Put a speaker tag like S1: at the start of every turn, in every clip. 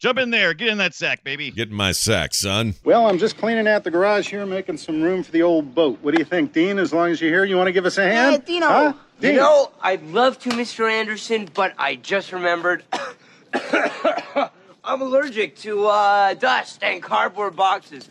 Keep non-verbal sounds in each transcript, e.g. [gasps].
S1: Jump in there. Get in that sack, baby.
S2: Get in my sack, son.
S3: Well, I'm just cleaning out the garage here, making some room for the old boat. What do you think, Dean? As long as you're here, you want to give us a hand?
S4: Yeah, Dino.
S3: Huh?
S4: You
S3: Dean.
S4: know, I'd love to, Mr. Anderson, but I just remembered [coughs] I'm allergic to uh, dust and cardboard boxes.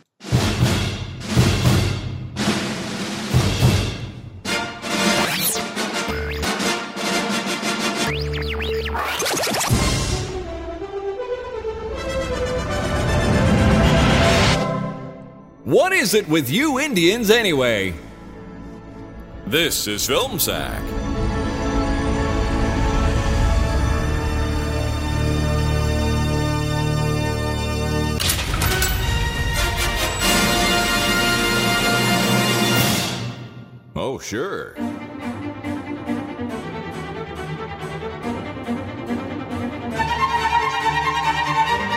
S5: What is it with you Indians anyway? This is Film Sack. Oh, sure.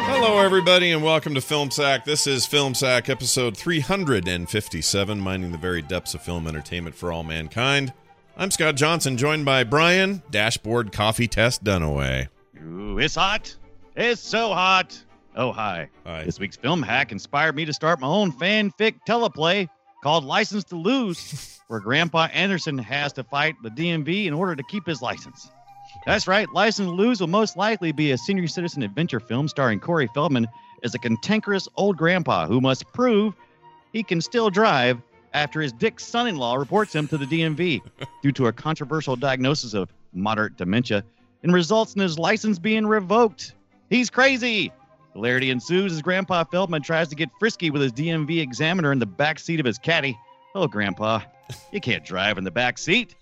S2: Hello, everybody, and welcome to Film Sack. This is Film Sack, episode 357, mining the very depths of film entertainment for all mankind. I'm Scott Johnson, joined by Brian Dashboard Coffee Test Dunaway.
S1: Ooh, it's hot. It's so hot. Oh, hi.
S2: Hi.
S1: This week's film hack inspired me to start my own fanfic teleplay called License to Lose, where Grandpa Anderson has to fight the DMV in order to keep his license. That's right, License to Lose will most likely be a senior citizen adventure film starring Corey Feldman as a cantankerous old grandpa who must prove he can still drive after his dick son in law reports him to the DMV due to a controversial diagnosis of moderate dementia and results in his license being revoked. He's crazy. Hilarity ensues as Grandpa Feldman tries to get frisky with his DMV examiner in the back seat of his caddy. Oh, Grandpa, you can't drive in the back seat.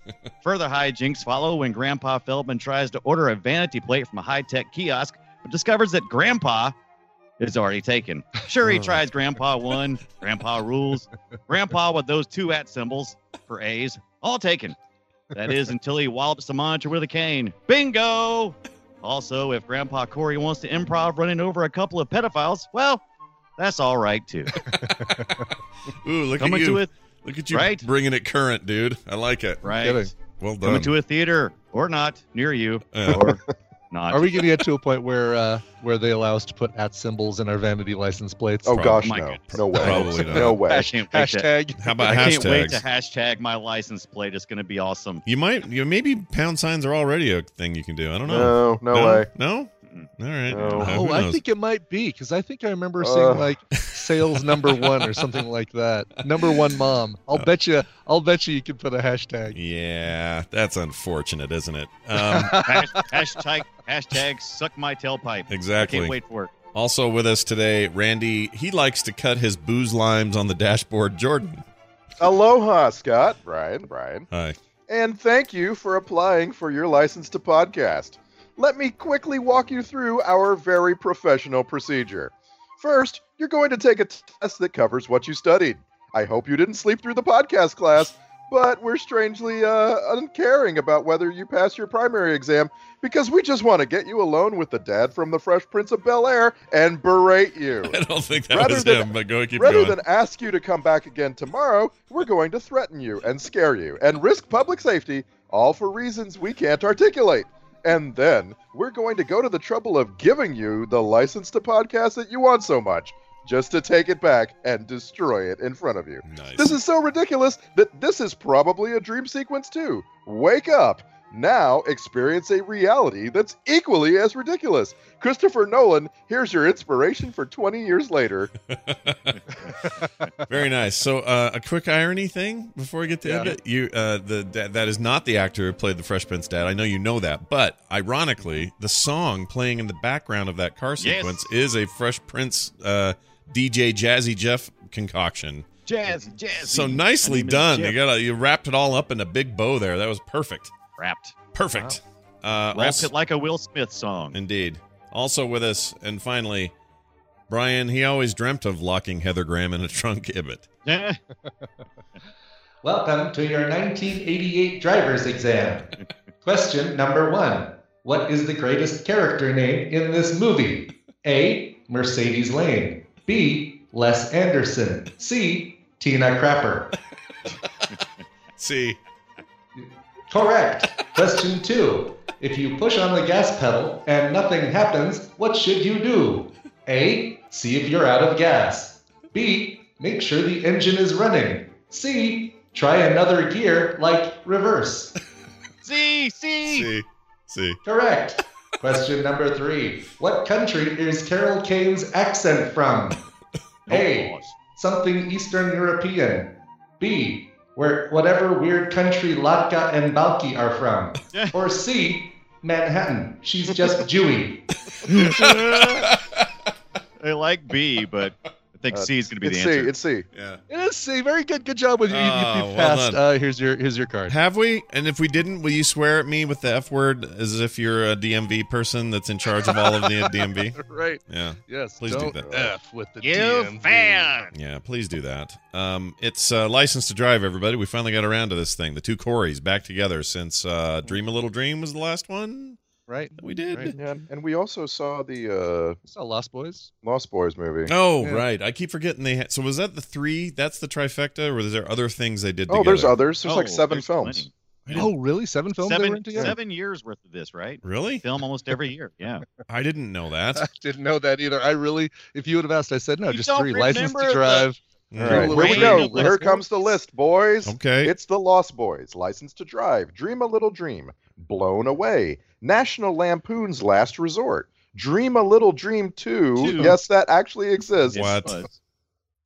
S1: Further hijinks follow when Grandpa Feldman tries to order a vanity plate from a high tech kiosk, but discovers that Grandpa is already taken. Sure, he tries Grandpa one, Grandpa rules, Grandpa with those two at symbols for A's, all taken. That is until he wallops the monitor with a cane. Bingo! Also, if Grandpa Corey wants to improv running over a couple of pedophiles, well, that's all right
S2: [laughs]
S1: too.
S2: Ooh, look
S1: Coming
S2: at you.
S1: to it,
S2: look at you
S1: right?
S2: bringing it current, dude. I like it.
S1: right?
S6: Kidding.
S2: Well done.
S1: Coming to a theater or not near you
S2: Yeah.
S1: or not.
S6: Are we going to get to a point where uh, where they allow us to put at symbols in our vanity license plates?
S2: Oh,
S7: Oh gosh,
S1: my
S7: no,
S1: goodness.
S7: no way,
S2: [laughs] Probably not.
S7: [laughs] no way.
S1: I can't wait to.
S6: Hashtag.
S2: How about
S1: I
S2: hashtags?
S1: can't wait to hashtag my license plate. It's going to be
S2: [laughs]
S1: awesome.
S2: you might, you maybe pound signs are already a thing you can do. I don't know.
S7: No, no, way.
S2: No? All right. Uh,
S7: No.
S2: Who
S6: Oh, I
S2: knows?
S6: think it might be because I think I remember
S7: Uh.
S6: seeing like sales number one or something like that. Number one mom. I'll bet you. I'll bet you you can put a hashtag.
S2: Yeah, that's unfortunate, isn't
S1: [laughs]
S2: it? Um,
S1: Hash- hashtag hashtag suck my tailpipe. I
S2: exactly.
S1: can't wait for it.
S2: Also with us today, Randy. He likes to cut his booze limes on the dashboard. Jordan.
S7: Aloha, Scott, Brian, Brian,
S2: Hi. [laughs]
S7: and thank you for applying for your license to podcast. Let me quickly walk you through our very professional procedure. First, you're going to take a test that covers what you studied. I hope you didn't sleep through the podcast class, but we're strangely uh, uncaring about whether you pass your primary exam because we just want to get you alone with the dad from the Fresh Prince of Bel Air and berate you.
S2: I don't think that
S7: Rather
S2: was
S7: than-
S2: him, but go keep
S7: Rather
S2: going.
S7: than ask you to come back again tomorrow, we're going to threaten you and scare you and risk public safety, all for reasons we can't articulate. And then we're going to go to the trouble of giving you the license to podcast that you want so much, just to take it back and destroy it in front of you.
S2: nice.
S7: This is so ridiculous that this is probably a dream sequence too. Wake up! Now experience a reality that's equally as ridiculous. Christopher Nolan, here's your inspiration for 20 years later.
S2: [laughs] Very nice. So, uh, a quick irony thing before we get to
S6: Yeah.
S2: end it. You, uh, the that, that is not the actor who played the Fresh Prince dad. I know you know that, but ironically, the song playing in the background of that car sequence is a Fresh Prince uh, DJ Jazzy Jeff concoction.
S1: Jazz, jazz.
S2: So nicely done. You got you wrapped it all up in a big bow there. That was perfect.
S1: wrapped.
S2: Perfect. Uh,
S1: Wrapped
S2: also-
S1: it like a Will Smith song.
S2: Indeed. Also with us, and finally, Brian, he always dreamt of locking Heather Graham in a [laughs] trunk ibit.
S1: Eh,
S8: Welcome to your 1988 driver's exam. Question number one What is the greatest character name in this movie? A. Mercedes Lane. B. Les Anderson. C. Tina Crapper.
S2: See,
S8: Correct. Question two If you push on the gas pedal and nothing happens, what should you do? A. See if you're out of gas. B. Make sure the engine is running. C. Try another gear like reverse.
S1: [laughs] See, see.
S2: See, see.
S8: Correct. Question number three. What country is Carol Kane's accent from?
S1: No
S8: A.
S1: pause.
S8: Something Eastern European. B. Where whatever weird country Latka and Balki are
S1: [laughs]
S8: from.
S1: Yeah.
S8: Or C. Manhattan. She's just Jewy.
S6: [laughs]
S1: I like B, but I think
S7: Uh,
S1: C is going to be
S7: It's
S1: the
S7: C.
S1: answer.
S7: It's C.
S2: Yeah.
S6: It is C. Very good. Good job with you. You, you
S1: Ah,
S2: Oh, well
S6: passed.
S2: done.
S6: uh, here's your here's your
S1: [laughs]
S6: card.
S2: Have we? And if we didn't, will you swear at me with the F word as if you're a DMV person that's in charge of all of the DMV?
S6: Right.
S2: Yeah.
S6: Yes.
S2: Please do
S6: don't
S2: that.
S6: F with the
S1: you
S6: DMV.
S1: fan.
S2: Yeah, please do that. Um, it's uh, License to Drive, everybody. We finally got around to this thing. The two Corys back together since uh, Dream a Little Dream was the last one
S6: Right.
S2: that we did.
S6: Right.
S7: Yeah, and we also saw the uh,
S6: I saw Lost Boys.
S7: Lost Boys movie.
S2: Oh,
S6: Yeah.
S2: right. I keep forgetting they had. So was that the three? That's the trifecta, or is there other things they did
S7: oh,
S2: together?
S7: there's others. There's
S1: Oh,
S7: like seven
S1: there's
S7: films.
S1: plenty.
S6: Oh, really? Seven films they were in
S1: Seven,
S6: together.
S1: seven years worth of this, right?
S2: Really?
S1: Film almost every year.
S7: [laughs]
S1: Yeah.
S2: I didn't know
S6: [laughs] I [laughs]
S2: that.
S6: didn't know that either. I really, if you would have asked, I said no.
S1: You
S6: just
S1: don't
S6: three. License
S1: remember
S6: to
S1: the-
S6: drive.
S2: Mm.
S7: All right,
S1: Dream a
S7: here we
S1: Little
S7: go.
S1: Dream.
S7: Here comes the list, boys.
S2: Okay.
S7: It's the Lost Boys, License to Drive, Dream a Little Dream, Blown Away, National Lampoon's Last Resort, Dream a Little Dream 2.
S1: Two.
S7: Yes, that actually exists.
S2: What?
S1: It was.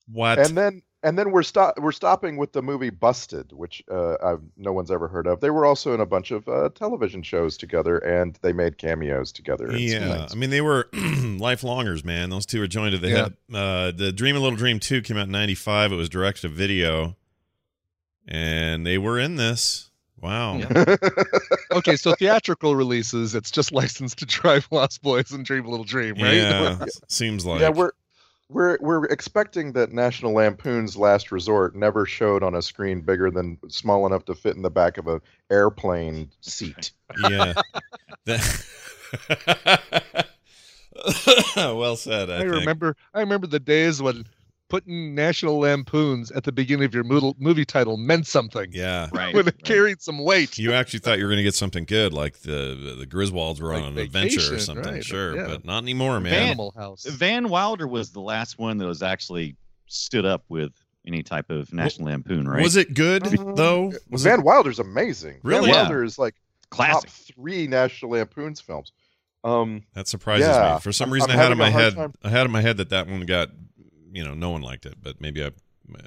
S2: what?
S7: And then and then we're stop we're stopping with the movie Busted, which uh, I've, no one's ever heard of. They were also in a bunch of uh, television shows together, and they made cameos together. and some
S2: yeah,
S7: things.
S2: I mean they were [clears throat] lifelongers, man. Those two are joined at the
S6: Yeah.
S2: hip. Uh, the Dream a Little Dream two came out in '95. It was direct to video, and they were in this. Wow.
S7: [laughs]
S6: Yeah. Okay, so theatrical releases. It's just License to Drive, [laughs] Lost Boys, and Dream a Little Dream, right? [laughs]
S2: Yeah, seems like.
S7: yeah, we're we're we're expecting that National Lampoon's Last Resort never showed on a screen bigger than small enough to fit in the back of an airplane seat.
S2: yeah. That- [laughs] well said. I,
S6: I
S2: think.
S6: remember. I remember the days when putting National Lampoons at the beginning of your moodle- movie title meant something.
S2: Yeah.
S1: [laughs] Right.
S6: [laughs] When it
S1: right.
S6: carried some weight.
S2: You actually thought you were going to get something good, like the the Griswolds were on
S6: Like
S2: an adventure or
S6: vacation,
S2: something.
S6: right,
S2: Sure,
S6: yeah.
S2: but not anymore, man.
S6: Animal House.
S1: Van Wilder was the last one that was actually stood up with any type of National Lampoon, right?
S2: Was it good
S7: Uh,
S2: though? Was
S7: Van
S2: it
S7: Wilder's amazing.
S2: Really?
S7: Van
S1: Yeah.
S7: Wilder is like
S1: classic?
S7: top three National Lampoon's films. Um,
S2: that surprises
S7: Yeah.
S2: me. For some
S7: I'm-
S2: reason,
S7: I'm
S2: I had in
S7: having
S2: my
S7: a hard
S2: head,
S7: time-
S2: I had in my head that that one got, you know, no one liked it, but maybe I,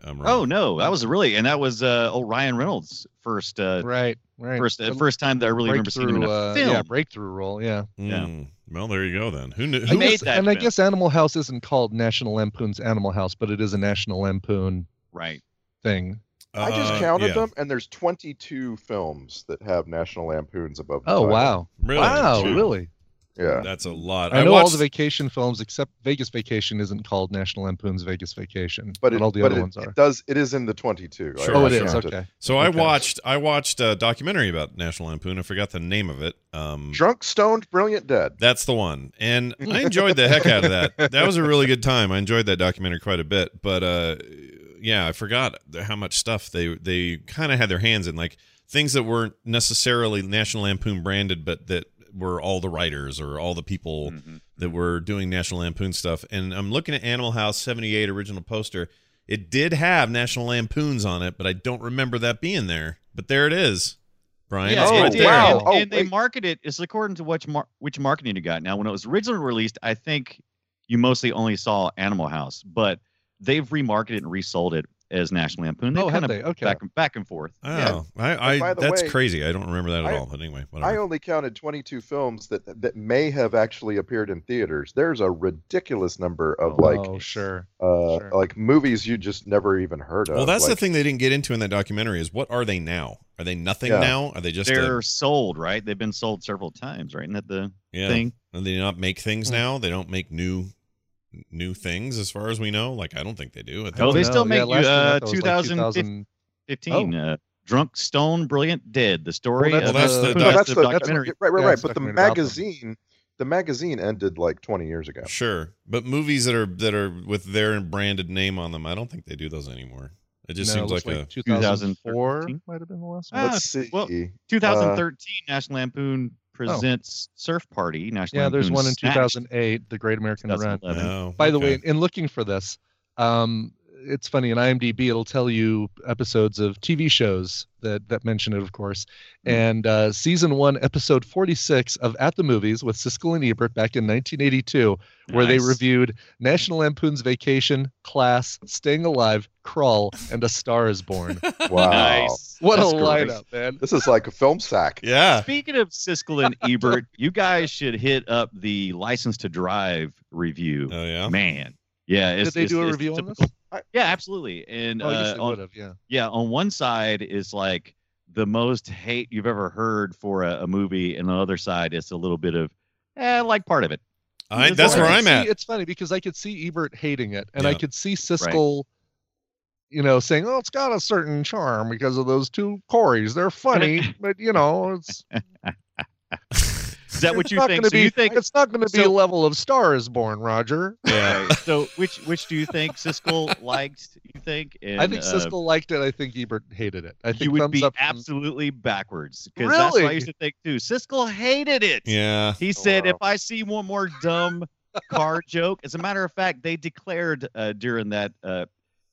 S2: I'm
S1: Oh
S2: wrong.
S1: no, that was really and that was uh old Ryan Reynolds first uh
S6: Right. Right.
S1: first uh,
S6: Some
S1: first time that I really remember seeing him in
S6: breakthrough,
S1: a
S6: uh,
S1: film.
S6: Yeah, breakthrough role. Yeah.
S2: Mm. Well, there you go then. Who knew?
S1: I
S2: Who,
S1: made
S6: guess-
S1: that
S6: and I
S1: film.
S6: guess Animal House isn't called National Lampoon's Animal House, but it is a National Lampoon
S1: Right.
S6: thing.
S7: I just
S2: uh,
S7: counted
S2: yeah.
S7: them, and there's 22 films that have National Lampoon's above. the
S6: Oh
S7: title.
S6: wow!
S2: Really?
S6: Wow,
S2: Two.
S6: really?
S7: Yeah,
S2: That's a lot.
S6: I,
S2: I
S6: know all
S2: watched
S6: the vacation films except Vegas Vacation isn't called National Lampoon's Vegas Vacation,
S7: but it,
S6: all the
S7: but
S6: other
S7: it,
S6: ones
S7: it
S6: are.
S7: does. It is in the 22. I-
S2: Sure.
S6: oh,
S7: I
S6: it is.
S7: counted.
S6: Okay.
S2: So I
S6: Okay.
S2: watched I watched a documentary about National Lampoon. I forgot the name of it. Um,
S7: Drunk, stoned, brilliant, dead.
S2: That's the one, and I enjoyed the heck out of that. That was a really good time. I enjoyed that documentary quite a bit. But uh, yeah, I forgot how much stuff they they kind of had their hands in, like things that weren't necessarily National Lampoon branded, but that were all the writers or all the people
S1: Mhm.
S2: that were doing National Lampoon stuff. And I'm looking at Animal House 78 original poster. It did have National Lampoons on it, but I don't remember that being there. But there it is, Brian.
S1: Yeah,
S2: it's
S7: Oh,
S1: it
S2: right
S1: did,
S2: there.
S7: wow.
S1: And,
S7: Oh,
S1: and they
S7: wait.
S1: marketed it. It's according to which mar- which marketing you got. Now, when it was originally released, I think you mostly only saw Animal House, but they've remarketed and resold it as National Lampoon.
S6: Oh,
S1: kind
S6: have
S1: of
S6: they? Okay.
S1: back and back and forth.
S2: Oh,
S1: Yeah.
S2: I, I
S7: by the
S2: that's
S7: way,
S2: crazy. I don't remember that at
S7: I-
S2: all. But anyway,
S7: I
S2: whatever.
S7: only counted 22 films that that may have actually appeared in theaters. There's a ridiculous number of
S1: Oh,
S7: like
S6: oh, sure.
S7: uh
S6: sure.
S7: like movies you just never even heard of.
S2: well, that's the
S7: like-
S2: thing they didn't get into in that documentary is what are they now? Are they nothing
S7: Yeah.
S2: now? Are they just a-
S1: They're sold, right? They've been sold several times, right? Isn't that the
S2: yeah?
S1: thing?
S2: And they not make things
S7: Hmm.
S2: now. They don't make new new things as far as we know. Like I don't think they do. I think
S1: Oh,
S6: I
S1: they
S6: don't
S1: still
S6: know. Yeah,
S1: make,
S6: last time I
S1: uh,
S6: thought it was like
S1: 2015. 15. Uh, Drunk, Stone, Brilliant, Dead. The story
S6: Well,
S1: of
S2: that's
S1: the,
S2: the
S1: Lampoon
S2: doc-
S7: No,
S1: House,
S7: that's
S1: the
S7: the, that's-
S1: documentary.
S7: right, right,
S6: Yeah,
S7: right.
S6: it's
S7: But the
S6: documentary about them.
S7: magazine, the magazine ended like 20 years ago.
S2: sure, but movies that are that are with their branded name on them, I don't think they do those anymore. It just
S6: No,
S2: seems
S6: it
S2: like,
S6: looks
S2: a
S6: 2004
S1: 2013?
S6: might have been the last one.
S1: Ah,
S2: [laughs]
S7: Let's see.
S1: well, 2013 National Lampoon presents Surf Party National.
S6: Yeah, there's
S1: Lampoon's
S6: one in
S1: Snatch,
S6: 2008, The Great American Run.
S1: 2011.
S2: Oh,
S6: By the
S2: okay.
S6: way, in looking for this, um, it's funny in IMDb it'll tell you episodes of TV shows that that mention it, of course.
S1: Hmm.
S6: And uh, season one, episode 46 of At the Movies with Siskel and Ebert back in 1982, where they
S1: Nice.
S6: reviewed National Lampoon's Vacation, Class, Staying Alive, Crawl, and A Star Is
S1: [laughs]
S6: Born.
S7: Wow.
S1: Nice.
S6: Oh, what
S1: That's
S6: a
S1: great. [laughs]
S6: lineup, man!
S7: This is like a film sack.
S2: Yeah.
S1: Speaking of Siskel and Ebert, you guys should hit up the License to Drive review.
S2: Oh yeah.
S1: Man, yeah.
S6: Did
S1: It's,
S6: they
S1: it's-
S6: do a
S1: it's
S6: review on
S1: typical-
S6: this?
S1: Yeah, absolutely. And
S6: Oh, I guess
S1: uh,
S6: they
S1: on-
S6: would have. Yeah.
S1: yeah, on one side is like the most hate you've ever heard for a, a movie, and the other side is a little bit of, eh, I like part of it.
S2: I,
S1: It's
S2: that's
S1: all
S2: where
S1: right.
S2: I'm
S6: See,
S2: at.
S6: It's funny because I could see Ebert hating it, and I
S2: Yeah.
S6: could see Siskel, you know, saying, "Oh, it's got a certain charm because of those two Corys.
S1: [laughs]
S6: They're funny, but you know, it's
S1: Is that what
S6: [laughs] it's
S1: you
S6: not
S1: think?
S6: gonna
S1: So you
S6: be-
S1: think?
S6: it's not going to be
S1: so-
S6: a level of Star is Born, Roger."
S2: Yeah.
S1: Right. So which which do you think Siskel liked? You think? And,
S6: I think
S1: uh,
S6: Siskel liked it. I think Ebert hated it. I think
S1: you would
S6: thumbs
S1: be
S6: up. from-
S1: absolutely backwards because that's what I
S6: Really? Oh,
S1: used to think too. Siskel hated it.
S2: Yeah.
S1: He said,
S7: wow.
S1: if I see one more
S6: [laughs]
S1: dumb car joke, as a matter of fact, they declared uh, during that uh,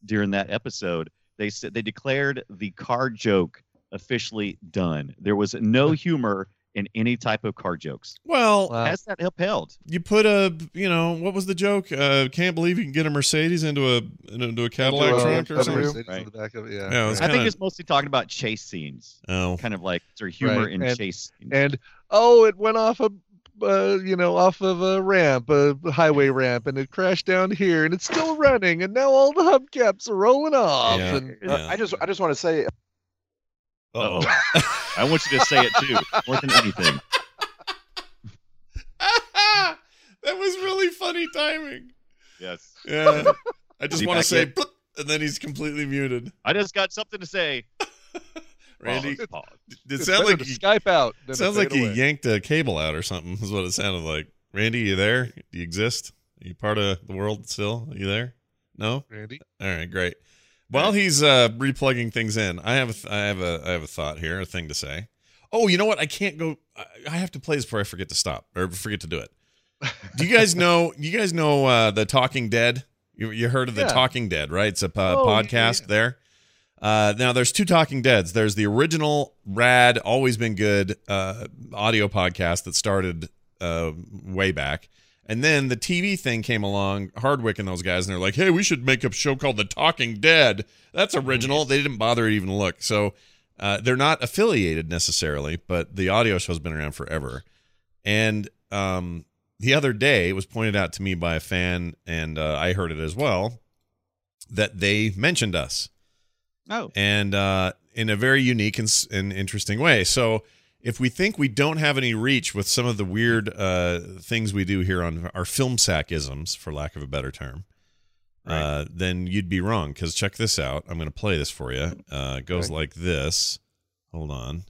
S1: during that episode, they said they declared the car joke officially done. There was no humor in any type of car jokes.
S2: Well,
S6: Wow.
S1: Has that upheld?
S2: you put a, you know, what was the joke? Uh, can't believe you can get a Mercedes into a into a Cadillac
S7: Into a-
S2: trunk or
S7: into a
S2: something.
S7: Mercedes.
S6: Mercedes in the back of it, yeah.
S2: Yeah, it was
S1: I think
S2: kinda-
S1: it's mostly talking about chase scenes,
S6: Uh,
S2: Oh.
S1: kind of like sort of humor
S6: Right,
S1: in
S6: and-
S1: chase. Scenes.
S6: and oh, it went off a, uh, you know, off of a ramp, a highway ramp, and it crashed down here, and it's still running, and now all the hubcaps are rolling off.
S2: Yeah.
S6: And,
S2: Yeah.
S7: I just I just want to say
S1: Uh-oh.
S6: [laughs]
S2: Uh-oh.
S1: [laughs] I want you to say it too, more than
S2: [laughs]
S1: anything.
S2: that was really funny timing.
S1: Yes,
S6: [laughs]
S2: Yeah. I
S1: Is
S2: just
S1: he
S2: want to
S1: back
S2: say,
S1: yet?
S2: "Bloop," and then he's completely muted.
S1: I just got something to say.
S2: Randy,
S1: Pause, pause.
S2: it
S6: it's
S2: sounds
S6: better
S2: like
S6: to
S2: he,
S6: Skype out. than to
S2: sounds like
S6: fade
S2: he
S6: away.
S2: yanked a cable out or something. Is what it sounded like. Randy, you there? Do you exist? Are you part of the world still? you there? No.
S6: Randy.
S2: All right, great. While he's uh, replugging things in, I have a th- I have a I have a thought here, a thing to say. Oh, you know what? I can't go. I, I have to play this before I forget to stop or forget to do it. Do you [laughs] guys know? You guys know uh, the Talking Dead? You, you heard of the
S6: Yeah.
S2: Talking Dead, right? It's a uh, po-
S6: Oh, yeah,
S2: podcast
S6: yeah.
S2: there. Uh, now there's two Talking Deads. There's the original rad, always been good uh, audio podcast that started uh, way back. And then the TV thing came along, Hardwick and those guys, and they're like, "Hey, we should make a show called The Talking Dead." That's original. They didn't bother to even look. So uh, they're not affiliated necessarily, but the audio show's been around forever. And um, the other day, it was pointed out to me by a fan, and uh, I heard it as well, that they mentioned us
S1: Oh,
S2: and uh, in a very unique and, s- and interesting way. So, if we think we don't have any reach with some of the weird uh, things we do here on our film sack isms, for lack of a better term, uh, then you'd be wrong. Because check this out. I'm going to play this for you. Uh, it goes like this. Hold on.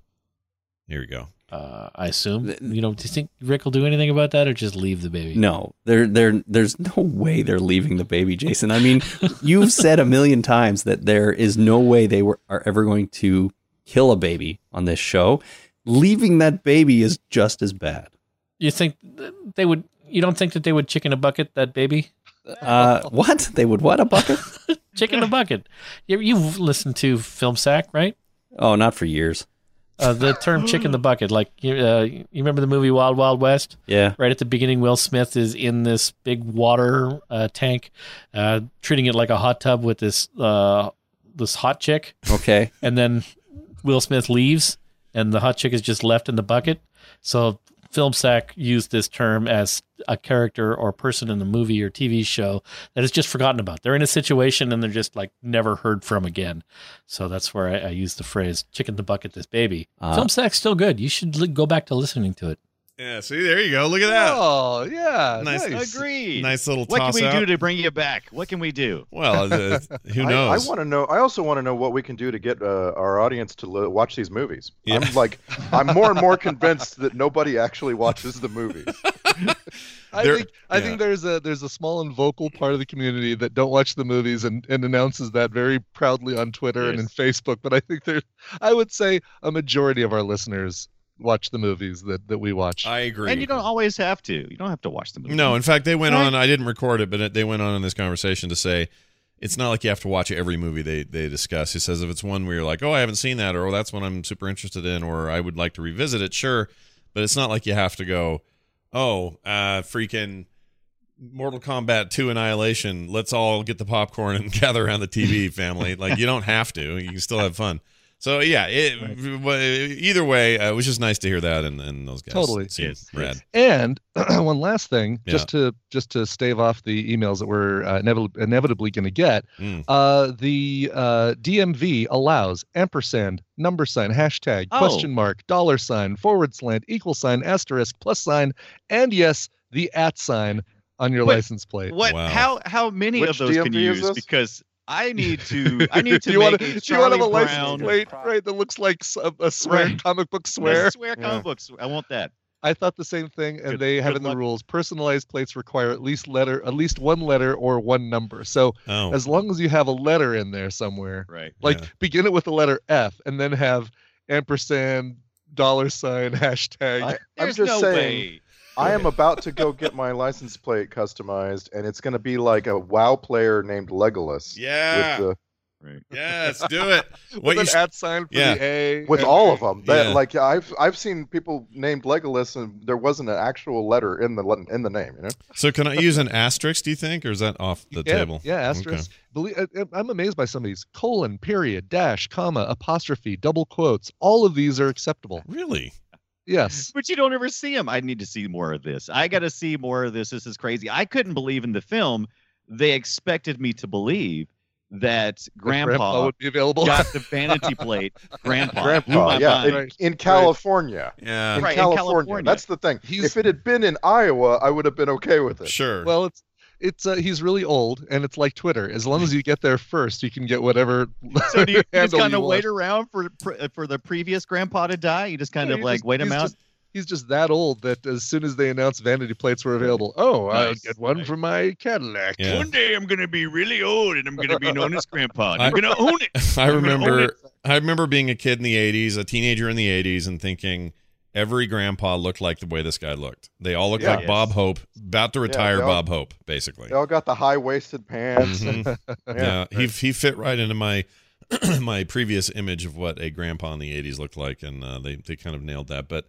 S2: Here we go.
S9: Uh, I assume you know. Do you think Rick will do anything about that, or just leave the baby?
S10: No, there, there, there's no way they're leaving the baby, Jason. I mean, you've said a million times that there is no way they were are ever going to kill a baby on this show. Leaving that baby is just as bad.
S9: You think th- they would? You don't think that they would chicken a bucket that baby?
S10: Uh, what they would what a bucket?
S9: Chicken a bucket. You, you've listened to Film Sack, right?
S10: Oh, not for years.
S9: Uh, the term "chicken the bucket," like you, uh, you remember the movie Wild Wild West?
S10: Yeah,
S9: Right at the beginning, Will Smith is in this big water uh, tank, uh, treating it like a hot tub with this uh, this hot chick,
S10: okay.
S9: and then Will Smith leaves, and the hot chick is just left in the bucket. So film sack used this term as a character or person in the movie or TV show that is just forgotten about. They're in a situation and they're just like never heard from again. So that's where I, I use the phrase "chicken the bucket." This baby
S10: Uh,
S9: film sack's still good. You should li- go back to listening to it.
S2: Yeah. See, there you go. Look at that.
S6: Oh yeah,
S2: Nice.
S6: nice.
S1: agreed.
S2: Nice little
S1: What can
S2: toss
S1: we
S2: out.
S1: do to bring you back? What can we do?
S2: well, [laughs] uh, who
S7: I-
S2: knows?
S7: I, want to know. I also want to know what we can do to get uh, our audience to lo- watch these movies.
S2: Yeah.
S7: I'm like, I'm
S2: [laughs]
S7: more and more convinced that nobody actually watches the movies.
S6: I
S2: There-
S6: think I
S2: yeah.
S6: think there's a there's a small and vocal part of the community that don't watch the movies and, and announces that very proudly on Twitter and in
S1: Yes.
S6: Facebook. But I think there, I would say a majority of our listeners watch the movies that that we watch.
S2: I agree.
S1: And you don't always have to. You don't have to watch the movie.
S2: No, in fact, they went
S1: Right.
S2: on. I didn't record it, but it- they went on in this conversation to say it's not like you have to watch every movie they they discuss. He says if it's one where you're like, oh, I haven't seen that, or oh, that's one I'm super interested in, or I would like to revisit it, sure, but it's not like you have to go, oh, uh, freaking. Mortal Kombat 2 Annihilation. Let's all get the popcorn and [laughs] gather around the TV, family. Like you don't have to. You can still have fun. So yeah, it, w- either way, uh, it was just nice to hear that and, and those guys.
S6: Totally.
S2: seem
S1: Yes,
S2: rad.
S1: yes.
S6: And [clears throat] one last thing, just to just to stave off the emails that we're uh, inevitably, inevitably going to get,
S2: Mm.
S6: uh, the uh, DMV allows ampersand, number sign, hashtag,
S1: Oh.
S6: question mark, dollar sign, forward slant, equal sign, asterisk, plus sign, and yes, the at sign on your
S1: Wait,
S6: license plate.
S1: What?
S2: Wow.
S1: How? How many
S7: Which
S1: of those can
S7: DMV
S1: you
S7: is
S1: use?
S7: this?
S1: Because
S2: [laughs]
S1: I need to.
S6: [laughs]
S1: I need to
S6: do you
S1: make
S6: want to
S1: a
S6: do you want
S1: Charlie
S6: to have a
S1: Brown.
S6: license plate right that looks like s- a, a swear
S1: Right.
S6: comic book swear?
S1: Yes, Swear comic
S7: Yeah.
S1: books. I want that.
S6: I thought the same thing, and
S1: Good-
S6: they have
S1: good
S6: in the
S1: luck.
S6: rules personalized plates require at least letter, at least one letter or one number. So
S2: Oh,
S6: as long as you have a letter in there somewhere,
S1: Right.
S6: like
S2: Yeah.
S6: begin it with the letter F, and then have ampersand, dollar sign, [laughs] hashtag.
S7: I, I'm
S1: There's
S7: just
S1: no
S7: saying,
S1: way.
S7: I am about to go get my license plate customized, and it's going to be like a WoW player named Legolas.
S2: yeah.
S7: With,
S1: Right.
S2: Yes, do
S6: [laughs]
S2: it. What
S6: with
S2: you
S6: an
S2: sh-
S6: at sign for
S2: yeah.
S6: the A.
S7: the, with
S6: and-
S7: all of them, that,
S2: Yeah.
S7: like I've I've seen people named Legolas, and there wasn't an actual letter in the le- in the name. You know,
S2: so can I use an asterisk? Do you think, or is that off the
S6: yeah,
S2: table?
S6: Yeah, asterisk. Belie- I- I- I'm amazed by some of these colon, period, dash, comma, apostrophe, double quotes. All of these are acceptable.
S2: Really?
S6: Yes.
S1: But you don't ever see him. I need to see more of this. I got to see more of this. This is crazy. I couldn't believe in the film. They expected me to believe that
S6: If grandpa
S1: Grandpa
S6: would be available.
S1: got the vanity plate. Grandpa. blew
S7: Grandpa,
S1: my
S7: Uh, yeah,
S1: mind.
S7: in, in California,
S2: Yeah.
S7: in,
S1: Right, in
S7: California.
S1: California.
S7: That's the thing.
S6: He's-
S7: If it had been in Iowa, I would have been okay with it.
S2: Sure. [laughs]
S6: Well, it's it's uh, he's really old, and it's like Twitter. As long as you get there first, you can get whatever. [laughs]
S1: So do you, you [laughs] just
S6: handle
S1: kind of
S6: you
S1: wait
S6: want.
S1: around for for- for the previous grandpa to die? You just kind
S6: Yeah,
S1: of
S6: you
S1: like
S6: just-
S1: wait him
S6: he's
S1: out.
S6: just- he's just that old that as soon as they announced vanity plates were available, oh, I'll
S1: Nice,
S6: get one
S1: nice.
S6: for my Cadillac.
S2: Yeah.
S1: One day I'm gonna be really old and I'm gonna be known as grandpa. And I'm [laughs]
S2: I-
S1: gonna own it.
S2: I
S1: I'm gonna own
S2: remember
S1: it.
S2: I remember being a kid in the 80s, a teenager in the 80s and thinking every grandpa looked like the way this guy looked. They all looked
S7: Yeah.
S2: like Bob Hope, about to retire
S7: they all-
S2: Bob Hope basically.
S7: They all got the high waisted pants.
S2: Mhm.
S7: [laughs]
S2: yeah, he he fit right into my [clears throat] my previous image of what a grandpa in the '80s looked like, and uh, they they kind of nailed that. But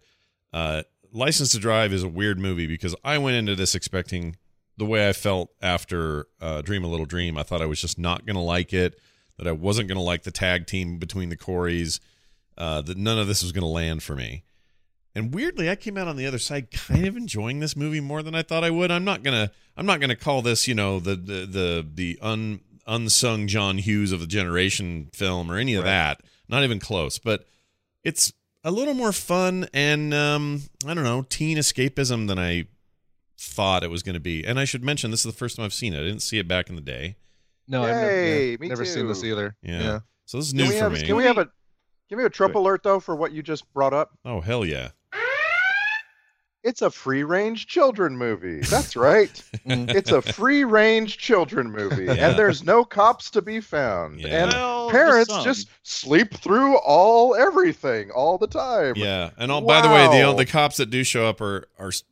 S2: uh, License to Drive is a weird movie because I went into this expecting the way I felt after uh, Dream a Little Dream. I thought I was just not gonna like it, that I wasn't gonna like the tag team between the Coreys, uh, that none of this was gonna land for me. And weirdly, I came out on the other side, kind of enjoying this movie more than I thought I would. I'm not gonna I'm not going to call this, you know, the the the, the un, unsung John Hughes of a generation film or any of that. Not even close. But it's a little more fun and um, I don't know teen escapism than I thought it was going to be. And I should mention this is the first time I've seen it. I didn't see it back in the day.
S6: No, I've never, yeah,
S7: Yay, me
S6: never seen this
S7: too.
S6: either.
S2: Yeah.
S6: yeah.
S2: So this is
S7: Can
S2: new
S7: we,
S2: for
S7: have,
S2: me.
S7: can we have a give me a trip alert though for what you just brought up?
S2: oh hell yeah!
S7: It's a free range children movie. That's right.
S6: Mm.
S7: it's a free range children movie,
S2: Mm-hmm. Yeah.
S7: and there's no cops to be found.
S2: Yeah.
S7: And
S1: Well, the
S7: parents
S1: son.
S7: just sleep through all everything all the time.
S2: Yeah, and all, by the way, the
S7: Wow.
S2: the cops that do show up are are. s-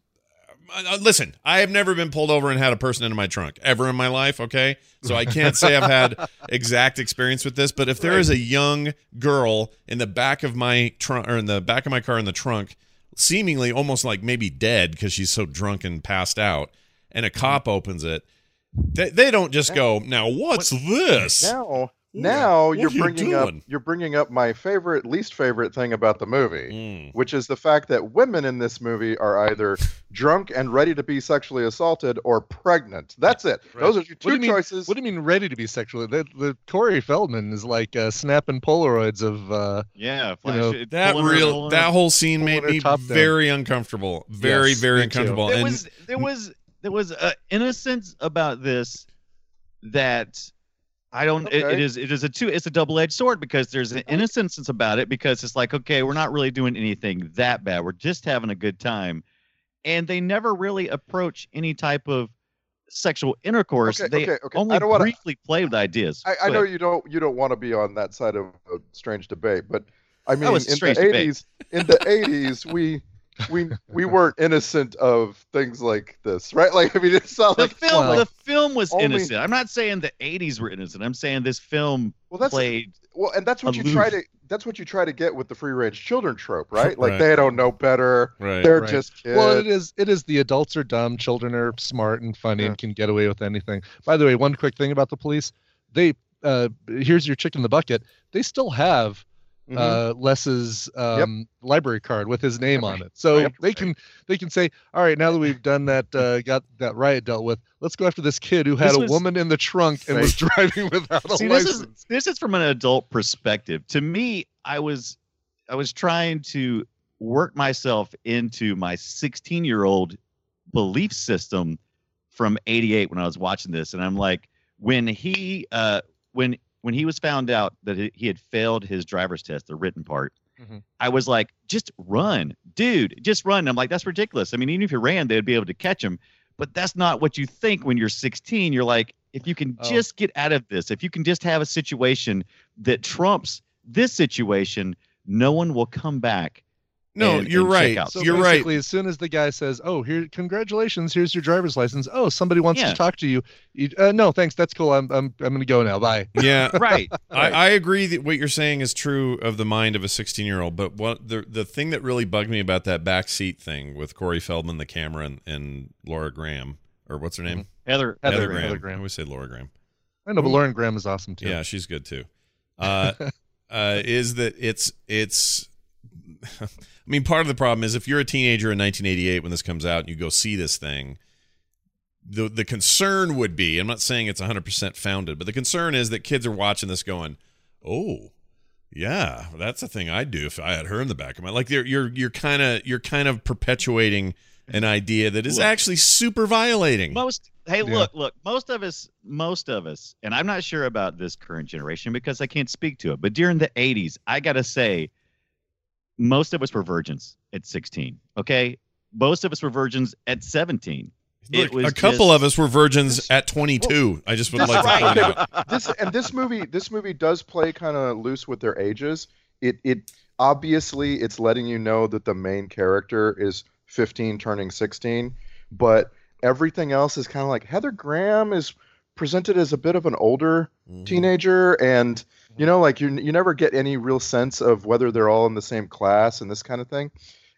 S2: Uh, uh, listen, I have never been pulled over and had a person into my trunk ever in my life. Okay, so I can't say I've
S7: [laughs]
S2: had exact experience with this. But if there is a young girl in the back of my trunk or in the back of my car in the trunk, seemingly almost like maybe dead because she's so drunk and passed out, and
S7: Mm-hmm.
S2: a cop opens it, they, they don't just go, "Now what's this?"
S7: Now,
S2: Yeah.
S7: now
S2: What
S7: you're
S2: are you
S7: bringing up
S2: doing?
S7: you're bringing up my favorite least favorite thing about the movie.
S2: Mm.
S7: Which is the fact that women in this movie are either drunk and ready to be sexually assaulted or pregnant. That's it. Those are
S6: What
S7: your
S6: do
S7: two
S6: you mean-
S7: choices.
S6: What do you mean ready to be sexually? The, the Corey Feldman is like uh, snapping Polaroids of. Uh,
S1: Yeah,
S6: You
S1: flash
S6: know,
S1: it,
S2: That
S1: pulling her-
S2: real
S1: pulling her-
S2: that whole scene made
S6: pulling her
S2: me
S6: top down.
S2: very uncomfortable. Very,
S6: Yes,
S2: very
S6: me too.
S2: uncomfortable.
S1: there
S2: and
S1: was there was there was a innocence about this that I don't. it- it
S7: Okay.
S1: is it is a two. It's a double edged sword because there's an innocence about it because it's like okay, we're not really doing anything that bad. We're just having a good time, and they never really approach any type of sexual intercourse.
S7: Okay,
S1: they
S7: okay, okay.
S1: only
S7: I don't wanna-
S1: briefly play with ideas.
S7: I, I
S1: Go
S7: know
S1: ahead.
S7: you don't you don't want to be on that side of a strange debate, but I mean,
S1: was a
S7: in
S1: strange
S7: the
S1: debate.
S7: eighties, in the eighties, we we we weren't innocent of things like this, right? Like, I mean, it's not
S1: The
S7: like
S1: film,
S7: like,
S1: the film was
S7: only-
S1: innocent. I'm not saying the '80s were innocent. I'm saying this film
S7: well, that's
S1: played.
S7: well, and that's what you try to
S1: aloof.
S7: that's what you try to get with the free range children trope, right? Like,
S2: Right.
S7: they don't know better.
S2: Right.
S7: They're
S6: Right.
S7: just kids.
S6: Well, it is. It is the adults are dumb, children are smart and funny,
S7: Yeah.
S6: and can get away with anything. By the way, one quick thing about the police: they uh, here's your chick in the bucket. They still have
S7: Mhm.
S1: Mm-hmm.
S6: uh, Les's um, library card with his name on it, so
S7: Yep.
S6: they can they can say, "All right, now that we've done that, uh, got that riot dealt with, let's go after this kid who had
S1: This
S6: a
S1: was-
S6: woman in the trunk and was [laughs] driving without a
S1: See, this
S6: license."
S1: is this is from an adult perspective. To me, I was I was trying to work myself into my 16 year old belief system from 88 when I was watching this, and I'm like, when he uh, when when he was found out that he- he had failed his driver's test, the written part.
S6: Mhm.
S1: I was like, just run, dude, just run. I'm like, that's ridiculous. I mean, even if you ran, they'd be able to catch him. But that's not what you think when you're 16. You're like, if you can
S6: Oh.
S1: just get out of this, if you can just have a situation that trumps this situation, no one will come back.
S2: No,
S1: and-
S2: you're
S1: and check
S2: right.
S1: out.
S6: So
S2: you're right.
S6: basically, as soon as the guy says, "Oh, here, congratulations, here's your driver's license," oh, somebody wants
S1: Yeah.
S6: to talk to you. you uh, no, thanks, that's cool. I'm, I'm, I'm gonna go now. Bye. [laughs]
S2: Yeah,
S1: Right.
S2: I, I agree that what you're saying is true of the mind of a 16 year old. But what the the thing that really bugged me about that backseat thing with Corey Feldman, the camera, and, and Laura Graham, or what's her name?
S1: Heather,
S6: Mm-hmm. Heather
S2: Heather
S6: Graham.
S2: Graham.
S6: Heather Graham.
S2: I always say Laura Graham.
S6: I know, but Lauren Graham is awesome too.
S2: Yeah, she's good too. Uh, uh, is that it's it's. [laughs] I mean, part of the problem is if you're a teenager in 1988 when this comes out and you go see this thing, the the concern would be I'm not saying it's 100% founded, but the concern is that kids are watching this going, oh, yeah, that's a thing I'd do if I had her in the back of my like. You're you're you're kind of you're kind of perpetuating an idea that is
S1: Look.
S2: actually super violating.
S1: Most hey,
S6: Yeah.
S1: look, look, most of us, most of us, and I'm not sure about this current generation because I can't speak to it, but during the 80s, I gotta say, most of us were virgins at 16. Okay. Most of us were virgins at 17.
S2: Look,
S1: it was
S2: a couple
S1: just-
S2: of us were virgins at 22. I just would
S7: That's
S2: like
S7: right.
S2: to point out.
S7: [laughs] this and this movie this movie does play kind of loose with their ages it it obviously it's letting you know that the main character is 15 turning 16 but everything else is kind of like heather graham is presented as a bit of an older
S2: Mm-hmm.
S7: teenager and you know like you, you never get any real sense of whether they're all in the same class and this kind of thing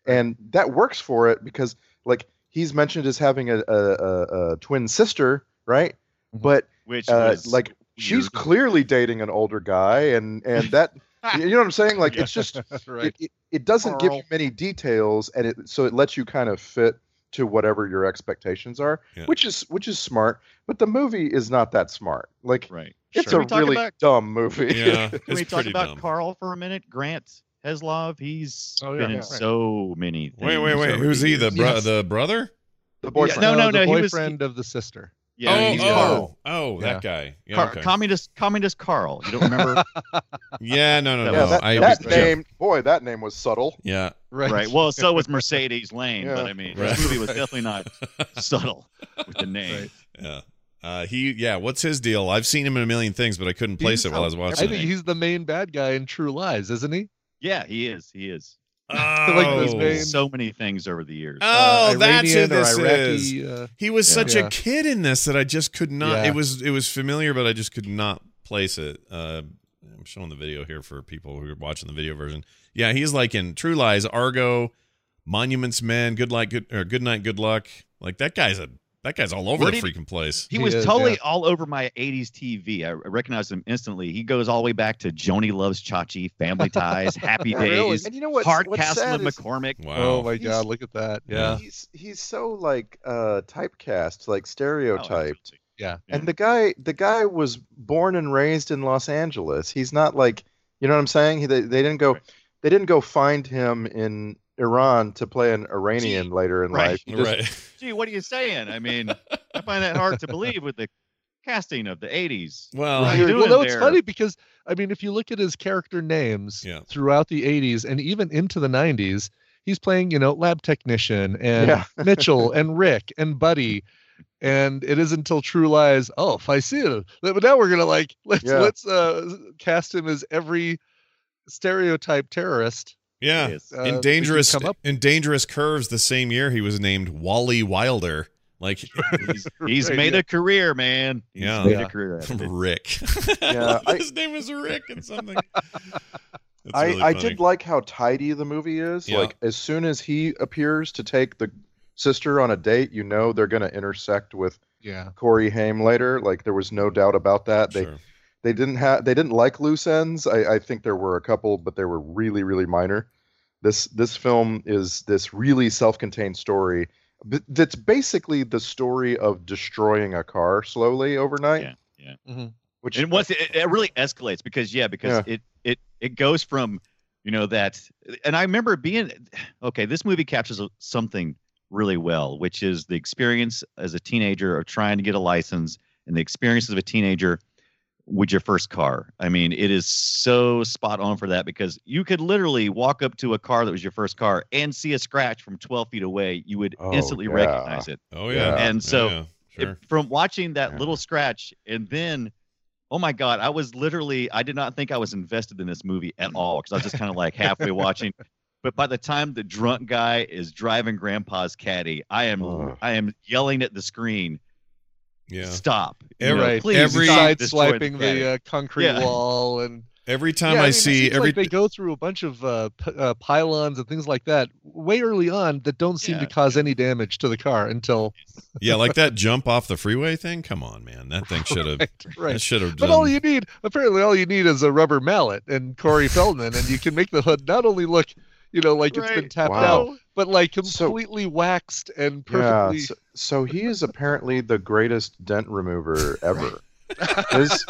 S7: and that works for it because like he's mentioned as having a, a, a, a twin sister right but
S1: Which
S7: uh,
S1: was [laughs]
S7: like she's
S1: weird.
S7: clearly dating an older guy and and [laughs] that you know what i'm saying like
S2: [laughs]
S6: [laughs]
S7: it's just
S6: right.
S7: it, it, it doesn't give you
S1: Carl.
S7: many details and it so it lets you kind of fit to whatever your expectations are
S2: Yeah.
S7: which is which is smart but the movie is not that smart like
S1: right.
S7: it's
S1: Can
S7: a
S1: we talk
S7: really
S1: about-
S7: dumb movie
S6: [laughs]
S7: [laughs]
S2: Yeah,
S1: Can we
S2: it's
S1: talk
S2: pretty
S1: about
S2: dumb.
S1: Carl for a minute? Grant Heslov, he's
S6: Oh, yeah,
S1: been in
S6: yeah, right.
S1: so many things.
S2: wait, wait, wait.
S1: over
S2: Who's
S1: the
S2: he? The
S1: years.
S2: bro-
S6: Yes.
S2: the brother?
S7: the boyfriend
S1: no, no,
S6: the
S1: no, he was-
S6: boyfriend of the sister. [laughs]
S1: Yeah,
S2: oh,
S1: he's
S2: oh,
S1: Carl.
S2: oh, that guy. Yeah,
S1: Car-
S2: okay.
S1: Communist, communist Carl. You don't remember,
S2: yeah, no, no,
S1: Yeah,
S2: no.
S7: yeah that,
S2: I
S7: that
S2: was-
S7: name boy that name was subtle
S2: Yeah.
S6: Right.
S1: right? Well, so was Mercedes Lane, but I mean,
S2: Right.
S1: this movie was definitely
S2: [laughs]
S1: not subtle with the name.
S2: yeah. Uh, he, yeah. What's his deal? I've seen him in a million things, but I couldn't place
S6: He's-
S2: it while I was
S6: I
S2: watching.
S6: think
S2: it.
S6: he's the main bad guy in True Lies, isn't he?
S1: Yeah, he is. He is.
S6: [laughs] like this
S2: Oh.
S6: vein.
S1: So many things over the years.
S2: Oh,
S6: Uh,
S2: that's who
S6: Iranian or
S2: this is.
S6: Iraqi, uh,
S2: He was
S1: Yeah.
S2: such a
S6: Yeah.
S2: kid in this that I just could not.
S6: Yeah.
S2: It was it was familiar, but I just could not place it. Uh, I'm showing the video here for people who are watching the video version. Yeah, he's like in True Lies, Argo, Monuments Men, Good Light, Good or Good Night, Good Luck. Like that guy's a that guy's all over
S1: Where
S2: the
S1: did he-
S2: freaking place.
S1: He
S6: He
S1: was
S6: is,
S1: totally
S6: yeah.
S1: all over my 80s TV. I I recognized him instantly. He goes all the way back to Joni Loves Chachi, Family Ties, Happy
S7: [laughs] Really?
S1: Days,
S7: and you know what what's
S1: Hardcastle
S7: sad
S1: and
S7: is
S1: McCormick.
S2: Wow.
S6: Oh my
S7: He's-
S6: God! Look at that.
S2: Yeah.
S6: Yeah.
S7: he's he's so like uh typecast like stereotyped
S1: Yeah.
S7: And the guy, the guy was born and raised in Los Angeles. He's not like, you know what I'm saying? He, they, they didn't go, they didn't go find him in Iran to play an Iranian later in
S1: Right.
S7: life. He just-
S2: right. [laughs]
S1: Gee, what are you saying? I mean, I find that hard to believe with the casting of the 80s.
S2: Well,
S1: Right.
S2: I-
S1: you
S6: Well,
S1: doing
S6: no, it's
S1: there?
S6: funny because I mean, if you look at his character names
S2: Yeah.
S6: throughout the '80s and even into the '90s, he's playing, you know, lab technician and
S7: Yeah.
S6: [laughs] Mitchell and Rick and Buddy. And it isn't until True Lies, oh, Faisal. But now we're gonna like [laughs] let's
S7: Yeah.
S6: let's uh, cast him as every stereotype terrorist.
S2: Yeah.
S6: Uh,
S2: in
S6: we
S2: dangerous [laughs]
S6: can come up-
S2: in dangerous curves the same year he was named Wally Wilder. Like
S7: [laughs]
S1: He's, he's
S6: Right,
S1: made
S6: yeah.
S1: a career, man. He's
S2: Yeah.
S1: made
S6: Yeah.
S1: a career. out of
S2: [laughs]
S1: it.
S2: Rick.
S7: Yeah,
S2: [laughs]
S7: I-
S2: His name is Rick and
S7: [laughs]
S2: something. It's
S7: I,
S2: really
S7: I
S2: funny.
S7: did like how tidy the movie is.
S2: Yeah.
S7: Like as soon as he appears to take the sister on a date, you know they're gonna intersect with
S6: Yeah.
S7: Corey Haim later. Like there was no doubt about that. They
S2: Sure.
S7: they didn't have they didn't like loose ends. I, I think there were a couple, but they were really really minor. This this film is this really self-contained story b- that's basically the story of destroying a car slowly overnight.
S1: Yeah, yeah.
S7: Mm-hmm.
S6: Mhm.
S7: Which
S1: And once it, it really escalates because yeah, because it it it goes from you know that and I remember being okay. This movie captures a- something really well, which is the experience as a teenager of trying to get a license and the experiences of a teenager with your first car. I mean, it is so spot on for that because you could literally walk up to a car that was your first car and see a scratch from 12 feet away. You would
S7: Oh,
S1: instantly
S7: yeah.
S1: recognize it.
S2: Oh yeah.
S1: And
S2: Yeah,
S1: so
S2: yeah,
S1: It-
S2: sure.
S1: from watching that
S7: Yeah.
S1: little scratch and then oh my god i was literally i did not think i was invested in this movie
S2: Mm.
S1: at all because i was just kind of like
S2: [laughs]
S1: halfway watching but by the time the drunk guy is driving grandpa's caddy i am
S7: Ugh.
S1: i am yelling at the screen
S2: Yeah.
S1: stop You
S2: Every-
S1: know,
S6: right.
S1: please
S2: every-
S1: stop
S6: side
S1: destroying
S6: swiping
S1: caddy."
S6: the uh, concrete
S1: Yeah.
S6: wall and
S2: Every time
S6: Yeah,
S2: I,
S6: mean, it
S2: see
S6: seems
S2: every
S6: like they go through a bunch of uh, p- uh, pylons and things like that way early on that don't seem
S1: Yeah.
S6: to cause any damage to the car until
S2: [laughs] Yeah, like that jump off the freeway thing. Come on, man. That thing should
S7: [laughs]
S2: have
S6: right, [laughs] right.
S2: that should have
S6: But
S2: done
S6: all you need, apparently, all you need is a rubber mallet and Corey Feldman, and you can make the hood not only look, you know, like it's been
S1: Right.
S6: tapped
S7: Wow.
S6: out, but like
S7: So-
S6: completely waxed and
S7: Yeah,
S6: perfectly.
S7: so, so he is apparently the greatest dent remover ever. [laughs] His-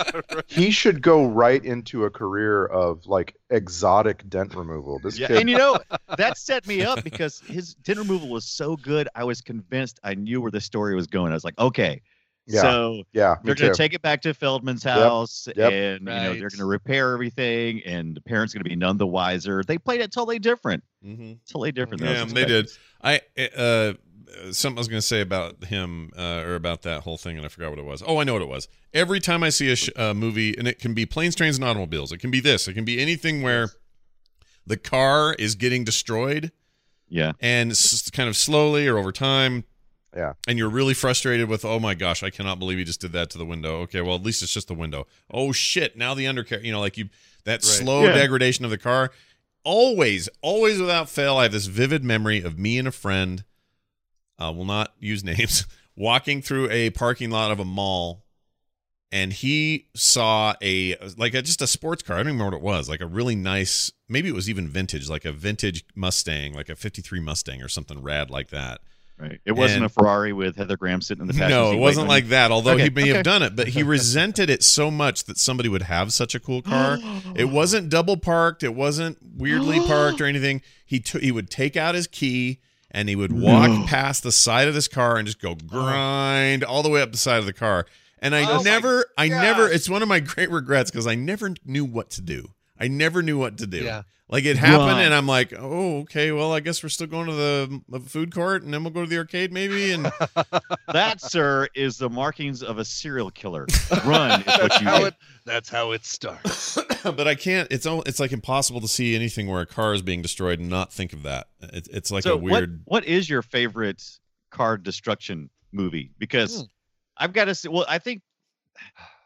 S7: he should go right into a career of like exotic dent removal. This
S1: yeah,
S7: kid,
S1: and you know
S6: [laughs]
S1: that set me up because his dent removal was so good. I was convinced I knew where the story was going. I was like, okay,
S7: Yeah.
S1: so
S7: yeah, me
S1: they're going
S7: too.
S1: to take it back to Feldman's house,
S7: yep.
S1: and you know they're
S6: Right.
S1: going to repair everything, and the parents going to be none the wiser. They played it totally different,
S2: Mm-hmm.
S1: totally different. than I was
S2: Yeah, they
S1: expecting.
S2: did. I uh, uh, something I was gonna say about him uh, or about that whole thing, and I forgot what it was. Oh, I know what it was. Every time I see a sh- uh, movie, and it can be planes, trains, and automobiles. It can be this. It can be anything where the car is getting destroyed,
S1: Yeah,
S2: and s- kind of slowly or over time.
S7: Yeah.
S2: And you're really frustrated with, oh my gosh, I cannot believe he just did that to the window. Okay, well at least it's just the window. Oh shit, now the undercarriage. You know, like you that slow
S1: Yeah.
S2: degradation of the car. Always, always without fail, I have this vivid memory of me and a friend. Uh, will not use [laughs] names. Walking through a parking lot of a mall, and he saw a like a, just a sports car. I don't even remember what it was. Like a really nice, maybe it was even vintage, like a vintage Mustang, like a '53 Mustang or something rad like that.
S1: right. It wasn't
S2: And-
S1: a Ferrari with Heather Graham sitting in the passenger
S2: No,
S1: seat
S2: it wasn't
S1: waiting
S2: like that. Although he
S1: Okay,
S2: may
S1: okay.
S2: have done it,
S1: [laughs]
S2: but he resented it so much that somebody would have such a cool car.
S1: [gasps]
S2: it wasn't double parked. It wasn't weirdly
S4: [gasps]
S2: parked or anything. He took. he would take out his key and he would walk
S1: No.
S2: past the side of this car and just go grind all the way up the side of the car. And I
S4: Oh my
S2: never, I
S4: gosh.
S2: never. It's one of my great regrets because I never knew what to do. I never knew what to do.
S6: yeah.
S2: Like it happened,
S1: Right.
S2: and I'm like, oh, okay. Well, I guess we're still going to the the food court, and then we'll go to the arcade maybe.
S4: [laughs]
S2: And
S1: That, sir, is the markings of a serial killer. Run is what you
S6: How
S1: do.
S6: it, that's how it starts.
S7: [coughs]
S2: but I can't. It's all. It's like impossible to see anything where a car is being destroyed and not think of that. It, it's like
S1: so
S2: a weird. [laughs]
S1: What, what is your favorite car destruction movie? Because
S6: Hmm.
S1: I've got to say, well, I think.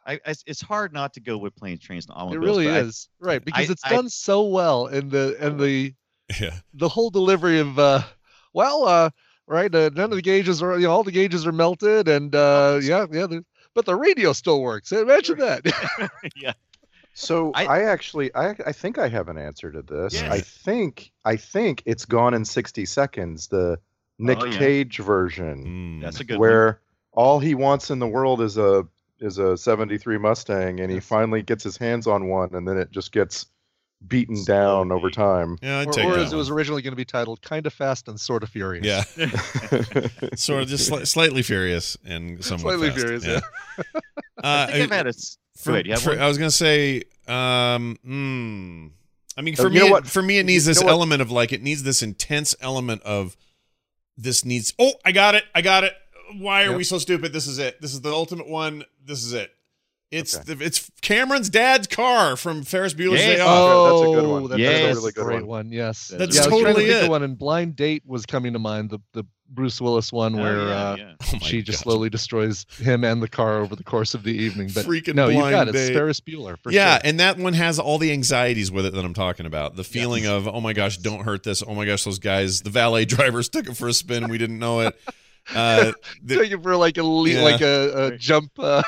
S1: I, I, it's hard not to go with planes, trains, and
S6: It
S1: automobiles.
S6: really
S1: but I-
S6: is right because
S1: I-
S6: it's
S1: I-
S6: done so well, and the and the
S2: Yeah.
S6: the whole delivery of uh, well, uh, right, uh, none of the gauges are, you know, all the gauges are melted, and uh, yeah, yeah, the, but the radio still works. Imagine that.
S7: So I,
S1: I-
S7: actually, I, I think I have an answer to this.
S1: Yes.
S7: I think, I think it's gone in sixty seconds. The Nick
S1: Oh, yeah.
S7: Cage version,
S2: Mm.
S1: that's a good one.
S7: where all he wants in the world is a is a '73 Mustang, and he finally gets his hands on one, and then it just gets beaten down over
S1: Slowly. [laughs]
S7: time.
S2: yeah, I'd
S6: [laughs] or,
S2: take
S6: or
S2: that
S6: as it was originally going to be titled, kind of fast and sort of furious.
S2: Yeah. [laughs] sort of just sli- slightly furious and somewhat
S6: Slightly
S2: fast.
S6: furious,
S2: Uh,
S1: I think I've had a. s-
S2: for-
S1: Go ahead, you have
S2: for-
S1: one?
S2: I was gonna say. Um. mm, I mean,
S7: Oh,
S2: for
S7: you
S2: me,
S7: know
S2: it-
S7: what?
S2: for me, it
S7: You
S2: needs this
S7: know what?
S2: element of like it needs this intense element of this needs. Oh, I got it! I got it! Why are
S6: Yep.
S2: we so stupid? This is it. This is the ultimate one. This is it. It's the, it's Cameron's dad's car from Ferris Bueller's
S1: Yeah.
S2: Day Off.
S7: that's a
S6: Oh,
S7: good one. That's a
S1: yes.
S7: really good
S6: great
S7: one.
S6: Yes,
S1: That's
S6: yeah, I was trying
S2: totally
S6: to
S2: it.
S6: think of one, and Blind Date was coming to mind. The the Bruce Willis one where
S1: Oh, yeah,
S6: uh,
S1: yeah.
S2: [laughs] Oh my
S6: she just
S2: God.
S6: slowly destroys him and the car over the course of the evening. But
S2: Freaking
S6: no, you've got
S2: Blind
S6: it. It's
S2: Date.
S6: Ferris Bueller. For
S2: yeah,
S6: sure.
S2: and that one has all the anxieties with it that I'm talking about. The feeling of, oh my gosh, don't hurt this. Oh my gosh, those guys, the valet [laughs] drivers took it for a spin. and We didn't know
S6: [laughs]
S2: it. Uh, the-
S6: Take it for like a le-
S2: Yeah.
S6: like a, a jump. Uh,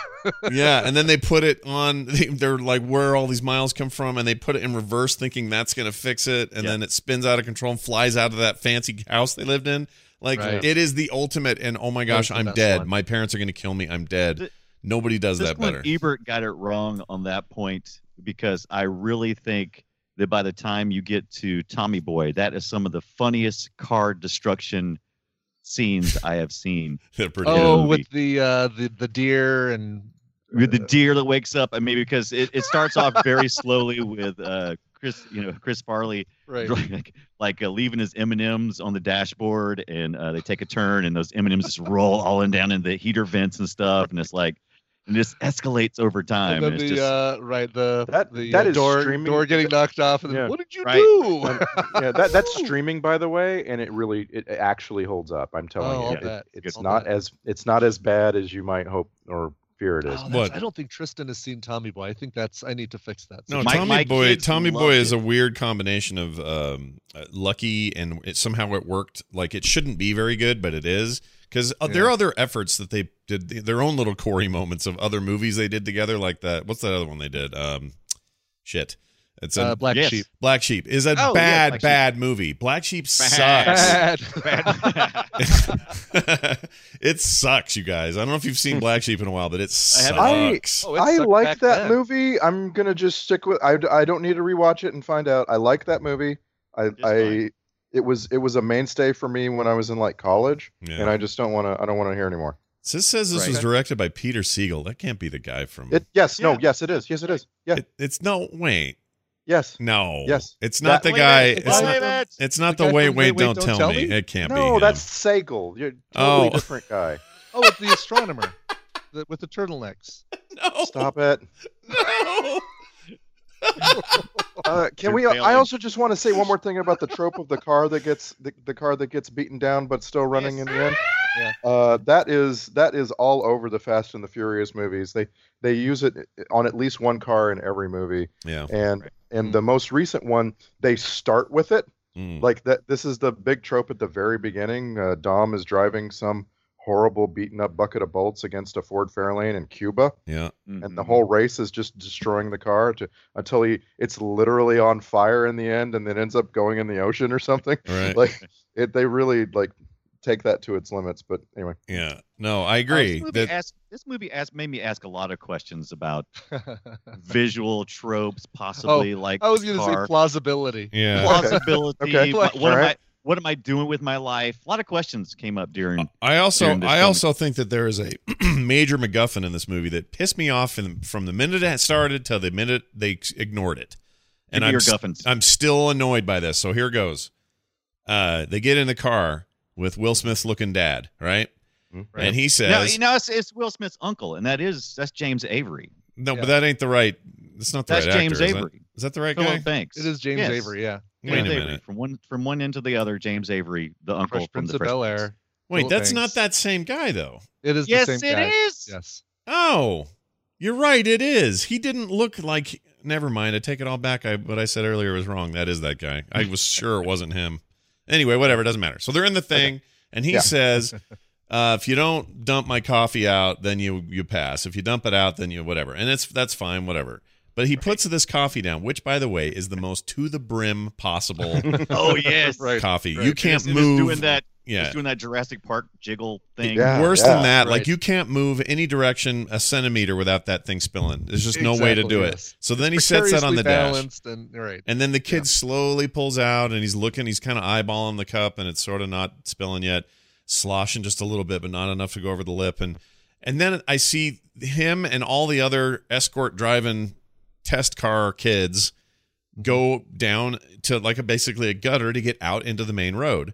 S2: yeah, and then they put it on. [laughs] They, they're like, where all these miles come from, and they put it in reverse, thinking that's gonna fix it, and
S1: Yeah.
S2: then it spins out of control and flies out of that fancy house they lived in. Like
S6: Right.
S2: it is the ultimate. And oh my gosh,
S6: That's the
S2: I'm
S6: best
S2: dead.
S6: one.
S2: My parents are gonna kill me. I'm dead.
S1: Th-
S2: Nobody does
S1: This
S2: that
S1: one,
S2: better.
S6: e
S1: Ebert got it wrong on that point because I really think that by the time you get to Tommy Boy, that is some of the funniest car destruction scenes I have seen.
S2: [laughs] They're pretty good.
S6: oh,
S1: movie.
S6: with the uh, the the deer and
S1: With
S6: Uh,
S1: the deer that wakes up, I mean, because it, it starts off very slowly with uh, Chris, you know, Chris Farley
S6: right.
S1: [laughs] like like uh, leaving his M and M's on the dashboard, and uh, they take a turn, and those M and M's just roll all in down in the heater vents and stuff, and it's like, and this escalates over time.
S6: And then
S1: And it's
S6: the
S1: just,
S6: uh, right the
S7: That-
S6: the
S7: that
S6: uh,
S7: is
S6: door
S7: streaming-
S6: door [laughs] getting knocked off. And then,
S7: Yeah.
S6: What did you
S1: Right. [laughs]
S6: do? Oh,
S7: yeah, that that's streaming by the way, and it really it actually holds up. I'm telling
S6: Oh, I'll
S7: you, It-
S6: bet.
S7: it's
S6: I'll
S7: not
S6: bet.
S7: as it's not as bad as you might hope or fear it is.
S6: Oh, that's-
S2: What?
S6: I don't think Tristan has seen Tommy Boy. I think that's I need to fix that.
S2: No,
S1: My-
S2: Tommy
S1: my
S2: Boy.
S1: kids
S2: Tommy
S1: love
S2: Boy is
S1: it.
S2: a weird combination of um, uh, lucky and it, somehow it worked. Like it shouldn't be very good, but it is because there are other efforts that they did their own little Corey moments of other movies they did together. Like that. What's that other one they did? Um, shit. It's a
S6: uh, Black
S1: Yes.
S6: Sheep.
S2: Black Sheep is a
S6: Oh, yeah,
S2: bad,
S6: Black Sheep.
S2: bad movie. Black Sheep sucks.
S6: Bad. [laughs]
S1: [laughs]
S2: [laughs] it sucks, you guys. I don't know if you've seen Black Sheep in a while, but it
S1: haven't.
S7: I-
S2: sucks.
S6: Oh, it
S7: I
S6: sucked
S7: like
S6: back
S7: that
S6: then.
S7: movie. I'm gonna just stick with. I, I don't need to rewatch it and find out. I like that movie. I I
S1: fine.
S7: it was it was a mainstay for me when I was in like college,
S2: Yeah.
S7: and I just don't want to. I don't want to hear anymore.
S2: So this says this
S1: Right.
S2: was directed by Peter Siegel. That can't be the guy from.
S7: It yes no
S1: Yeah.
S7: yes it is yes it is yeah
S2: Mm. It- it's no wait.
S7: yes
S2: No.
S7: Yes.
S2: It's not
S7: That-
S2: the guy.
S6: Wait a minute,
S2: It's
S6: wait a
S2: not.
S6: minute.
S2: [laughs] It's not
S6: The
S2: the,
S6: guy
S2: way.
S6: from
S2: Wait, don't, tell, me. It can't be.
S7: no
S2: him.
S7: that's Segal. You're
S2: Oh.
S7: totally different guy.
S6: Oh, it's the astronomer the, with the turtlenecks.
S2: [laughs]
S6: [laughs]
S2: no.
S7: Stop it.
S2: No.
S1: [laughs]
S7: Uh, can
S1: You're
S7: we? I
S1: failing.
S7: also just want to say one more thing about the trope of the car that gets the, the car that gets beaten down but still running in the end.
S6: Yeah.
S7: Uh, that is that is all over the Fast and the Furious movies. They they use it eh, on at least one car in every movie,
S2: Yeah.
S7: and and the most recent one they start with it
S2: Mm.
S7: like that. This is the big trope at the very beginning. Uh, Dom is driving some horrible beaten up bucket of bolts against a Ford Fairlane in Cuba
S2: Yeah.
S1: Mm-hmm.
S7: and the whole race is just destroying the car to, until he it's literally on fire in the end and then ends up going in the ocean or something
S2: Right.
S7: like it they really like take that to its limits but anyway
S2: yeah. No, I
S1: Uh,
S2: agree.
S1: This movie,
S2: that
S1: asked, this movie asked, made me ask a lot of questions
S7: [laughs]
S1: about visual tropes, possibly
S7: Oh,
S1: like
S6: I was going to say
S1: car
S7: [laughs]
S6: plausibility.
S2: yeah.
S1: plausibility.
S7: Okay.
S1: What, what am I?
S7: Alright.
S1: What am I doing with my life? A lot of questions came up during.
S2: I also
S1: During this
S2: I
S1: film.
S2: also think that there is a [clears throat] major MacGuffin in this movie that pissed me off in, from the minute it started till the minute they ignored it.
S1: Give
S2: And
S1: me
S2: I'm
S1: your
S2: st-
S1: guffins.
S2: I'm still annoyed by this. So here goes. Uh, they get in the car with Will Smith's looking dad, right? And he says,
S1: no, you know it's, it's Will Smith's uncle, and that is that's James Avery.
S2: No,
S6: Yeah.
S2: but that ain't the right. That's not the
S1: That's
S2: right
S1: James
S2: actor, is it?
S1: Avery.
S2: Is that the right guy?
S1: Philip Banks.
S6: It is James
S1: Yes.
S6: Avery, yeah.
S2: Wait a
S1: James Avery.
S2: minute.
S1: From one from one end to the other, James Avery, the uncle
S6: Fresh
S1: from
S6: Prince
S1: the
S6: of
S1: Fresh
S6: Bel
S1: Prince.
S6: Air.
S2: Wait,
S6: Philip
S2: that's
S6: Banks.
S2: not that same guy though.
S6: It is
S1: Yes,
S6: the same
S1: it
S6: guy.
S1: is.
S6: Yes.
S2: Oh, you're right. It is. He didn't look like. Never mind. I take it all back. I what I said earlier was wrong. That is that guy.
S1: [laughs]
S2: I was sure it wasn't him. Anyway, whatever. It doesn't matter. So they're in the thing, and he
S1: [laughs]
S7: Yeah.
S2: says, uh, "If you don't dump my coffee out, then you you pass. If you dump it out, then you whatever." And it's that's fine. Whatever. But he puts this coffee down, which, by the way, is the most to the brim
S1: [laughs]
S2: possible
S6: [laughs]
S1: Oh yes,
S6: Right.
S2: coffee.
S6: Right.
S2: You can't
S1: It is
S2: move.
S1: doing that.
S2: Yeah.
S1: It's doing that Jurassic Park jiggle thing.
S7: Yeah.
S2: Worse than that, like
S6: Right.
S2: you can't move any direction a centimeter without that thing spilling. There's just no way to
S6: Exactly,
S2: do
S6: yes.
S2: it. So then he sets that on the dash,
S6: balanced and right.
S2: and then the kid slowly pulls out, and he's looking. He's kind of eyeballing the cup, and it's sort of not spilling yet, sloshing just a little bit, but not enough to go over the lip. And and then I see him and all the other escort driving test car kids go down to like a basically a gutter to get out into the main road.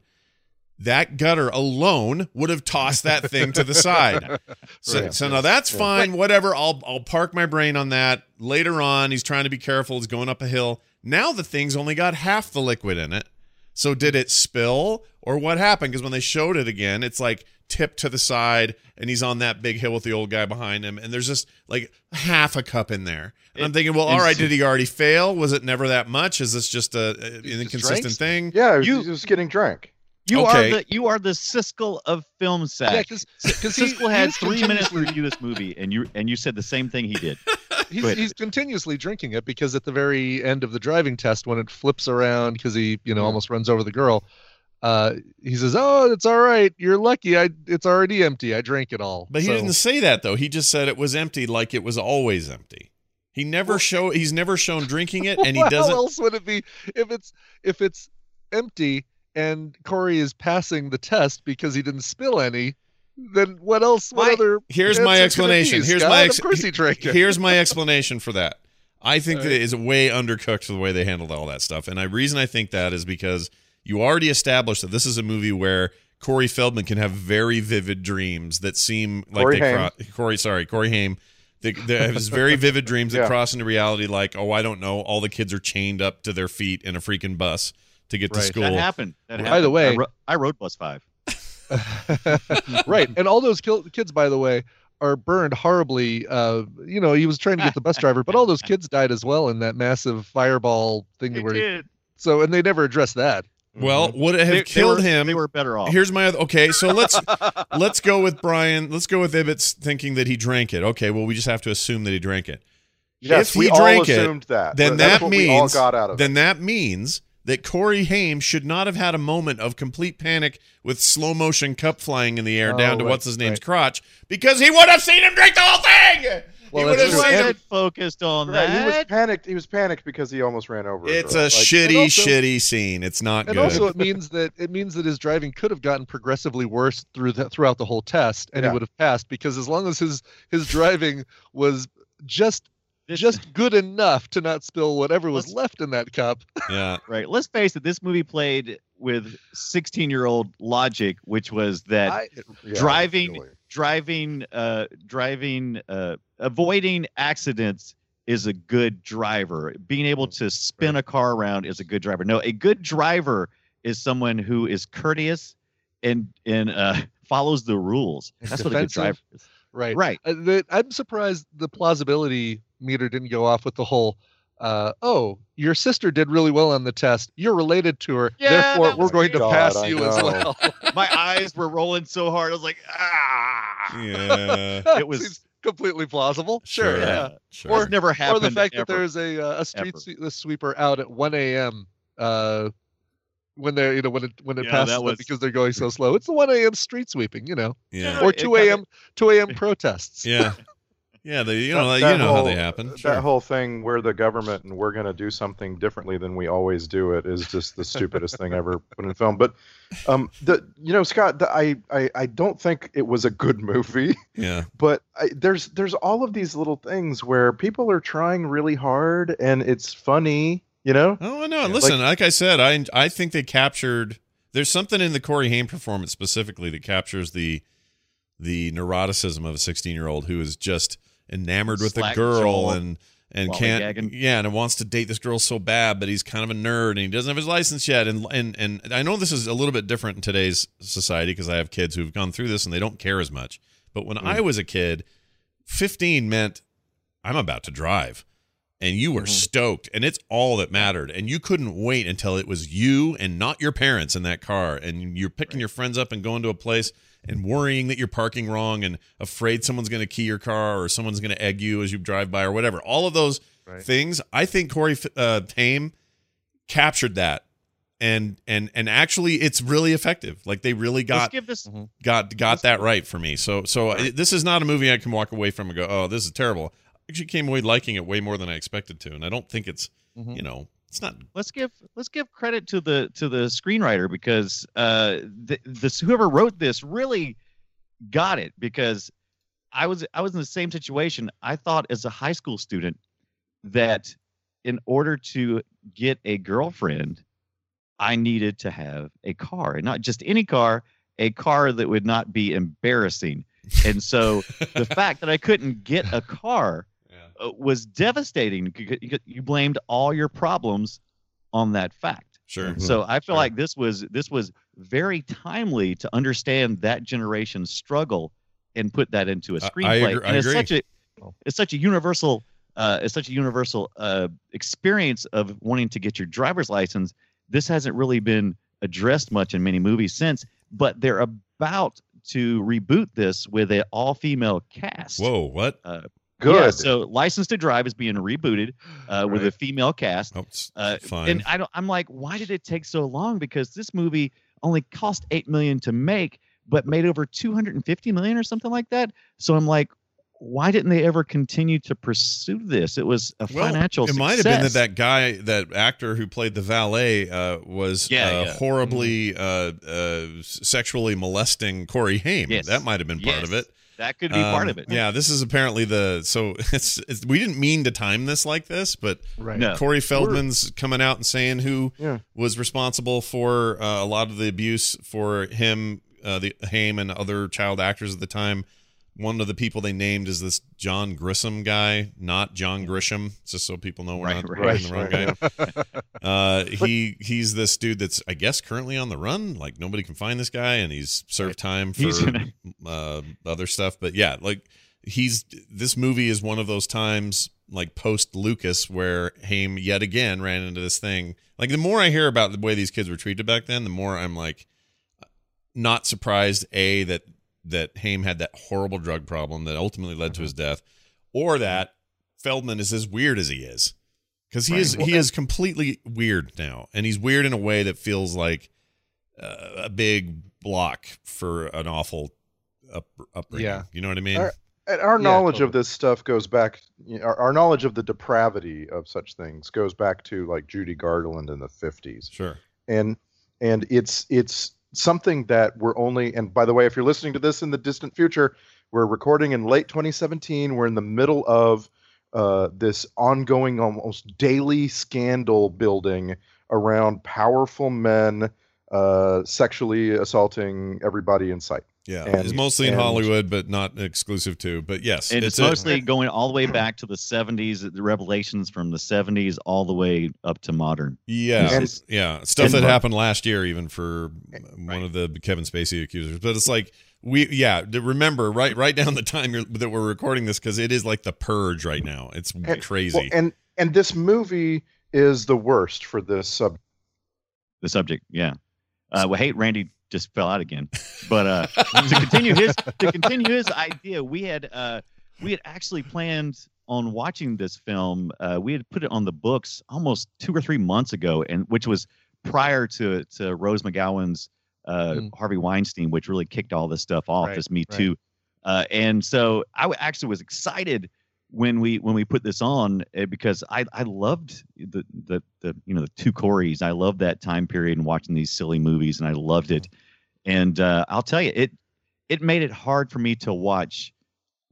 S2: that gutter alone would have tossed that thing to the
S6: [laughs]
S2: side. So,
S6: Right.
S2: so now that's
S6: Yeah.
S2: fine. Whatever. I'll I'll park my brain on that. Later on, he's trying to be careful. He's going up a hill. Now the thing's only got half the liquid in it. So did it spill or what happened? Because when they showed it again, it's like tipped to the side and he's on that big hill with the old guy behind him. And there's just like half a cup in there. And I'm
S1: It-
S2: thinking, well, all
S1: it's-
S2: right, did he already fail? Was it never that much? Is this just a, a- an inconsistent
S6: drank
S2: thing?
S7: Yeah,
S1: You-
S7: he was getting drunk.
S1: You
S2: Okay.
S1: are the you are the Siskel of film sack.
S6: Yeah, because
S1: Siskel had three minutes to review this movie, and you and you said the same thing he did. Go
S6: he's,
S1: ahead.
S6: he's continuously drinking it because at the very end of the driving test when it flips around because he you know
S2: Mm-hmm.
S6: almost runs over the girl uh, he says oh it's all right you're lucky i it's already empty i drank it all
S2: But he
S6: [laughs] So-
S2: didn't say that though. He just said it was empty, like it was always empty. He never show. He's never shown
S1: [laughs]
S2: drinking it, and he
S6: how
S2: doesn't.
S6: else would it be if it's if it's empty and corey is passing the test because he didn't spill any then what else what
S2: My-
S6: other
S2: Here's my
S6: answer could it be,
S2: explanation. Here's
S6: Scott?
S2: my ex-
S6: of course he drank it
S2: Here's my explanation for that. I think
S6: All
S2: that
S6: right.
S2: it is way undercooked for the way they handled all that stuff, and the reason I think that is because you already established that this is a movie where Corey Feldman can have very vivid dreams that seem like
S7: Corey
S2: they
S7: Haim.
S2: cro- Corey, sorry, Corey Haim. They, they have his
S7: [laughs]
S2: very vivid dreams that
S7: Yeah.
S2: cross into reality, like oh, I don't know, all the kids are chained up to their feet in a freaking bus to get to
S6: Right. That
S2: school.
S1: That happened. That
S6: By
S1: happened.
S6: the way-
S1: I, ro- I rode bus five.
S6: [laughs] right. And all those kill- kids, by the way, are burned horribly. Uh, you know, he was trying to get the bus driver, but all those kids died as well in that massive fireball thing.
S1: They
S6: Where he,
S1: did.
S6: so, and they never addressed that.
S2: Well, would it have
S1: Mm-hmm. They- they
S2: killed
S1: were-
S2: him?
S1: They were better
S7: Oh.
S1: off.
S2: Here's my other. Okay, so let's let's go with Brian. Let's go with Ibbot's thinking that he drank it. Okay, well we just have to assume that he drank it.
S7: Mm-hmm. Yes,
S2: If
S7: we
S2: he
S7: all
S2: drank it,
S7: assumed that.
S2: then
S7: That's
S2: that
S7: what we all
S2: means-
S7: got out of it.
S2: Then that means that Corey Haim should not have had a moment of complete panic with slow motion cup flying in the air
S6: Oh,
S2: down to
S6: right,
S2: what's his name's
S6: right.
S2: crotch because he would have seen him drink the whole thing.
S6: Well,
S2: he would
S1: He
S2: have
S6: that's true.
S2: seen
S6: And-
S2: him.
S1: wasn't focused on
S7: Right, he was
S1: that.
S7: panicked. He was panicked because he almost ran over.
S2: It's a
S7: girl. Like,
S2: shitty,
S6: also-
S2: shitty scene. It's not
S6: And
S2: good.
S6: also, it means that it means that his driving could have gotten progressively worse through the, throughout the whole test, and
S7: Yeah.
S6: he would have passed because as long as his his driving was just
S1: This-
S6: just good enough to not spill whatever was
S1: Let's-
S6: left in that cup.
S2: yeah,
S1: right. Let's face it. This movie played with 16 year old logic, which was that
S6: I-
S7: yeah,
S1: driving-
S7: really.
S1: driving, uh, driving, uh, avoiding accidents is a good driver. Being able
S6: Mm,
S1: to spin a car around is a good driver. No, a good driver is someone who is courteous and and uh, [laughs] follows the rules.
S6: And
S1: That's what a good
S6: defensive.
S1: driver is.
S6: Right. [laughs]
S1: Right.
S6: Uh, the, I'm surprised the plausibility meter didn't go off with the whole, uh, oh, your sister did really well on the test. You're related to her.
S1: Yeah,
S6: therefore,
S1: that
S6: we're
S1: was
S6: going to
S7: God,
S6: pass
S7: I
S6: you as
S7: know.
S6: well.
S1: My eyes were rolling so hard. I was like,
S6: [laughs]
S1: ah.
S7: [laughs]
S1: [laughs]
S2: yeah,
S1: It was-
S6: Seems completely plausible.
S2: Sure.
S6: yeah.
S2: sure.
S1: Or never happened.
S6: Or the fact that
S1: ever.
S6: there's a, uh, a street
S1: Ever.
S6: swe- the sweeper out at 1 a.m. Uh, when they're you know when it when it
S1: Yeah,
S6: passes
S1: that
S6: them
S1: was-
S6: because they're going so slow. It's the 1 a.m. street sweeping, you know,
S2: yeah.
S1: No,
S6: or
S1: it
S6: 2
S1: kinda-
S6: a.m. 2 a.m. protests.
S2: Yeah. Yeah, they, you
S7: That-
S2: know,
S7: that
S2: you know how they
S7: whole-
S2: happen.
S7: That
S2: Sure.
S7: whole thing, we're the government and we're going to do something differently than we always do it, is just the stupidest thing ever put in film. But, um, the you know, Scott, the, I, I I don't think it was a good movie, [laughs]
S2: yeah.
S7: but I, there's there's all of these little things where people are trying really hard and it's funny, you know.
S2: Oh, I know.
S7: Yeah.
S2: Listen, like, I said, I I think they captured. There's something in the Corey Haim performance specifically that captures the the neuroticism of a 16 year old who is just enamored with a
S1: Slack
S2: girl
S1: jaw,
S2: and and
S1: lollygagging.
S2: can't yeah and wants to date this girl so bad but he's kind of a nerd and he doesn't have his license yet and and and I know this is a little bit different in today's society because I have kids who've gone through this and they don't care as much but when I was a kid 15 meant I'm about to drive. And you were stoked, and it's all that mattered. And you couldn't wait until it was you and not your parents in that car. And you're picking your friends up and going to a place and worrying that you're parking wrong and afraid someone's going to key your car or someone's going to egg you as you drive by or whatever. All of those
S6: Right.
S2: things. I think Corey uh, Tame captured that, and and and actually, it's really effective. Like they really
S1: Let's
S2: got
S1: give this
S2: got got that right for me. So so I- this is not a movie I can walk away from and go, oh, this is terrible. I actually came away liking it way more than I expected to, and I don't think it's
S6: Mhm.
S1: Mm-hmm.
S2: you know it's not
S1: let's give let's give credit to the to the screenwriter because uh the, this whoever wrote this really got it because I was I was in the same situation. I thought as a high school student that in order to get a girlfriend, I needed to have a car, and not just any car, a car that would not be embarrassing. And so the fact that I couldn't get a car uh, was devastating. You, you- you blamed all your problems on that fact.
S2: Sure.
S1: So I feel like this was this was very timely to understand that generation's struggle and put that into a
S2: I- I
S1: screenplay.
S2: agree- I
S1: and it's
S2: agree.
S1: such a it's such a universal uh, it's such a universal uh, experience of wanting to get your driver's license. This hasn't really been addressed much in many movies since, but they're about to reboot this with an all-female cast.
S2: Whoa, what?
S1: Uh,
S7: Good.
S1: yeah, so License to Drive is being rebooted uh, with a female cast.
S2: Oh, it's
S1: Uh,
S2: fine.
S1: And I don't I'm like, why did it take so long? Because this movie only cost eight million to make, but made over 250 million or something like that. So I'm like, why didn't they ever continue to pursue this? It was a
S2: Well,
S1: financial
S2: It might have been that
S1: success.
S2: that guy, that actor who played the valet, uh, was
S1: Yeah,
S2: uh,
S1: yeah. Mm-hmm.
S2: horribly uh, uh, sexually molesting Corey Haim.
S1: Yes.
S2: That might have been part of
S1: Yes.
S2: it.
S1: That could be part
S2: Um,
S1: of it.
S2: Yeah, this is apparently the so [laughs] it's, it's we didn't mean to time this like this, but
S6: Right.
S1: No.
S2: Corey Feldman's coming out and saying who
S7: Yeah.
S2: was responsible for uh, a lot of the abuse for him, uh, the Haim and other child actors at the time. One of the people they named is this John Grissom guy, not John Grisham, just so people know we're
S1: Right,
S2: not
S1: right,
S2: naming the wrong
S7: right.
S2: guy. Uh, he he's this dude that's I guess currently on the run. Like nobody can find this guy, and he's served time for
S1: He's gonna-
S2: uh, other stuff. But yeah, like he's this movie is one of those times like post Lucas where Haim yet again ran into this thing. Like the more I hear about the way these kids were treated back then, the more I'm like uh, not surprised a that that Haim had that horrible drug problem that ultimately led to his death, or that Feldman is as weird as he is. Because he
S7: Right.
S2: is
S7: Well,
S2: he
S7: and-
S2: is completely weird now, and he's weird in a way that feels like uh, a big block for an awful up, upbringing.
S6: Yeah.
S2: You know what I mean?
S7: All right. And our
S6: Yeah,
S7: knowledge of
S6: totally.
S7: this stuff goes back. You know, our, our knowledge of the depravity of such things goes back to like Judy Garland in the fifties,
S2: Sure.
S7: and and it's it's something that we're only. And by the way, if you're listening to this in the distant future, we're recording in late 2017. We're in the middle of uh, this ongoing, almost daily scandal building around powerful men uh, sexually assaulting everybody in sight.
S2: Yeah.
S7: And-
S2: it's mostly in
S7: and-
S2: Hollywood, but not exclusive to. But yes,
S1: And it's,
S2: a-
S1: mostly going all the way back to the 70s, the revelations from the 70s all the way up to modern.
S2: yeah,
S7: And-
S2: yeah, stuff
S1: and-
S2: that happened last year, even for one
S1: Right.
S2: of the Kevin Spacey accusers. But it's like we, yeah, d- remember right, right down the time you're, that we're recording this because it is like the purge right now. It's
S7: And-
S2: crazy.
S7: Well, and and this movie is the worst for this sub.
S1: the subject. Yeah. Uh, well, hate Randy just fell out again, but uh, to continue his to continue his idea, we had uh, we had actually planned on watching this film. Uh, we had put it on the books almost two or three months ago, and which was prior to to Rose McGowan's uh,
S6: Mm.
S1: Harvey Weinstein, which really kicked all this stuff off.
S6: Right,
S1: this Me
S6: right.
S1: Too, uh, and so I w- actually was excited when we when we put this on uh, because I I loved the the the you know the two Corys. I loved that time period and watching these silly movies, and I loved it. And uh, I'll tell you, it it made it hard for me to watch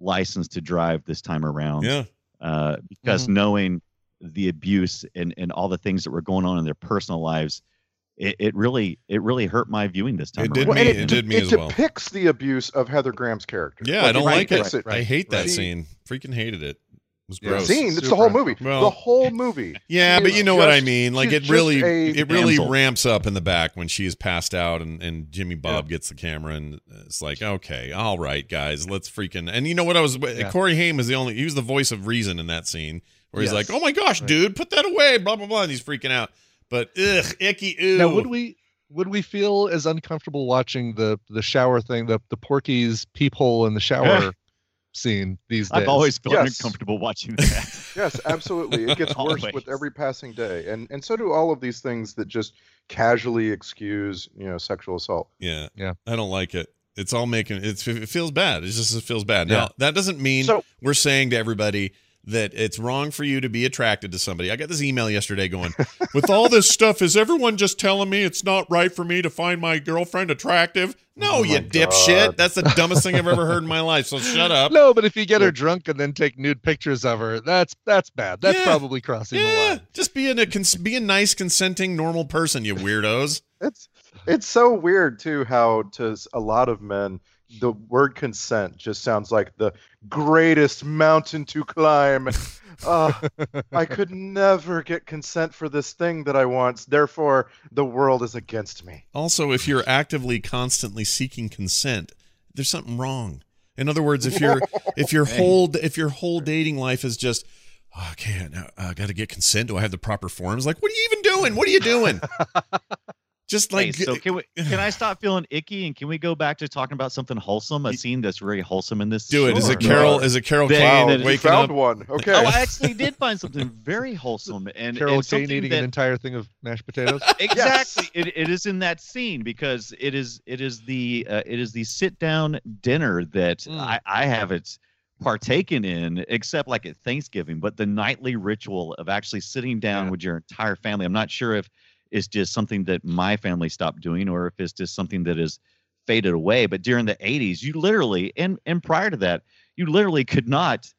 S1: License to Drive this time around
S2: yeah,
S1: uh, because
S2: Mm-hmm.
S1: knowing the abuse and and all the things that were going on in their personal lives. It, it really, it really hurt my viewing this time.
S2: It did
S1: around.
S2: me-
S7: and
S2: it
S7: de-
S2: did me
S7: it
S2: as well.
S7: depicts the abuse of Heather Graham's character.
S2: yeah, I don't
S7: it
S2: like
S7: depicts
S2: it. I hate that
S7: Right.
S2: scene. Freaking hated it. It was
S6: Yeah.
S2: gross.
S7: Scene. It's the
S6: Super
S7: whole movie.
S2: Well-
S7: the whole movie.
S2: Yeah,
S7: She
S2: but
S7: is
S2: you know what I
S7: just-
S2: mean. Like
S7: she's
S2: it
S7: just
S2: really,
S7: a
S2: it really
S1: damsel.
S2: ramps up in the back when she's passed out, and and Jimmy Bob gets the camera, and it's like, okay, all right, guys, let's freaking. And you know what I was? Corey Haim is the only. He was the voice of reason in that scene where he's
S6: Yes.
S2: like, oh my gosh,
S6: Right.
S2: dude, put that away, blah blah blah, and he's freaking out. But ugh, icky, ooh.
S6: Now, would we would we feel as uncomfortable watching the the shower thing, the the Porky's peephole in
S1: [laughs]
S6: the shower scene these days?
S1: I've always felt
S7: Yes.
S1: uncomfortable watching that.
S2: [laughs]
S7: Yes, absolutely. It gets worse
S1: Always.
S7: with every passing day, and and so do all of these things that just casually excuse you know sexual assault.
S2: yeah,
S6: Yeah.
S2: I don't like it. It's all making it's it feels bad. It just it feels bad. Now
S6: Yeah.
S2: that doesn't mean
S7: So-
S2: we're saying to everybody that it's wrong for you to be attracted to somebody. I got this email yesterday
S7: [laughs]
S2: going, with all this stuff, is everyone just telling me it's not right for me to find my girlfriend attractive? No,
S7: Oh my
S2: you dipshit.
S7: God.
S2: That's the dumbest thing I've ever heard in my life.
S7: [laughs]
S2: So shut up.
S6: No, but if you get her drunk and then take nude pictures of her, that's that's bad. That's
S2: Yeah.
S6: probably crossing the
S2: Yeah,
S6: line.
S2: just being a cons- be a nice, consenting, normal person, you weirdos.
S7: It's it's so weird too how to s- a lot of men the word consent just sounds like the greatest mountain
S2: [laughs]
S7: to climb. Uh, I could never get consent for this thing that I want. Therefore, the world is against me.
S2: Also, if you're actively, constantly seeking consent, there's something wrong. In other words,
S1: [laughs]
S2: if your if your whole if your whole dating life is just okay, now I got to get consent. Do I have the proper forms? Like, what are you even doing? What are
S1: [laughs]
S2: you doing? just
S1: Hey,
S2: like
S1: so can we? Can I stop feeling icky and can we go back to talking about something wholesome? A scene that's very wholesome in this.
S2: do it. Is
S1: Sure.
S2: it Carol? Is it Carol
S1: Then
S2: Cloud
S1: it- You
S7: We
S2: waking
S7: found
S2: up?
S7: one. Okay.
S1: Oh, I actually did find something very wholesome and
S6: Carol
S1: and
S6: Kane
S1: something
S6: eating
S1: that-
S6: an entire thing of
S1: [laughs]
S6: mashed potatoes.
S1: exactly it, it is in that scene because it is it is the uh, it is the sit down dinner that
S6: Mm.
S1: I, I haven't partaken in except like at thanksgiving but the nightly ritual of actually sitting down with your entire family i'm not sure if it's just something that my family stopped doing or if it's just something that is faded away but during the 80s you literally and and prior to that you literally could not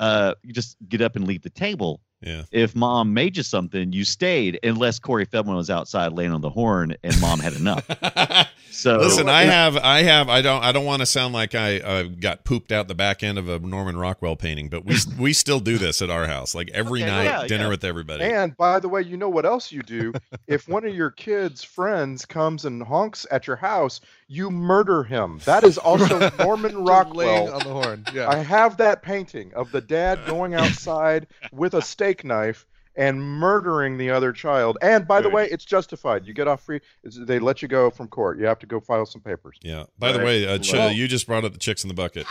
S1: uh you just get up and leave the table
S2: Yeah.
S1: if mom made you something, you stayed unless Corey Feldman was outside laying on the horn and mom had enough.
S2: [laughs]
S1: [laughs] So
S2: Listen, I have, I have, I don't, I don't want to sound like I uh, got pooped out the back end of a Norman Rockwell painting, but we we still do this at our house, like every
S1: Okay,
S2: night,
S1: yeah,
S2: dinner
S1: yeah.
S2: with everybody.
S7: And by the way, you know what else
S1: [laughs]
S7: you do? if one of your kids' friends comes and honks at your house, you murder him. That
S1: [laughs]
S7: is also Norman
S6: Laying
S7: Rockwell.
S6: on the horn. Yeah.
S7: I have that painting of
S1: [laughs]
S7: the dad going outside with a steak knife and murdering the other child. And by the
S1: Good.
S7: way, it's justified. You get off free. it's- They let you go from court. You have to go file some papers.
S2: Yeah. By the way, uh, Ch-
S7: Well-
S2: you just brought up the chicks in the bucket.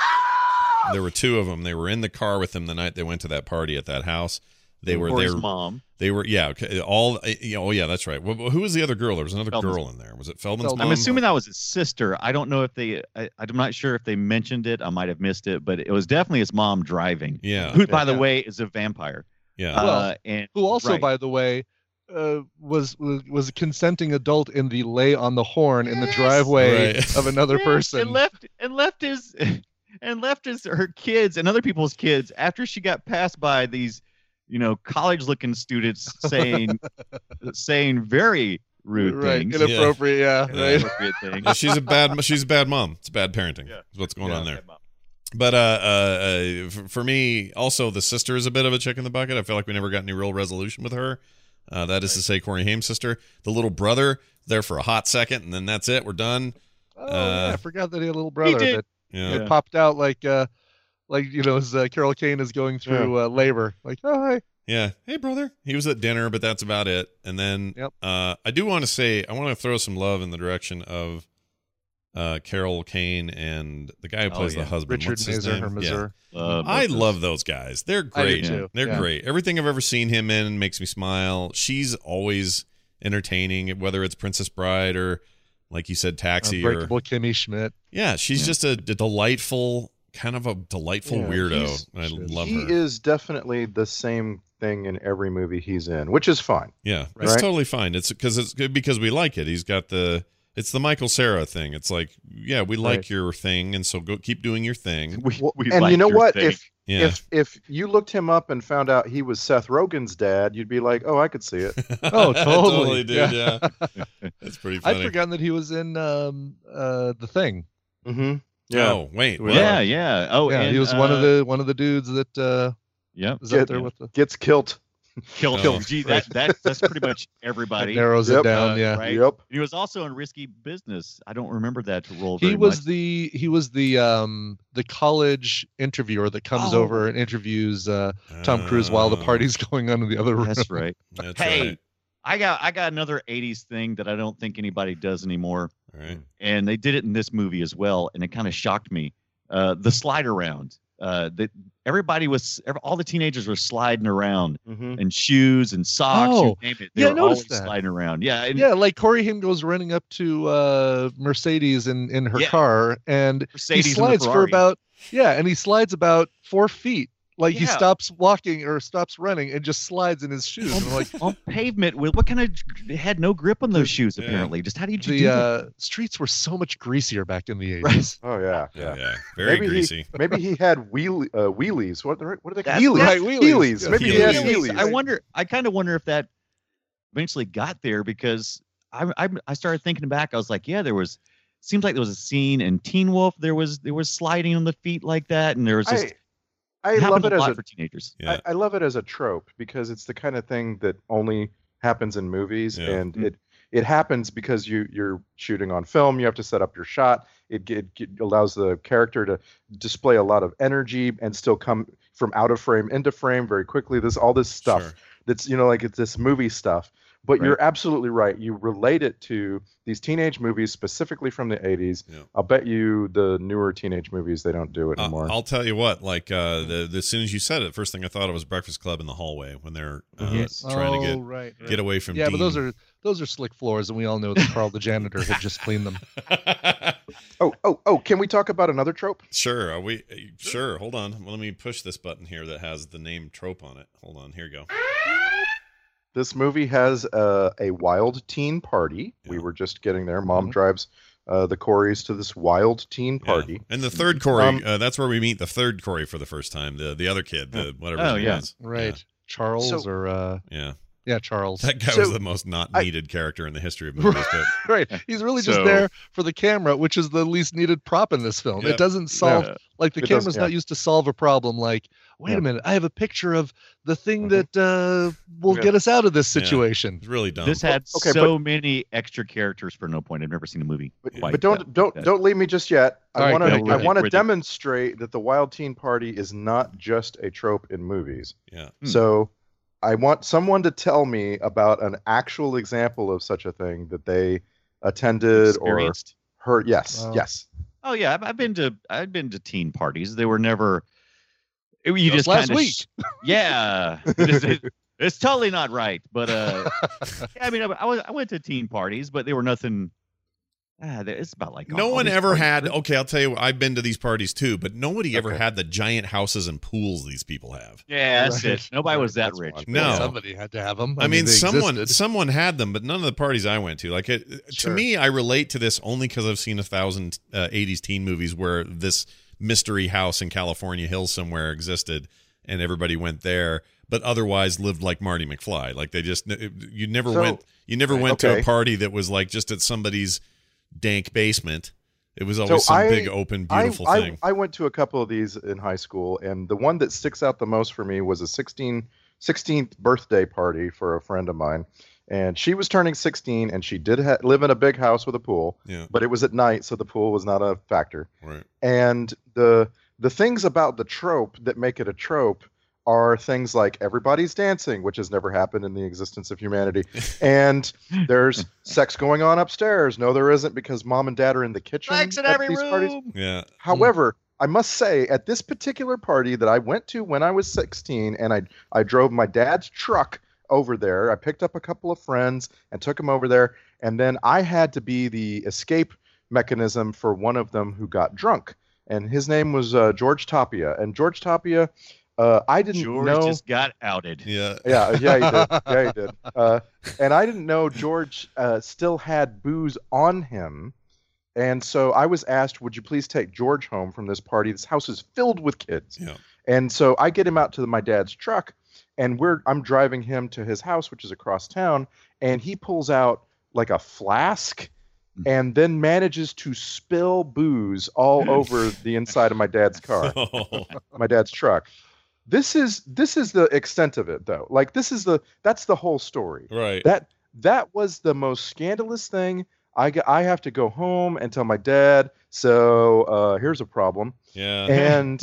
S2: There were two of them. They were in the car with them the night they went to that party at that house. They were
S1: Corey's
S2: there.
S1: mom.
S2: They were yeah. Okay, all uh, yeah, oh yeah, that's right. Wh- wh- Who was the other girl? There was another
S1: Feldman's-
S2: girl in there. Was it Feldman's
S6: I'm
S1: I'm
S2: mom?
S1: assuming that was his sister. I don't know if they. I, I'm not sure if they mentioned it. I might have missed it, but it was definitely his mom driving,
S2: Yeah.
S1: who, by the
S6: Yeah.
S1: way, is a vampire.
S2: Yeah.
S1: Uh,
S6: Well,
S1: and
S6: Who also,
S1: right.
S6: by the way, uh, was was was a consenting adult in the lay on the horn in the
S1: Yes.
S6: driveway
S2: Right.
S6: of
S1: [laughs]
S6: another
S1: Yeah,
S6: person.
S1: and left and left his [laughs] and left his her kids and other people's kids after she got passed by these you know college looking students
S6: [laughs]
S1: saying saying very rude [laughs]
S6: right.
S1: things
S6: Inappropriate. Yeah.
S2: Yeah.
S6: Right.
S1: inappropriate things
S2: Yeah, she's a bad. [laughs] She's a bad mom. It's bad parenting.
S1: Yeah.
S2: Is what's going
S6: Yeah.
S2: on there? But uh, uh, uh, for, for me, also the sister is a bit of a chick in the bucket. I feel like we never got any real resolution with her. Uh, that is to say, Corey Haim's sister, the little brother, there for a hot second, and then that's it. We're done.
S6: Oh,
S2: Uh,
S6: yeah, I forgot that he had a little brother
S1: did.
S6: that,
S2: Yeah.
S6: that popped out like uh like you know as uh, Carol Kane is going through uh, labor. Like oh hi.
S2: Yeah. Hey, brother. He was at dinner, but that's about it. And then
S6: Yep.
S2: uh, I do want to say I want to throw some love in the direction of uh, Carol Kane and the guy who
S1: Oh,
S2: plays
S1: yeah.
S2: the husband.
S6: Richard
S2: What's his
S6: Mazer
S2: name?
S6: or
S2: Yeah.
S6: Mazer.
S1: Love
S2: I
S1: those.
S2: love those guys. They're
S6: I do
S2: great.
S6: too.
S2: They're
S6: Yeah.
S2: great. Everything I've ever seen him in makes me smile. She's always entertaining, whether it's Princess Bride or, like you said, Taxi. Or,
S6: Unbreakable
S2: [laughs]
S6: Kimmy Schmidt.
S2: yeah, she's
S1: Yeah.
S2: just a, a delightful, kind of a delightful
S6: Yeah,
S2: weirdo.
S6: he's-
S2: I
S6: she is.
S2: love
S7: he
S2: her.
S7: is definitely the same thing in every movie he's in, which is fine.
S2: yeah, it's
S7: Right.
S2: totally fine. It's because it's good because we like it. He's got the. It's the Michael Sarah thing. It's like, yeah, we like
S6: Right.
S2: your thing, and so go keep doing your thing.
S1: [laughs] we,
S7: Well,
S1: [laughs] we
S7: and
S1: like
S7: you know
S1: your
S7: what?
S1: thing.
S7: If
S2: Yeah, [laughs]
S7: If if you looked him up and found out he was Seth Rogen's dad, you'd be like, "Oh, I could see it."
S6: Oh, totally.
S2: dude. Yeah,
S6: [laughs]
S2: that's pretty funny.
S6: I'd forgotten that he was in um uh the thing.
S7: Mm-hmm.
S2: Yeah.
S7: Yeah.
S2: Oh, wait. what?
S1: yeah yeah oh
S6: yeah,
S1: and,
S6: he was one of
S1: uh,
S6: the one of the dudes that uh
S1: yep
S6: was up
S7: Get-
S6: there with the
S7: Gets killed.
S1: kill
S2: Oh,
S1: kill
S6: [laughs]
S1: Gee, that, that that's pretty much everybody
S6: narrows
S7: Yep.
S6: it down.
S1: Uh,
S6: yeah.
S1: right?
S7: Yep.
S1: he was also in risky business i don't remember that role
S6: he
S1: very
S6: was
S1: much.
S6: the he was the um the college interviewer that comes
S1: Oh.
S6: over and interviews uh Tom Cruise while the
S2: Oh,
S6: party's [laughs] going on in the other room.
S1: that's
S6: [laughs]
S1: right
S2: That's
S1: hey
S2: right.
S1: i got i got another 80s thing that i don't think anybody does anymore
S2: All
S6: Mm,
S2: right.
S1: and they did it in this movie as well and it kind of shocked me uh the slide around uh that everybody was ev- all the teenagers were sliding around
S7: Mm-hmm.
S1: and shoes and socks
S6: Oh,
S1: you name it they
S6: yeah, I
S1: were
S6: noticed
S1: always
S6: that.
S1: sliding around yeah and
S6: Yeah, like Corey Haim goes running up to uh Mercedes in in her
S1: Yeah.
S6: car and
S1: mercedes
S6: he
S1: and the
S6: slides for
S1: Ferrari.
S6: about yeah, and he slides about four feet Like he
S1: Yeah.
S6: stops walking or stops running and just slides in his shoes. And I'm
S1: [laughs]
S6: like,
S1: on pavement with what kind of they had no grip on those shoes apparently. Just how did you do
S6: the
S1: that?
S6: uh, streets were so much greasier back in the 80s.
S7: Oh yeah,
S2: Yeah, yeah. Very
S7: maybe
S2: greasy.
S7: He, [laughs] maybe he had wheelie, uh, wheelies. What, are- what are they called?
S1: That's-
S6: Right,
S7: Wheelies.
S6: wheelies.
S7: Wheelies.
S6: Yeah.
S7: Maybe he
S2: Wheelies.
S7: had wheelies.
S1: I wonder. I kind of wonder if that eventually got there because I, I I started thinking back. I was like, yeah, there was. Seems like there was a scene in Teen Wolf. There was there was sliding on the feet like that, and there was just
S7: I, I
S1: it
S7: love
S1: happened
S7: it
S1: a
S7: as
S1: lot
S7: a
S1: for teenagers.
S2: Yeah.
S7: I, I love it as a trope because it's the kind of thing that only happens in movies,
S2: Yeah.
S7: and
S1: Mm.
S7: it it happens because you you're shooting on film. You have to set up your shot. It, g- it g- allows the character to display a lot of energy and still come from out of frame into frame very quickly. This all this stuff
S2: Sure.
S7: that's you know like it's this movie stuff. But you're absolutely right. You relate it to these teenage movies, specifically from the '80s.
S2: Yeah.
S7: I'll bet you the newer teenage movies they don't do it
S2: Uh,
S7: anymore.
S2: I'll tell you what. Like uh,
S6: Mm.
S2: the, the as soon as you said it, first thing I thought of was Breakfast Club in the hallway when they're uh,
S1: Yes.
S2: trying to
S6: Oh,
S2: get
S6: right.
S2: get away from.
S6: yeah, but those
S2: Dean.
S6: are those are slick floors, and we all know that Carl the janitor had just cleaned them.
S2: [laughs]
S7: oh, oh, oh! Can we talk about another trope?
S2: sure. Are we uh, sure? Hold on. Well, let me push this button here that has the name trope on it. Hold on. Here you go.
S7: This movie has uh, a wild teen party. We
S2: Yeah. Mm-hmm.
S7: were just getting there. Mom drives uh, the Coreys to this wild teen
S2: Yeah.
S7: party.
S2: And the third Corey.
S7: Um,
S2: uh, that's where we meet the third Corey for the first time. The the other kid. The whatever.
S1: Oh,
S2: his name
S1: [laughs] yeah.
S2: is.
S6: Right, Charles
S7: So-
S6: or uh,
S2: Yeah. Yeah.
S6: yeah,
S2: [laughs]
S6: Charles.
S2: That guy
S7: So-
S2: was the most not
S7: I-
S2: needed character in the history of movies. But
S6: right, he's really just
S1: So-
S6: there for the camera, which is the least needed prop in this film.
S2: Yeah.
S6: It doesn't solve
S1: Yeah.
S6: like the
S7: It does,
S6: camera's
S7: yeah.
S6: not used to solve a problem. Like, wait
S7: Yeah.
S6: a minute, I have a picture of the thing
S7: Mhm.
S6: that uh, will
S7: Yeah.
S6: get us out of this
S2: Yeah.
S6: situation.
S2: it's really dumb.
S1: This had
S7: Oh, okay,
S1: so many extra characters for no point. I've never seen a movie.
S7: But,
S1: quite
S7: but don't
S1: that-
S7: don't
S1: that-
S7: don't leave me just yet.
S6: All
S7: I
S6: right,
S7: want
S1: yeah,
S7: to
S1: we're
S7: I
S1: there,
S7: want to
S1: we're there.
S7: demonstrate that the wild teen party is not just a trope in movies.
S2: yeah.
S1: Hmm.
S7: So I want someone to tell me about an actual example of such a thing that they attended or
S1: Experienced.
S7: heard. Yes,
S6: Well,
S7: yes.
S1: Oh yeah, I've, I've been to I've been to teen parties. They were never. it- You
S6: Just
S1: just
S6: last
S1: kinda
S6: week.
S1: sh- yeah, It is- it- it's totally not right. But uh, yeah, I mean, I, I was I went to teen parties, but they were nothing. Ah, they- it's about like
S2: No
S1: all
S2: one
S1: these
S2: ever
S1: parties.
S2: had. Okay, I'll tell you. what, I've been to these parties too, but nobody ever
S7: Okay.
S2: had the giant houses and pools these people have.
S1: Yeah, that's
S6: Right.
S1: it. Nobody was that
S7: That's
S1: rich.
S7: fine.
S2: No.
S6: somebody had to have them.
S2: I, mean,
S6: they
S2: someone
S6: existed.
S2: someone had them, but none of the parties I went to. Like, it,
S7: Sure.
S2: to me, I relate to this only because I've seen a thousand uh, '80s teen movies where this mystery house in California Hills somewhere existed, and everybody went there, but otherwise lived like Marty McFly. Like they just you never
S7: So-
S2: went you never went to
S7: Okay.
S2: a party that was like just at somebody's dank basement. It was always some
S7: I-
S2: big open beautiful
S7: I,
S2: thing.
S7: I, I went to a couple of these in high school, and the one that sticks out the most for me was a 16, 16th birthday party for a friend of mine. And she was turning 16, and she did ha- live in a big house with a pool,
S2: yeah,
S7: but it was at night, so the pool was not a factor.
S2: right.
S7: And the the things about the trope that make it a trope are things like everybody's dancing, which has never happened in the existence
S2: [laughs]
S7: of humanity, and there's sex going on upstairs. No, there isn't because mom and dad are in the kitchen.
S1: Sex in
S7: at
S1: every
S7: these
S1: room.
S7: parties.
S2: Yeah.
S7: However, I must say, at this particular party that I went to when I was 16, and I I drove my dad's truck over there. I picked up a couple of friends and took them over there, and then I had to be the escape mechanism for one of them who got drunk, and his name was uh, George Tapia. And George Tapia, uh, I didn't
S1: George
S7: know.
S1: just got outed.
S2: Yeah.
S7: [laughs] Yeah, yeah, he did. Yeah, he did. Uh, and I didn't know George uh, still had booze on him. And so I was asked, would you please take George home from this party? This house is filled with kids.
S2: Yeah.
S7: And so I get him out to my dad's truck, and we're I'm driving him to his house, which is across town, and he pulls out like a flask and then manages to spill booze all over the inside of my dad's car
S2: Oh.
S7: my dad's truck. This is this is the extent of it though. Like this is the that's the whole story.
S2: [laughs] right.
S7: That that was the most scandalous thing. I g- I have to go home and tell my dad. So uh, here's
S2: [laughs]
S7: a problem.
S2: Yeah.
S7: And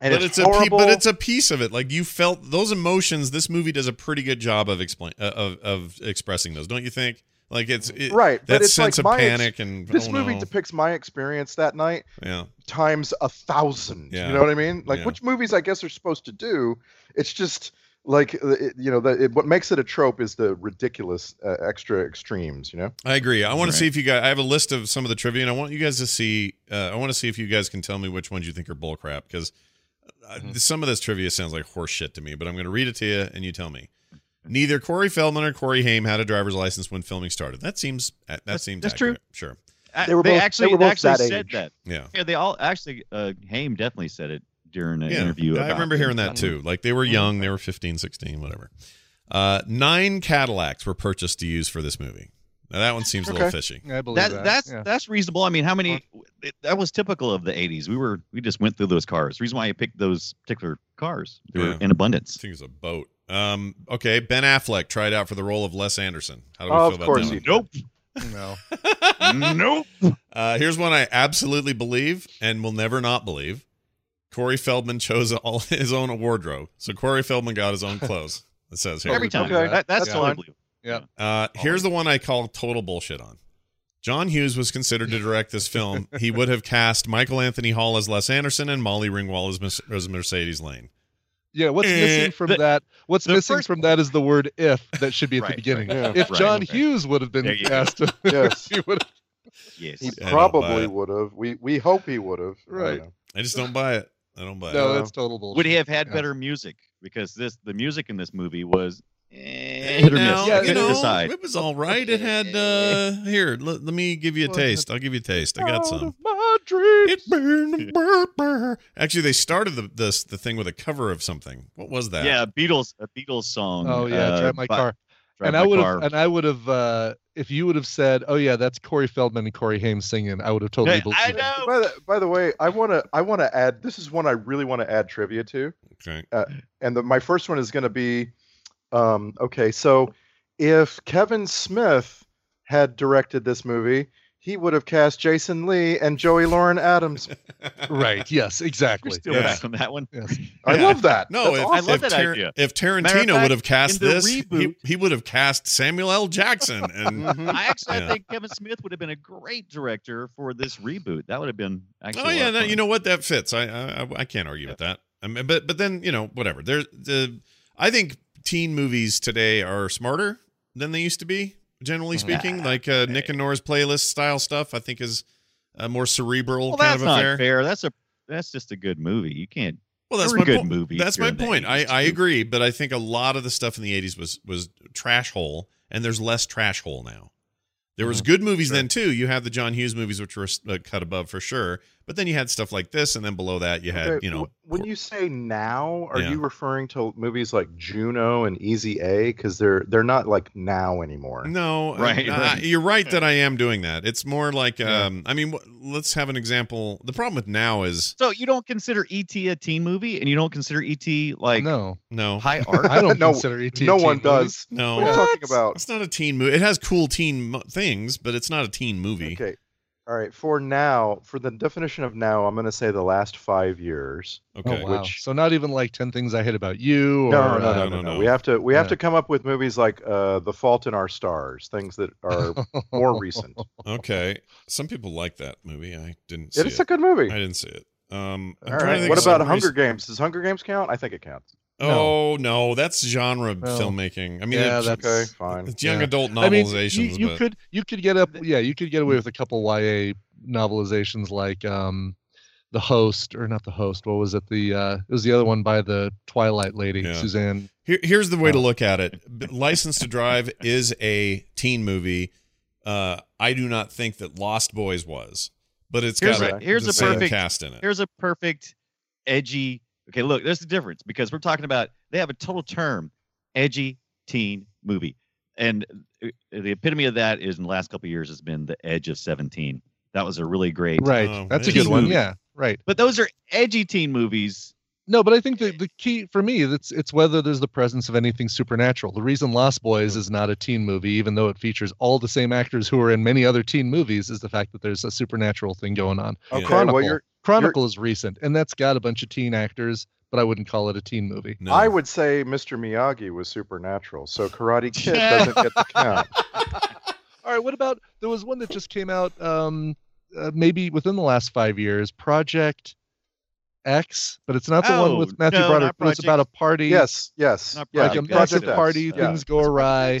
S7: and
S2: but
S7: it's,
S2: it's, a pe-
S7: horrible.
S2: but it's a piece of it. Like you felt those emotions. This movie does a pretty good job of explain uh, of of expressing those, don't you think? Like it's it,
S7: right.
S2: That
S7: but it's
S2: sense
S7: like
S2: of
S7: my ex-
S2: panic and
S7: this
S2: oh,
S7: movie
S2: no.
S7: depicts my experience that night
S2: yeah,
S7: times a thousand.
S2: Yeah.
S7: You know what I mean? Like
S2: Yeah.
S7: which movies I guess are supposed to do. It's just like uh, it, you know the, it, what makes it a trope is the ridiculous uh, extra extremes. You know.
S2: I agree. I want
S1: Right.
S2: to see if you guys. I have a list of some of the trivia, and I want you guys to see. Uh, I want to see if you guys can tell me which ones you think are bullcrap because Uh, Some of this trivia sounds like horseshit to me, but I'm going to read it to you and you tell me. Neither Corey Feldman or Corey Haim had a driver's license when filming started. That seems uh, that
S1: That's-
S2: seems
S1: that's
S2: accurate. Sure.
S1: Uh,
S11: They were both- they
S1: actually
S11: were
S1: they
S11: both
S1: actually
S11: that
S1: said
S11: age.
S1: that.
S2: Yeah.
S1: Yeah, they all actually. Uh, Haim definitely said it during an
S2: yeah.
S1: interview.
S2: I
S1: about
S2: remember
S1: this.
S2: hearing that too. Like they were young, they were 15, 16, whatever. Uh, nine Cadillacs were purchased to use for this movie. Now that one seems a little
S7: Okay.
S2: fishy.
S6: I believe
S1: That,
S6: that.
S1: that's [laughs]
S6: yeah.
S1: that's reasonable. I mean, how many? It, that was typical of the '80s. We were we just went through those cars. The reason why I picked those particular cars, they were
S2: Yeah.
S1: in
S2: I
S1: abundance.
S2: [laughs] think it was a boat. Um, okay, Ben Affleck tried out for the role of Les Anderson. How do we
S7: Oh,
S2: feel
S7: of
S2: about
S7: course
S2: that?
S7: he
S2: one?
S7: did. Nope.
S6: no.
S1: nope.
S2: Uh, here's one I absolutely believe and will never not believe. Corey Feldman chose all [laughs] his own wardrobe, so Corey Feldman got his own clothes. It says here.
S1: Every time.
S7: Okay.
S1: That, that's
S6: That's
S1: totally
S7: fine.
S1: believable.
S2: Uh, here's the one I call total bullshit on. John Hughes was considered to direct this film. He would have cast Michael Anthony Hall as Les Anderson and Molly Ringwald as, Mis- as Mercedes Lane.
S6: Yeah, what's
S2: Eh,
S6: missing from
S1: the-
S6: that? What's
S1: the
S6: missing
S1: first
S6: from that is the word "if" that should be at
S1: Right,
S6: the beginning.
S7: right,
S6: if
S1: right,
S6: John
S1: okay.
S6: Hughes would have been
S1: There you go.
S6: asked,
S7: Yes.
S6: [laughs] he would.
S1: Yes.
S7: He
S2: I don't buy
S7: probably
S2: it.
S7: would have. We we hope he would have.
S6: Right.
S2: I just don't buy it. I don't buy
S6: No,
S2: it.
S6: that's total bullshit.
S1: Would he have had
S6: Yeah.
S1: better music? Because this the music in this movie was eh,
S2: Eh,
S1: hit or
S2: now,
S1: miss.
S6: Yeah,
S1: I
S2: you
S1: couldn't
S2: know,
S1: decide.
S2: It was all right. It had uh here. Let, let me give you a
S6: Wasn't it-
S2: taste. I'll give you a taste. I got
S1: Oh,
S2: some.
S6: My dreams.
S2: It burned. burr, burr. Actually, they started the this the thing with a cover of something. What was that?
S1: Yeah, Beatles a Beatles song.
S6: Oh yeah,
S1: uh,
S6: drive my
S1: by-
S6: car.
S1: Drive
S6: and I
S1: My
S6: would
S1: Car.
S6: have, and I would have, uh, if you would have said, "Oh yeah, that's Corey Feldman and Corey Haim singing," I would have totally
S1: Yeah,
S6: believed.
S1: I
S6: it.
S1: know.
S7: By the, by the way, I wanna I wanna add. This is one I really want to add trivia to,
S2: Okay.
S7: and the, my first one is going to be, um, okay. So, if Kevin Smith had directed this movie, he would have cast Jason Lee and Joey Lauren Adams.
S6: [laughs] Right? Yes,
S1: We're
S6: exactly.
S1: still
S2: Yeah.
S1: back on that one.
S6: Yes.
S7: I
S2: Yeah.
S7: love that.
S2: No,
S7: That's
S2: if,
S7: awesome.
S1: I love
S2: if
S1: that idea.
S2: If
S1: Matter of
S2: Tarantino
S1: fact,
S2: would have cast
S1: in the
S2: this, he,
S1: reboot- Mm-hmm.
S2: he would have cast Samuel
S1: [laughs]
S2: L. Jackson. And
S7: Mhm.
S1: I actually I
S2: Yeah.
S1: think Kevin Smith would have been a great director for this reboot. That would have been actually.
S2: oh
S1: a lot
S2: yeah,
S1: of
S2: no,
S1: fun.
S2: you know what? That fits. I I, I- I can't argue with that. I mean, but but then you know whatever. There's the I think teen movies today are smarter than they used to be. Generally
S1: Mm-hmm.
S2: speaking, like uh, Nick and Nora's playlist style stuff, I think is a more cerebral
S1: well,
S2: kind
S1: that's
S2: of
S1: not
S2: affair.
S1: fair. That's a that's just a good movie. You can't
S2: Well, that's
S1: There were
S2: my
S1: good
S2: point.
S1: movies
S2: That's my
S1: during the
S2: point. I,
S1: 80s,
S2: I
S1: too.
S2: agree, but I think a lot of the stuff in the 80s was was trash hole, and there's less trash hole now. There was
S1: Mm-hmm.
S2: good movies then too. You have the John Hughes movies, which were uh, cut above for sure, but then you had stuff like this, and then below that you had
S7: Okay,
S2: you know
S7: wh- when you say now, are
S2: Yeah.
S7: you referring to movies like Juno and Easy A? Because they're they're not like now anymore.
S2: no uh,
S1: Right,
S2: uh,
S1: right.
S2: You're right that I am doing that. It's more like um, I mean, wh- let's have an example. The problem with now is
S1: So you don't consider ET a teen movie, and you don't consider ET like
S6: no,
S1: [laughs]
S2: no,
S1: high art.
S6: I don't
S7: [laughs] No,
S6: consider E ET.
S7: no one does.
S2: no.
S7: What are you talking about?
S2: Oh, It's not a teen movie. It has cool teen mo- things, but it's not a teen movie.
S7: Okay, all right. For now, for the definition of now, I'm going to say the last five years.
S2: Okay.
S6: Oh wow!
S7: Which-
S6: So not even like ten things I hate about you. Or,
S2: no,
S6: uh,
S7: No, no, no, no,
S2: no,
S7: no,
S2: no.
S7: We have to we have
S6: Yeah.
S7: to come up with movies like uh, The Fault in Our Stars, things that are
S6: no. [laughs]
S7: more
S2: [laughs]
S7: recent.
S2: Okay. Some people like that movie. I didn't see
S7: it's
S2: it.
S7: a good movie.
S2: I didn't see it. Um, I'm
S7: All
S2: trying to
S7: right.
S2: think
S7: What
S2: of some
S7: about Hunger
S2: recent-
S7: Games? Does Hunger Games count? I think it counts.
S2: Oh no, that's genre filmmaking. I mean,
S6: Yeah,
S2: it's,
S6: that's-
S7: Okay, fine.
S2: it's young
S6: yeah.
S2: adult
S6: I mean,
S2: novelizations.
S6: you, you
S2: but
S6: could you could get up. Yeah, you could get away with a couple YA novelizations like um, the host or not the host. What was it? The uh, it was the other one by the Twilight lady,
S2: Yeah.
S6: Suzanne.
S2: here, here's the way to look at it: B- License to Drive is a teen movie. Uh, I do not think that Lost Boys was, but it's
S1: Here's
S2: got
S7: a-
S1: here's
S2: the
S1: a
S2: same
S1: perfect-
S2: cast in it.
S1: Here's a perfect edgy. Okay, look, there's the difference because we're talking about they have a total term, edgy teen movie, and uh, the epitome of that is in the last couple of years has been the Edge of Seventeen. That was a really great.
S6: Right,
S2: Oh,
S6: that's a
S2: nice.
S6: good one.
S1: Movie.
S6: Yeah, right.
S1: But those are edgy teen movies.
S6: No, but I think the, the key for me that's it's whether there's the presence of anything supernatural. The reason Lost Boys is not a teen movie, even though it features all the same actors who are in many other teen movies, is the fact that there's a supernatural thing going on.
S2: Yeah.
S7: Okay,
S6: Chronicle.
S7: well you're
S6: Chronicle is recent, and that's got a bunch of teen actors, but I wouldn't call it a teen movie.
S2: No.
S7: I would say Mr. Miyagi was supernatural, so
S1: [laughs]
S7: Karate Kid doesn't get the count.
S6: All right, what about there was one that just came out um, uh, maybe within the last five years, Project X, but it's not the one
S1: Oh,
S6: with Matthew
S1: no,
S6: Broderick.
S1: not
S6: It's about a party.
S7: Yes, yes,
S1: Not
S7: yeah,
S6: like a
S1: Project
S6: project
S1: X.
S6: party.
S7: Yeah.
S6: Things go awry.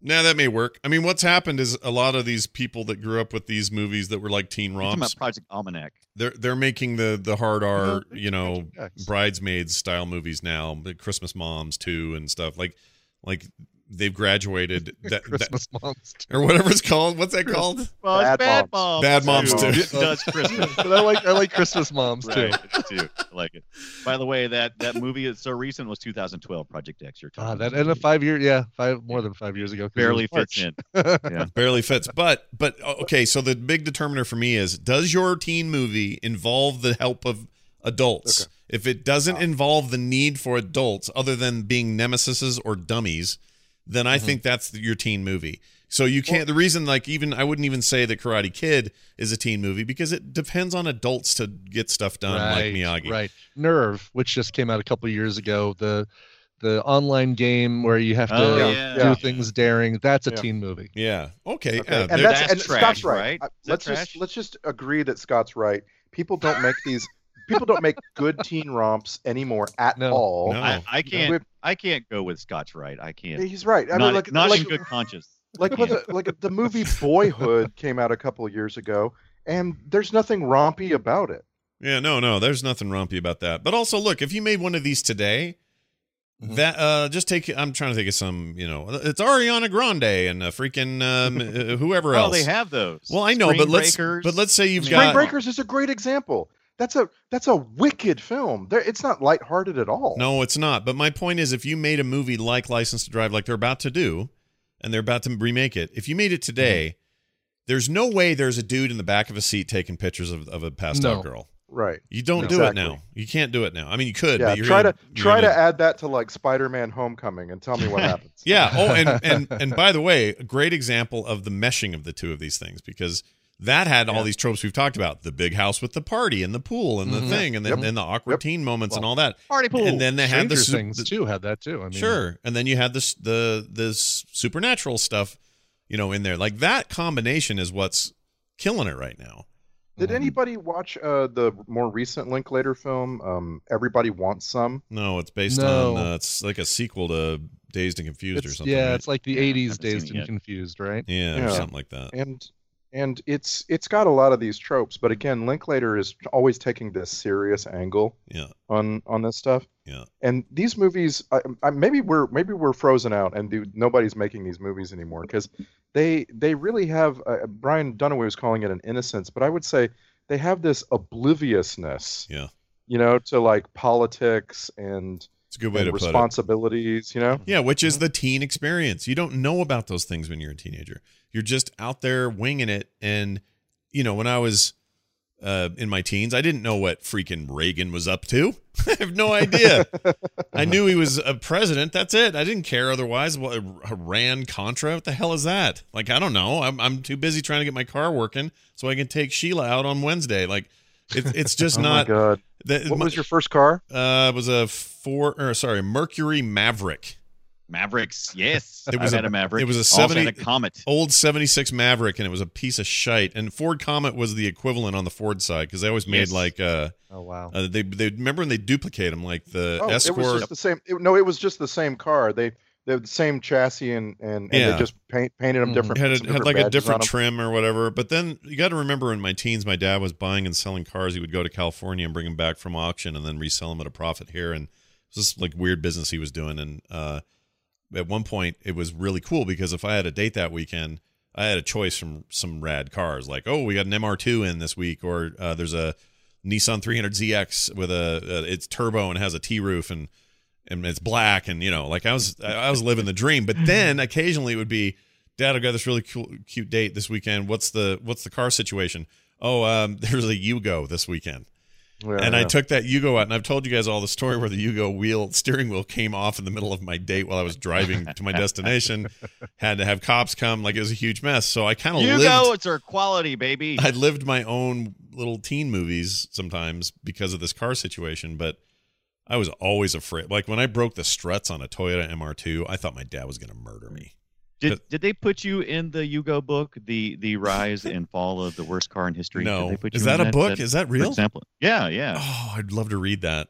S2: Now that may work. I mean, what's happened is a lot of these people that grew up with these movies that were like teen
S1: You're talking
S2: romps,
S1: about Project Almanac.
S2: they're they're making the the hard R,
S6: Yeah,
S2: you know,
S6: Magic X.
S2: bridesmaids style movies now, the Christmas moms too and stuff. Like like they've graduated
S6: [laughs]
S2: that, that
S6: Christmas monster.
S2: or whatever it's called. What's that called?
S1: Well, it's bad
S7: Bad Moms.
S1: moms.
S2: Bad Moms
S1: too.
S2: too.
S6: [laughs]
S1: Does Christmas.
S6: but I like I like Christmas moms too.
S1: [laughs] Right, it's two. I like it. By the way, that that movie is so recent was 2012, Project X. You're
S6: Ah,
S1: talking
S6: that
S1: about.
S6: and a five year yeah five more than five years ago 'cause it
S1: barely
S6: was March.
S1: fits in.
S2: Barely fits. But but okay, so the big determiner for me is does your teen movie involve the help of adults? If it doesn't involve the need for adults other than being nemesises or dummies, then I think that's your teen movie. So you can't the reason like even I wouldn't even say that Karate Kid is a teen movie because it depends on adults to get stuff done like Miyagi.
S6: Right. Nerve, which just came out a couple years ago, the the online game where you have to
S1: Oh,
S6: do
S1: yeah.
S7: Yeah.
S6: things daring. That's a
S7: Yeah.
S6: teen movie.
S2: Yeah. Okay.
S7: Okay.
S2: yeah,
S7: and
S2: there-
S7: that's,
S1: that's
S7: and
S1: trash,
S7: Scott's right.
S1: right?
S7: I-
S1: Is that
S7: Let's
S1: trash?
S7: just let's just agree that Scott's right. People
S1: [laughs]
S7: don't make these. people don't make good teen romps anymore at
S6: No.
S7: all.
S2: No.
S1: I, I can't.
S7: We're-
S1: I can't go with Scotch right. I can't.
S7: He's right. I
S1: not
S7: mean, like
S1: not
S7: like,
S1: in good conscience.
S7: like with
S1: Yeah.
S7: the, like the movie Boyhood came out a couple of years ago, and there's nothing rompy about it.
S2: Yeah, no, no, there's nothing rompy about that. But also, look, if you made one of these today,
S7: Mm-hmm.
S2: that uh, just take. I'm trying to think of some. You know, it's Ariana Grande and uh, freaking
S7: [laughs]
S2: um, uh, whoever
S1: Well,
S7: Oh,
S2: else.
S1: Oh, they have those.
S2: well, I know,
S1: Spring
S2: but let's
S1: Breakers.
S2: but let's say you've
S1: I mean-
S7: Spring
S2: got
S7: Breakers is a great example. That's a that's a wicked film. There, it's not lighthearted at all.
S2: no, it's not. But my point is, if you made a movie like License to Drive, like they're about to do, and they're about to remake it, if you made it today,
S7: Mm-hmm.
S2: there's no way there's a dude in the back of a seat taking pictures of, of a passed
S6: No.
S2: out girl.
S7: right?
S2: You don't do
S7: Exactly.
S2: it now. You can't do it now. I mean, you could.
S7: Yeah.
S2: but you're
S7: Try
S2: gonna-
S7: to
S2: you're
S7: try
S2: gonna-
S7: to add that to like Spider-Man: Homecoming and tell me
S2: [laughs]
S7: what happens.
S6: [laughs]
S2: Yeah. Oh, and and and by the way, a great example of the meshing of the two of these things because that had all these tropes we've talked about: the big house with the party and the pool and the
S6: Mhm.
S2: thing, and then
S6: Yep.
S2: and the awkward
S7: Yep.
S2: teen moments and
S7: Well,
S2: all that.
S1: party pool.
S2: And then they had
S6: Stranger
S2: the, su-
S6: Things
S2: the-
S6: too had that too. I mean,
S2: sure, and then you had this the this supernatural stuff, you know, in there. Like that combination is what's killing it right now.
S7: Did anybody watch uh, the more recent Linklater film? Um, Everybody wants some.
S2: No, it's based
S6: No.
S2: on uh, it's like a sequel to Dazed and Confused or
S6: It's,
S2: something.
S6: yeah,
S2: right?
S6: it's like the
S1: Yeah, I
S6: '80s
S1: haven't seen
S6: Dazed
S1: it
S6: and
S1: yet.
S6: Confused, right?
S2: yeah, or
S7: Yeah.
S2: something like that.
S7: and and it's it's got a lot of these tropes but again linklater is always taking this serious angle
S2: Yeah.
S7: on on this stuff
S2: Yeah.
S7: and these movies I, I, maybe we're maybe we're frozen out and the, nobody's making these movies anymore because they they really have uh, brian dunaway was calling it an innocence but i would say they have this obliviousness
S2: Yeah.
S7: you know to like politics and,
S2: It's a good way
S7: and
S2: to put it.
S7: responsibilities you know
S2: Yeah, which is the teen experience. You don't know about those things when you're a teenager. You're just out there winging it. And, you know, when I was uh, in my teens, I didn't know what freaking Reagan was up to. [laughs] I have no idea. I knew he was a president. That's it. I didn't care otherwise. What Iran Contra? What the hell is that? Like, I don't know. I'm, I'm too busy trying to get my car working so I can take Sheila out on Wednesday. Like, it, it's just
S7: [laughs] oh
S2: not.
S7: my god
S2: that-
S7: what
S2: my-
S7: was your first car
S2: uh, it was a four or sorry, Mercury Maverick.
S1: Mavericks. Yes,
S2: [laughs] It was
S1: I
S2: a-
S1: had a Maverick.
S2: it was a
S1: I also
S2: 70
S1: had a Comet.
S2: old 76 Maverick and it was a piece of shite. And Ford Comet was the equivalent on the Ford side because they always made
S1: Yes.
S2: like uh,
S6: Oh wow.
S2: uh they they remember when they duplicate them like the
S7: Oh,
S2: Escort.
S7: It was just the same. It, no, it was just the same car. They they had the same chassis and and, and
S2: Yeah.
S7: they just paint, painted
S1: Mm-hmm.
S7: them
S6: Mhm.
S7: different.
S2: It had, a,
S7: some
S2: had like a
S7: badges on
S2: different
S7: 'em.
S2: trim or whatever. But then you got to remember in my teens, my dad was buying and selling cars. He would go to California and bring them back from auction and then resell them at a profit here. And it was this like weird business he was doing. And uh, at one point, it was really cool because if I had a date that weekend, I had a choice from some rad cars like, oh, we got an MR2 in this week, or uh, there's a Nissan 300ZX with a uh, it's turbo and has a T roof and and it's black and you know like I was I I was living the dream. But then occasionally it would be dad i got this really cool, cute date this weekend what's the what's the car situation oh um [laughs] there's a yugo this weekend
S1: Oh,
S7: Yeah,
S2: and i
S7: yeah.
S2: took that yugo out and i've told you guys all the story where the yugo wheel steering wheel came off in the middle of my date while i was driving to
S1: [laughs]
S2: my destination had to have cops come like it was a huge mess so i kind of
S1: You
S2: lived
S1: go. It's our quality, baby.
S2: [laughs] I lived my own little teen movies sometimes because of this car situation, but I was always afraid. Like when I broke the struts on a Toyota MR2, I thought my dad was going to murder me.
S1: Did, did they put you in the Yugo book, the the rise and fall of the worst car in history? Did
S2: No,
S1: they put
S2: is
S1: you
S2: that
S1: in
S2: a book?
S1: Is
S2: Is that
S1: for
S2: real?
S1: example? Yeah, yeah.
S2: Oh, I'd love to read that.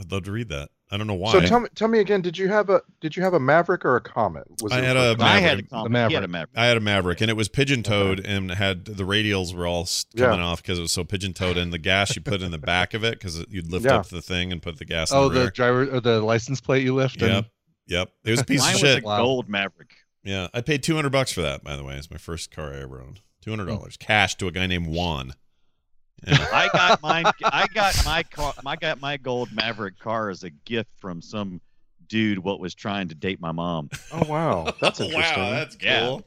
S2: I'd love to read that. I don't know why.
S7: So tell me, tell me again. Did you have a did you have a Maverick or a Comet? Was
S2: I
S7: it
S2: had
S7: for
S2: a
S7: Comet?
S1: I had a
S2: Oh, Maverick.
S1: Comet.
S6: The
S1: He had a Maverick.
S2: I had a Maverick, and it was pigeon toed, and had the radials were all s-
S7: Yeah.
S2: coming off because it was so pigeon toed, and the gas you put in the back of it because you'd lift
S7: Yeah.
S2: up the thing and put the gas.
S6: Oh,
S2: in the,
S6: the
S2: rear.
S6: driver or the license plate you left. and-
S2: Yep, yep. It was a piece
S1: Mine was
S2: of shit.
S1: a
S6: Wow.
S1: gold Maverick.
S2: Yeah, I paid two hundred bucks for that. By the way, it's my first car I ever owned. Two hundred dollars cash to a guy named Juan. Yeah.
S1: I got mine. I got my car. I got my gold Maverick car as a gift from some dude. What was trying to date my
S2: [laughs]
S1: mom?
S7: Oh wow, that's interesting.
S2: wow, that's
S1: Yeah.
S2: cool.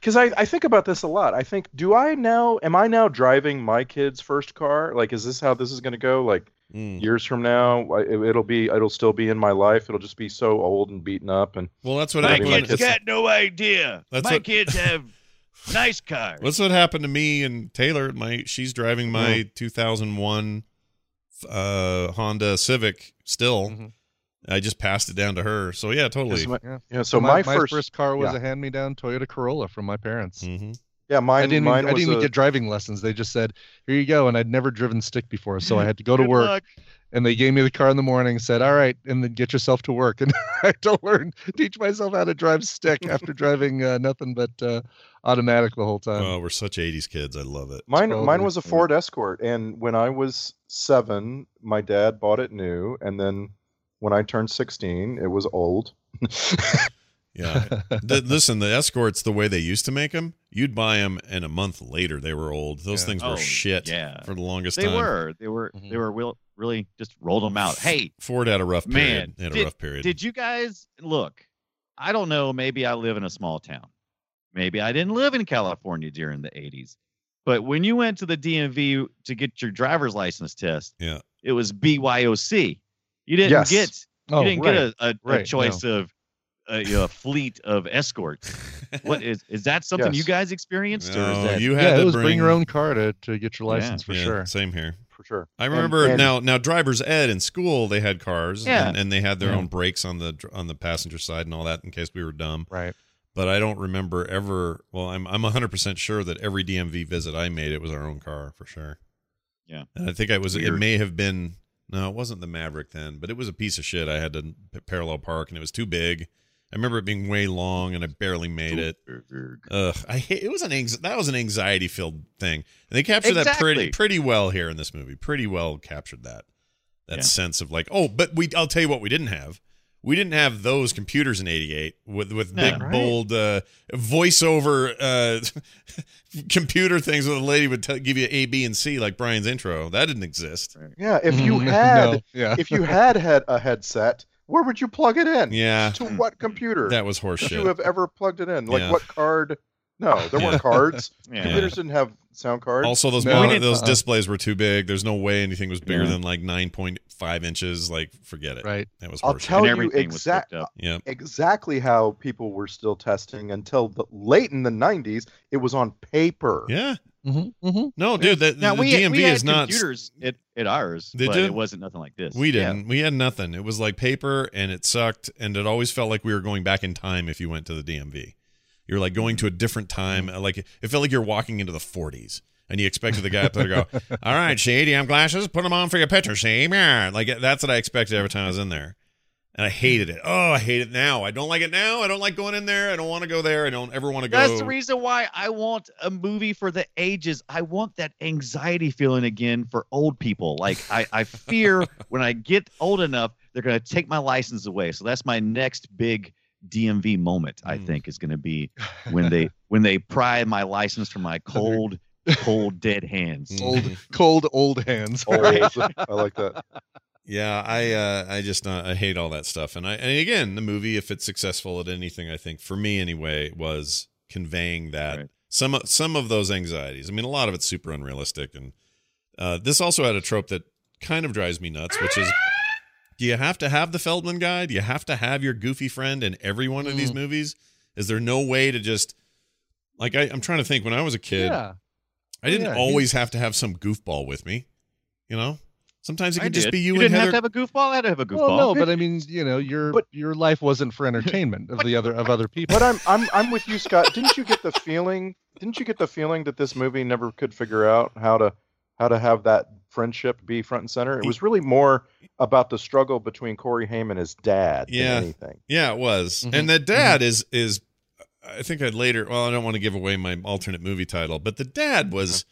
S7: Because I, I think about this a lot. I think, do I now? Am I now driving my kid's first car? Like, is this how this is going to go? Like
S2: Mm.
S7: years from now, I, it, will be it'll still be in my life. It'll just be so old and beaten up. And
S2: Well, that's what
S1: my
S2: happened.
S7: everyone
S1: kids
S2: That's,
S7: gets-
S1: got no idea.
S2: That's
S1: my
S2: what-
S1: kids have nice cars.
S2: that's what happened to me and Taylor. My she's driving my two thousand one uh, Honda Civic still.
S1: Mm-hmm.
S6: Mhm.
S2: I just passed it down to her. So yeah, totally.
S7: Yes, my-
S6: Yeah.
S7: yeah, so my, first,
S6: car was
S7: yeah.
S6: a hand-me-down Toyota Corolla from my parents.
S2: hmm
S7: yeah, mine,
S6: I didn't.
S7: mine
S6: even, I
S7: was
S6: didn't even
S7: a-
S6: get driving lessons. They just said, "Here you go," and I'd never driven stick before, so I had to go to
S1: Good
S6: work.
S1: luck.
S6: And they gave me the car in the morning, said, "All right, and then get yourself to work." And [laughs] I had to learn, teach myself how to drive stick
S7: [laughs]
S6: after driving uh, nothing but uh, automatic the whole
S7: Um,
S6: time. [laughs]
S2: oh, we're such '80s kids. I love it.
S7: Mine,
S6: Twelve
S7: mine
S6: and
S7: was a
S6: four.
S7: Ford Escort, and when I was seven, my dad bought it new, and then when I turned sixteen, it was old.
S2: Yeah. the, listen, the escorts, the way they used to make them, you'd buy them, and a month later they were old. Those
S6: Yeah.
S2: things were
S1: Oh,
S2: shit
S1: yeah.
S2: for the longest
S1: They
S2: time.
S1: were. They were. They
S6: Mhm.
S1: were real, really just rolled them
S2: [laughs]
S1: out. Hey,
S2: Ford had a rough
S1: Man,
S2: period. They had a rough period.
S1: did you guys look? I don't know. Maybe I live in a small town. Maybe I didn't live in California during the 80s. But when you went to the DMV to get your driver's license test,
S2: Yeah.
S1: it was BYOC. You didn't
S7: Yes.
S1: get you
S6: Oh,
S1: didn't
S6: right.
S1: get a, a, a
S6: right,
S1: choice of a, you know, a fleet of escorts. [laughs] What
S2: [laughs]
S1: is is that something you
S7: Yes.
S1: guys experienced? or is
S2: No,
S1: that
S2: you had
S6: yeah,
S2: to
S6: it was bring, your own car to, to get your
S1: Yeah.
S6: license for
S2: Yeah,
S6: sure.
S2: Same here.
S7: for sure.
S2: I
S7: And-
S2: remember
S7: and-
S2: now. Now, driver's ed in school, they had cars,
S1: Yeah.
S2: and, and they had their
S6: Yeah.
S2: own brakes on the dr- on the passenger side and all that in case we were dumb.
S6: Right.
S2: But I don't remember ever. Well, I'm I'm 100 percent sure that every DMV visit I made, it was our own car for sure.
S1: Yeah.
S2: and I think I was. It
S1: Weird.
S2: may have been. No, it wasn't the Maverick then, but it was a piece of shit. I had to p- parallel park, and it was too big. I remember it being way long, and I barely made it. Ugh, I hate, it was an anx- that was an anxiety filled thing, and they captured that pretty
S1: Exactly.
S2: pretty well here in this movie. Pretty well captured that that
S1: Yeah.
S2: sense of like, oh, but we I'll tell you what we didn't have. We didn't have those computers in '88 with with
S1: No.
S2: big
S7: Right.
S2: bold uh, voiceover uh, [laughs] computer things where the lady would tell give you A, B, and C like Brian's intro. That didn't exist.
S7: Yeah, if you
S2: [laughs]
S6: Mhm. [laughs]
S7: had
S6: No, yeah.
S7: if you had had a headset, where would you plug it in?
S2: Yeah,
S7: To what computer
S2: that was
S7: would you
S2: horseshit.
S7: have ever plugged it in? Like
S2: Yeah.
S7: what card? No, there weren't
S2: [laughs]
S7: cards.
S1: Yeah.
S7: Computers didn't have sound cards.
S2: Also, those
S6: No.
S2: mon-
S6: We didn't-
S2: those
S6: uh-uh.
S2: displays were too big. There's no way anything was bigger
S1: Yeah.
S2: than like 9.5 inches. Like, forget it.
S6: Right.
S2: That was
S7: I'll
S2: horseshit.
S7: tell
S1: And
S7: you
S1: everything was
S7: exact,
S1: hooked up.
S2: yeah.
S7: exactly how people were still testing until the, late in the 90s. It was on paper.
S2: Yeah.
S6: Mm-hmm. Mm-hmm.
S2: No, dude, that
S1: uh, Now
S2: the
S1: we had,
S2: DMV
S1: we had
S2: is not.
S1: computers at, at ours,
S2: Did
S1: but
S2: you?
S1: it wasn't nothing like this.
S2: We
S1: Yeah.
S2: didn't. We had nothing. It was like paper, and it sucked, and it always felt like we were going back in time if you went to the DMV. You're like going to a different time. uh, Like it felt like you're walking into the 40s, and you expected the guy up there to
S1: [laughs]
S2: go, "All right, shady, I'm glasses. Put them on for your picture, shame." Yeah, like that's what I expected every time I was in there, and I hated it. Oh, I hate it now. I don't like it now. I don't like going in there. I don't want to go there. I don't ever want to go.
S1: That's the reason why I want a movie for the ages. I want that anxiety feeling again for old people. Like I, I fear when I get old enough, they're gonna take my license away. So that's my next big DMV moment. I
S2: Mm.
S1: think is gonna be when they when they pry my license from my cold, cold dead hands.
S2: Mm.
S6: Old, [laughs] cold, old hands.
S2: [laughs]
S7: Old. I like that.
S2: Yeah, I uh, I just not, I hate all that stuff, and I and again the movie, if it's successful at anything, I think for me anyway, was conveying that
S1: Right.
S2: some some of those anxieties. I mean, a lot of it's super unrealistic, and uh, this also had a trope that kind of drives me nuts, which is, do you have to have the Feldman guy? Do you have to have your goofy friend in every one of these
S6: Mm.
S2: movies? Is there no way to just like I, I'm trying to think when I was a kid,
S6: Yeah.
S2: I didn't
S6: yeah,
S2: always have to have some goofball with me, you know. Sometimes it
S1: I
S2: could just
S1: did.
S2: be you,
S1: you
S2: and
S1: didn't
S2: Heather.
S1: have to have a goofball. I had to have a goofball.
S6: Well, no, but I mean, you know, your
S7: But-
S6: your life wasn't for entertainment of the other of other people.
S7: But I'm I'm I'm with you, Scott. Didn't you get the feeling? Didn't you get the feeling that this movie never could figure out how to how to have that friendship be front and center. It was really more about the struggle between Corey Haim and his dad
S2: Yeah.
S7: than anything.
S2: Yeah, it was.
S1: Mm-hmm.
S2: And the dad is is I think I'd later well, I don't want to give away my alternate movie title, but the dad was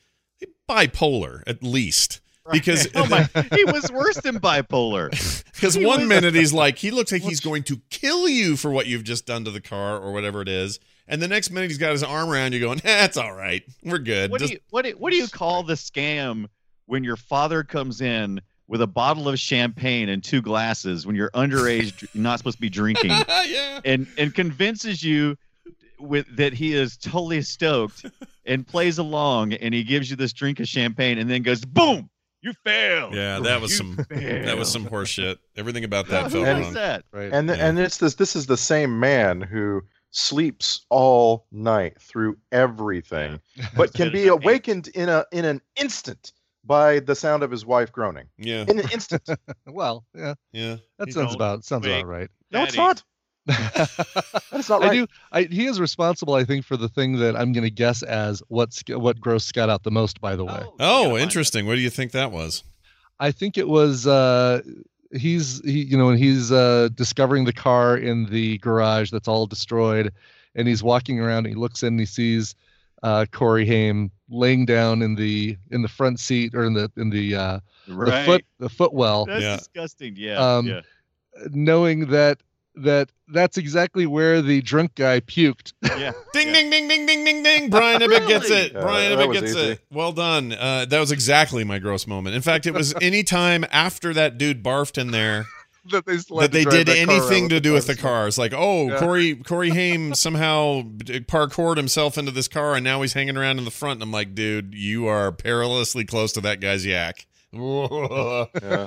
S2: bipolar at least. Because
S1: Uh-huh. [laughs] oh
S2: [laughs]
S1: my, he was worse than bipolar.
S2: because
S1: He
S2: one
S1: was- [laughs]
S2: minute he's like he looks like he's going to kill you for what you've just done to the car or whatever it is. And the next minute he's got his arm around you going, [laughs] That's all right. We're good.
S1: What do
S2: Just-
S1: you what do, what do you call the scam when your father comes in with a bottle of champagne and two glasses when you're underage, dr- not supposed to be drinking,
S2: [laughs] yeah.
S1: and and convinces you with that he is totally stoked and plays along and he gives you this drink of champagne and then goes boom you failed
S2: Yeah, that was some that was some horseshit. Everything about that
S1: who
S2: felt
S1: does
S2: wrong.
S1: that
S6: Right.
S7: And
S2: Yeah.
S7: and it's this this is the same man who sleeps all night through everything, but can be awakened in a in an instant by the sound of his wife groaning.
S2: Yeah.
S7: In an instant.
S6: well, yeah,
S2: Yeah.
S6: that
S1: You
S6: sounds
S1: don't
S6: about sounds
S1: wake
S6: about right. [laughs]
S7: No, it's
S1: Daddy.
S7: not. That's not right.
S6: I do. I, he is responsible, I think, for the thing that I'm going to guess as what sc- what gross got out the most. By the way,
S2: Oh, interesting. What do you think that was?
S6: I think it was uh, he's he, you know, and he's uh, discovering the car in the garage that's all destroyed, and he's walking around. And he looks in, and he sees uh, Corey Haim laying down in the in the front seat or in the in the uh,
S1: right
S6: the foot the footwell,
S1: that's
S2: Yeah.
S1: disgusting yeah
S6: Um,
S1: yeah
S6: knowing that that that's exactly where the drunk guy puked. [laughs]
S1: yeah
S2: Ding,
S1: Yeah.
S2: ding, ding, ding, ding, ding, ding. Brian Ibbett gets
S4: Really?
S2: it.
S7: Yeah,
S2: Brian
S7: that
S2: Ibbett
S7: was
S2: gets
S7: easy.
S2: it. Well done. Uh, that was exactly my gross moment. In fact, it was any time after that dude barfed in there
S6: that they, just let
S2: that
S6: the
S2: they
S6: drive
S2: did
S6: that car around
S2: anything to do with the
S6: cars.
S2: car. It's like, oh,
S6: Yeah.
S2: Corey Corey Haim somehow parkoured himself into this car, and now he's hanging around in the front. And I'm like, dude, you are perilously close to that guy's yak.
S7: Yeah.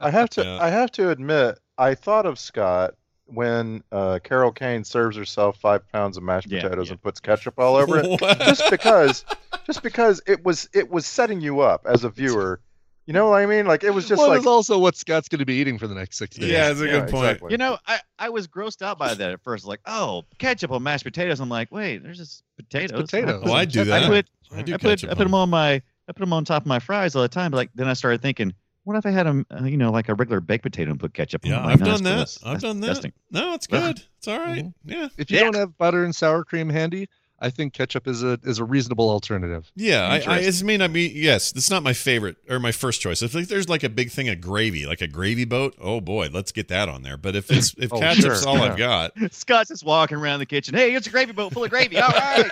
S7: I have to
S2: Yeah.
S7: I have to admit, I thought of Scott when uh, Carol Kane serves herself five pounds of mashed
S1: Yeah,
S7: potatoes
S1: yeah.
S7: and puts ketchup all over it.
S2: [laughs]
S7: just because just because it was it was setting you up as a viewer. You know what I mean? Like it was just
S6: well,
S7: like
S6: it's also what Scott's going to be eating for the next six days.
S2: yeah, that's a
S7: Yeah,
S2: good point.
S7: exactly.
S1: You know, I, I was grossed out by that at first. Like, oh, ketchup on mashed potatoes. I'm like, wait, there's just potatoes.
S6: potatoes.
S2: Oh, I do that.
S1: I put
S2: I do
S1: I put
S2: ketchup
S1: I put
S2: on.
S1: them on my I put them on top of my fries all the time. But like then I started thinking, what if I had them, uh, you know, like a regular baked potato and put ketchup?
S2: Yeah,
S1: on it?
S2: I've
S1: No,
S2: done
S1: that's
S2: that.
S1: gross.
S2: I've
S1: That's
S2: done that.
S1: disgusting. [laughs]
S2: No, it's
S1: Yeah.
S2: good. It's all right. Yeah.
S6: If you
S1: Yeah.
S6: don't have butter and sour cream handy, I think ketchup is a is a reasonable alternative.
S2: [laughs]
S6: [laughs]
S2: Yeah, I, I
S1: Interesting.
S2: it's may not be. Yes, it's not my favorite or my first choice. If like, there's like a big thing of gravy, like a gravy boat, oh boy, let's get that on there. But if it's if
S6: Oh,
S2: ketchup's
S7: sure,
S2: all
S7: yeah.
S2: I've got,
S1: Scott's just walking around the kitchen. Hey, it's a gravy boat full of gravy. All
S2: [laughs]
S1: right,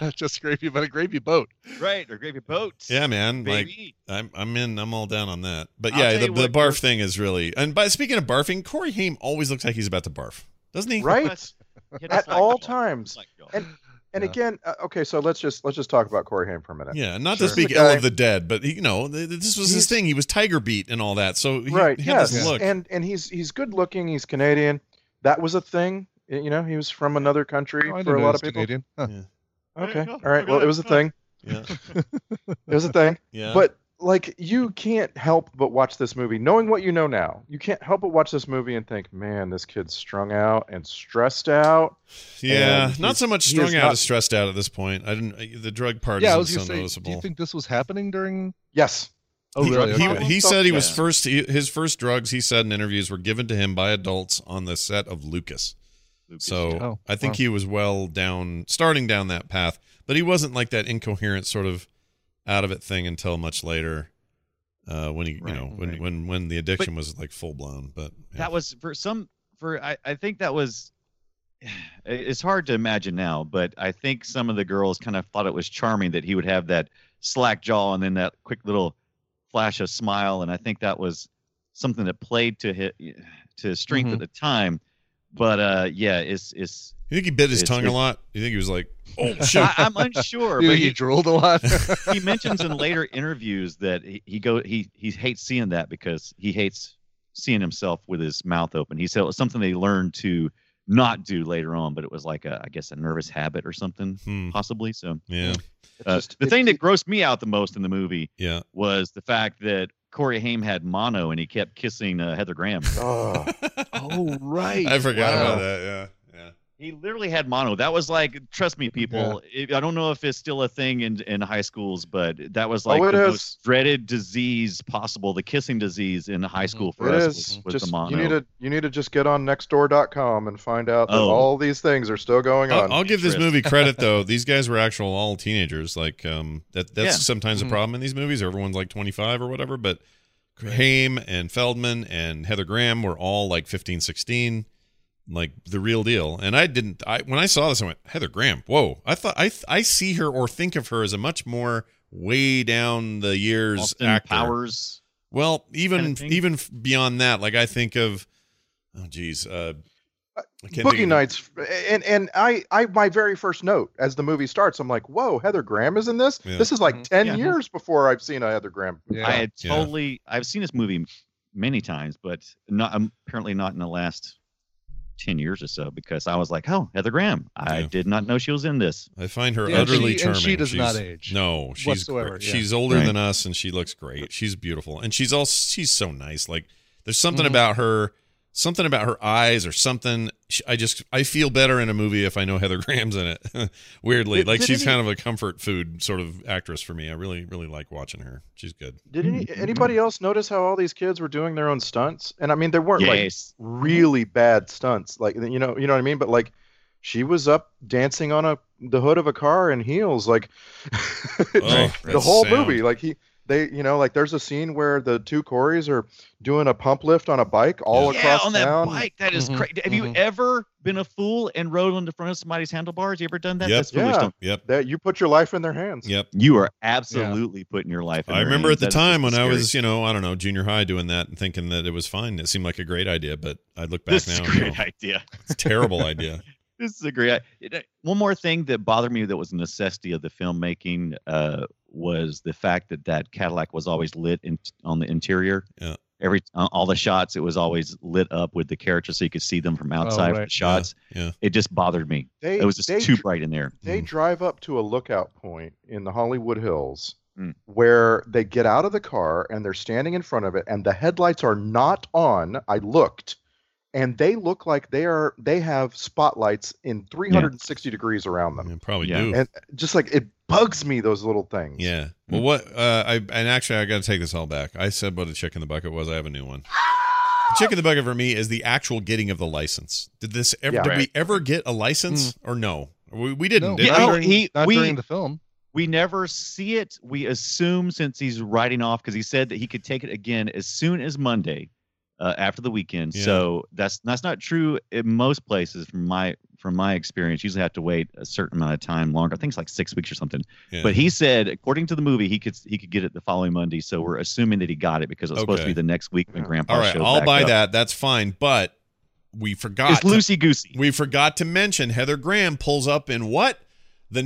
S6: Not just gravy, but a gravy boat.
S1: right, or gravy boats.
S2: yeah, man, like
S1: baby.
S2: I'm I'm in, I'm all down on that. But
S1: I'll
S2: yeah,
S1: tell
S2: the,
S1: you
S2: the
S1: what,
S2: barf
S1: Kirk-
S2: thing is really. And by speaking of barfing, Corey Haim always looks like he's about to barf, doesn't he?
S7: right
S1: That's- yeah, that's
S7: at
S1: like Oh
S7: all
S1: y'all.
S7: times.
S1: Like y'all.
S7: And- And
S6: Yeah.
S7: again, uh, okay, so let's just let's just talk about Corey Haim for a minute.
S2: Yeah, not
S7: Sure.
S2: to speak
S7: The
S2: ill
S7: guy-
S2: of the dead, but he, you know, th- th- this was his
S7: He's-
S2: thing. He was Tiger Beat and all that, so he,
S7: right.
S2: he had
S7: yes.
S2: this look.
S7: And and he's he's good looking. He's Canadian. That was a thing. y- You know, he was from another country
S6: Oh, I
S7: for
S6: didn't
S7: a
S6: know
S7: lot
S6: it's
S7: of people.
S6: Canadian. Huh.
S7: Okay.
S1: Yeah,
S7: All right. Well, it was a thing.
S6: [laughs]
S2: yeah,
S7: It was
S1: [laughs]
S7: a thing.
S2: yeah.
S7: But like you can't help but watch this movie knowing what you know now. You can't help but watch this movie and think, "Man, this kid's strung out and stressed out."
S2: Yeah,
S7: And
S2: not
S7: he's-
S2: so much
S7: he is
S2: strung out
S7: not-
S2: as stressed out at this point. I didn't. The drug part
S6: Yeah, I was
S2: isn't so
S6: going to say, do you
S2: noticeable.
S6: think this was happening during?
S7: Yes.
S6: Oh,
S2: he,
S6: really?
S2: he,
S6: Okay.
S2: he said he was
S1: Yeah.
S2: first. He, his first drugs, he said in interviews, were given to him by adults on the set of Lucas.
S1: Lucas,
S2: So
S1: yeah.
S6: Oh,
S2: I think
S6: wow.
S2: he was well down, starting down that path. But he wasn't like that incoherent sort of out of it thing until much later, uh, when he,
S1: Right,
S2: you know, when
S1: right.
S2: when when the addiction was like full blown. But yeah.
S1: that was for some for I, I think that was [sighs] it's hard to imagine now but i think some of the girls kind of thought it was charming that he would have that slack jaw and then that quick little flash of smile and i think that was something that played to hit to his strength at the time but uh yeah it's it's
S2: You think he bit his
S1: It's-
S2: tongue a
S1: it's-
S2: lot? You think he was like, oh shit.
S1: [laughs] I, i'm unsure
S6: [laughs] You
S1: but
S6: think he
S1: he,
S6: drooled a lot.
S2: [laughs]
S1: he mentions in later interviews that he, he go he he hates seeing that because he hates seeing himself with his mouth open. He said it was something they learned to not do later on, but it was like a I guess a nervous habit or something
S2: Hmm,
S1: possibly. So
S2: Yeah,
S7: It's
S1: uh,
S7: just-
S1: the
S7: it-
S1: thing
S7: [laughs]
S1: that grossed me out the most in the movie [laughs]
S2: yeah.
S1: was the fact that Corey Haim had mono and he kept kissing uh, Heather Graham.
S7: oh,
S6: oh, right.
S2: I forgot
S6: Wow.
S2: about that. Yeah, yeah.
S1: He literally had mono. That was like, trust me, people. It, I don't know if it's still a thing in, in high schools, but that was
S7: Oh,
S1: like
S7: it
S1: the
S7: is.
S1: most dreaded disease possible. The kissing disease in high school for
S7: Mm-hmm. It
S1: us
S7: is.
S1: was, was
S7: Just
S1: the mono.
S7: you need to you need to just get on nextdoor.com and find out that
S1: Oh.
S7: all these things are still going on.
S2: I'll, I'll give this
S1: Interest.
S2: movie
S1: [laughs]
S2: credit though. These guys were actual all teenagers. Like um, that that's
S1: Yeah. Mm-hmm.
S2: sometimes a
S6: Mhm.
S2: problem in these movies. Everyone's like 25 or whatever, but Haim and Feldman and Heather Graham were all like 15, 16, like the real deal. And I didn't. I when I saw this, I went Heather Graham. Whoa! I thought I I see her or think of her as a much more way down the years
S1: Austin
S2: actor.
S1: Powers.
S2: Well, even
S1: of thing.
S2: even f- beyond that, like I think of oh geez, uh, I can't think
S7: Boogie
S2: of-
S7: Nights, and and I I my very first note as the movie starts, I'm like, whoa, Heather Graham is in this.
S2: Yeah.
S7: This is like
S6: Mhm.
S7: ten
S1: Yeah.
S7: years before I've seen a Heather Graham.
S6: Yeah.
S1: I had
S2: Yeah.
S1: totally. I've seen this movie many times, but not um, apparently not in the last ten years or so because I was like, oh, Heather Graham. I
S2: Yeah.
S1: did not know she was in this.
S2: I find her
S6: Yeah,
S2: utterly
S6: she- and
S2: charming.
S6: she does
S2: she's,
S6: not age
S2: No, she's
S6: whatsoever,
S2: great.
S6: yeah.
S2: she's older
S1: Right.
S2: than us, and she looks great. She's beautiful, and she's all she's so nice. Like there's something
S6: Mhm.
S2: about her, something about her eyes, or something. She, I just I feel better in a movie if I know Heather Graham's in it. [laughs] Weirdly,
S7: Did-
S2: like
S7: did
S2: she's
S7: any-
S2: kind of a comfort food sort of actress for me. I really really like watching her. She's good.
S7: Did any,
S2: Mm-hmm.
S7: anybody else notice how all these kids were doing their own stunts? And I mean, they weren't like
S1: Yes.
S7: really bad stunts, like you know you know what I mean. But like, she was up dancing on a the hood of a car in heels, like [laughs]
S2: Oh,
S7: the
S2: that
S7: whole
S2: sound.
S7: movie. Like he, they, you know, like there's a scene where the two Corys are doing a pump lift on a bike all
S1: yeah,
S7: across
S1: on that
S7: town.
S1: bike. That is
S6: Mhm,
S1: crazy. Have you
S6: mhm.
S1: ever been a fool and rode on the front of somebody's handlebars? You ever done that?
S2: Yep.
S1: That's foolish.
S7: Yeah.
S1: Don't-
S2: Yep.
S7: That you put your life in their hands.
S2: Yep.
S1: You are absolutely putting your life. In
S2: I
S1: their
S2: remember
S1: hands.
S2: at the
S1: That is
S2: time when I
S1: scary. [laughs]
S2: was, you know, I don't know, junior high doing that and thinking that it was fine. It seemed like a great idea, but I look back
S1: This is
S2: now
S1: a
S2: and
S1: great
S2: go,
S1: idea.
S2: it's a terrible
S1: [laughs]
S2: idea.
S1: this is a great I- it- one more thing that bothered me that was a necessity of the filmmaking uh, was the fact that that cadillac was always lit in, on the interior
S2: Yeah.
S1: every uh, all the shots it was always lit up with the characters so you could see them from outside of
S6: right.
S1: the shots
S2: Yeah, yeah.
S1: it just bothered me
S7: They,
S1: it was just
S7: they
S1: too
S7: dr-
S1: bright in there
S7: They
S2: Mm.
S7: drive up to a lookout point in the Hollywood Hills
S1: Mm.
S7: where they get out of the car and they're standing in front of it and the headlights are not on. I looked and they look like they are they have spotlights in 360 degrees around them.
S2: Yeah, probably
S1: Yeah.
S2: do.
S7: And just like it bugs me those little things.
S2: Yeah. Well,
S1: Hmm.
S2: what? Uh, I and actually, I got to take this all back. I said what a chick in the bucket was. I have a new one. Chick in the bucket for me is the actual getting of the license. Did this ever?
S7: Yeah.
S2: did we
S1: Right.
S2: ever get a license or no? We, we didn't.
S6: No,
S2: did
S1: Hmm. Yeah,
S6: not
S2: we?
S1: oh,
S6: during,
S1: he-
S6: not
S1: we-
S6: during the film.
S1: we never see it we assume since he's writing off because he said that he could take it again as soon as monday uh, after the weekend
S2: Yeah.
S1: so that's that's not true in most places from my from my experience you usually have to wait a certain amount of time longer i think it's like six weeks or something
S2: Yeah.
S1: but he said according to the movie he could he could get it the following monday so we're assuming that he got it because it was supposed to
S2: Okay.
S1: be the next week when grandpa
S2: all right,
S1: showed
S2: I'll
S1: back
S2: buy
S1: up.
S2: that. That's fine. But we forgot.
S1: it's
S2: to-
S1: loosey goosey
S2: we forgot to mention Heather Graham pulls up in what? The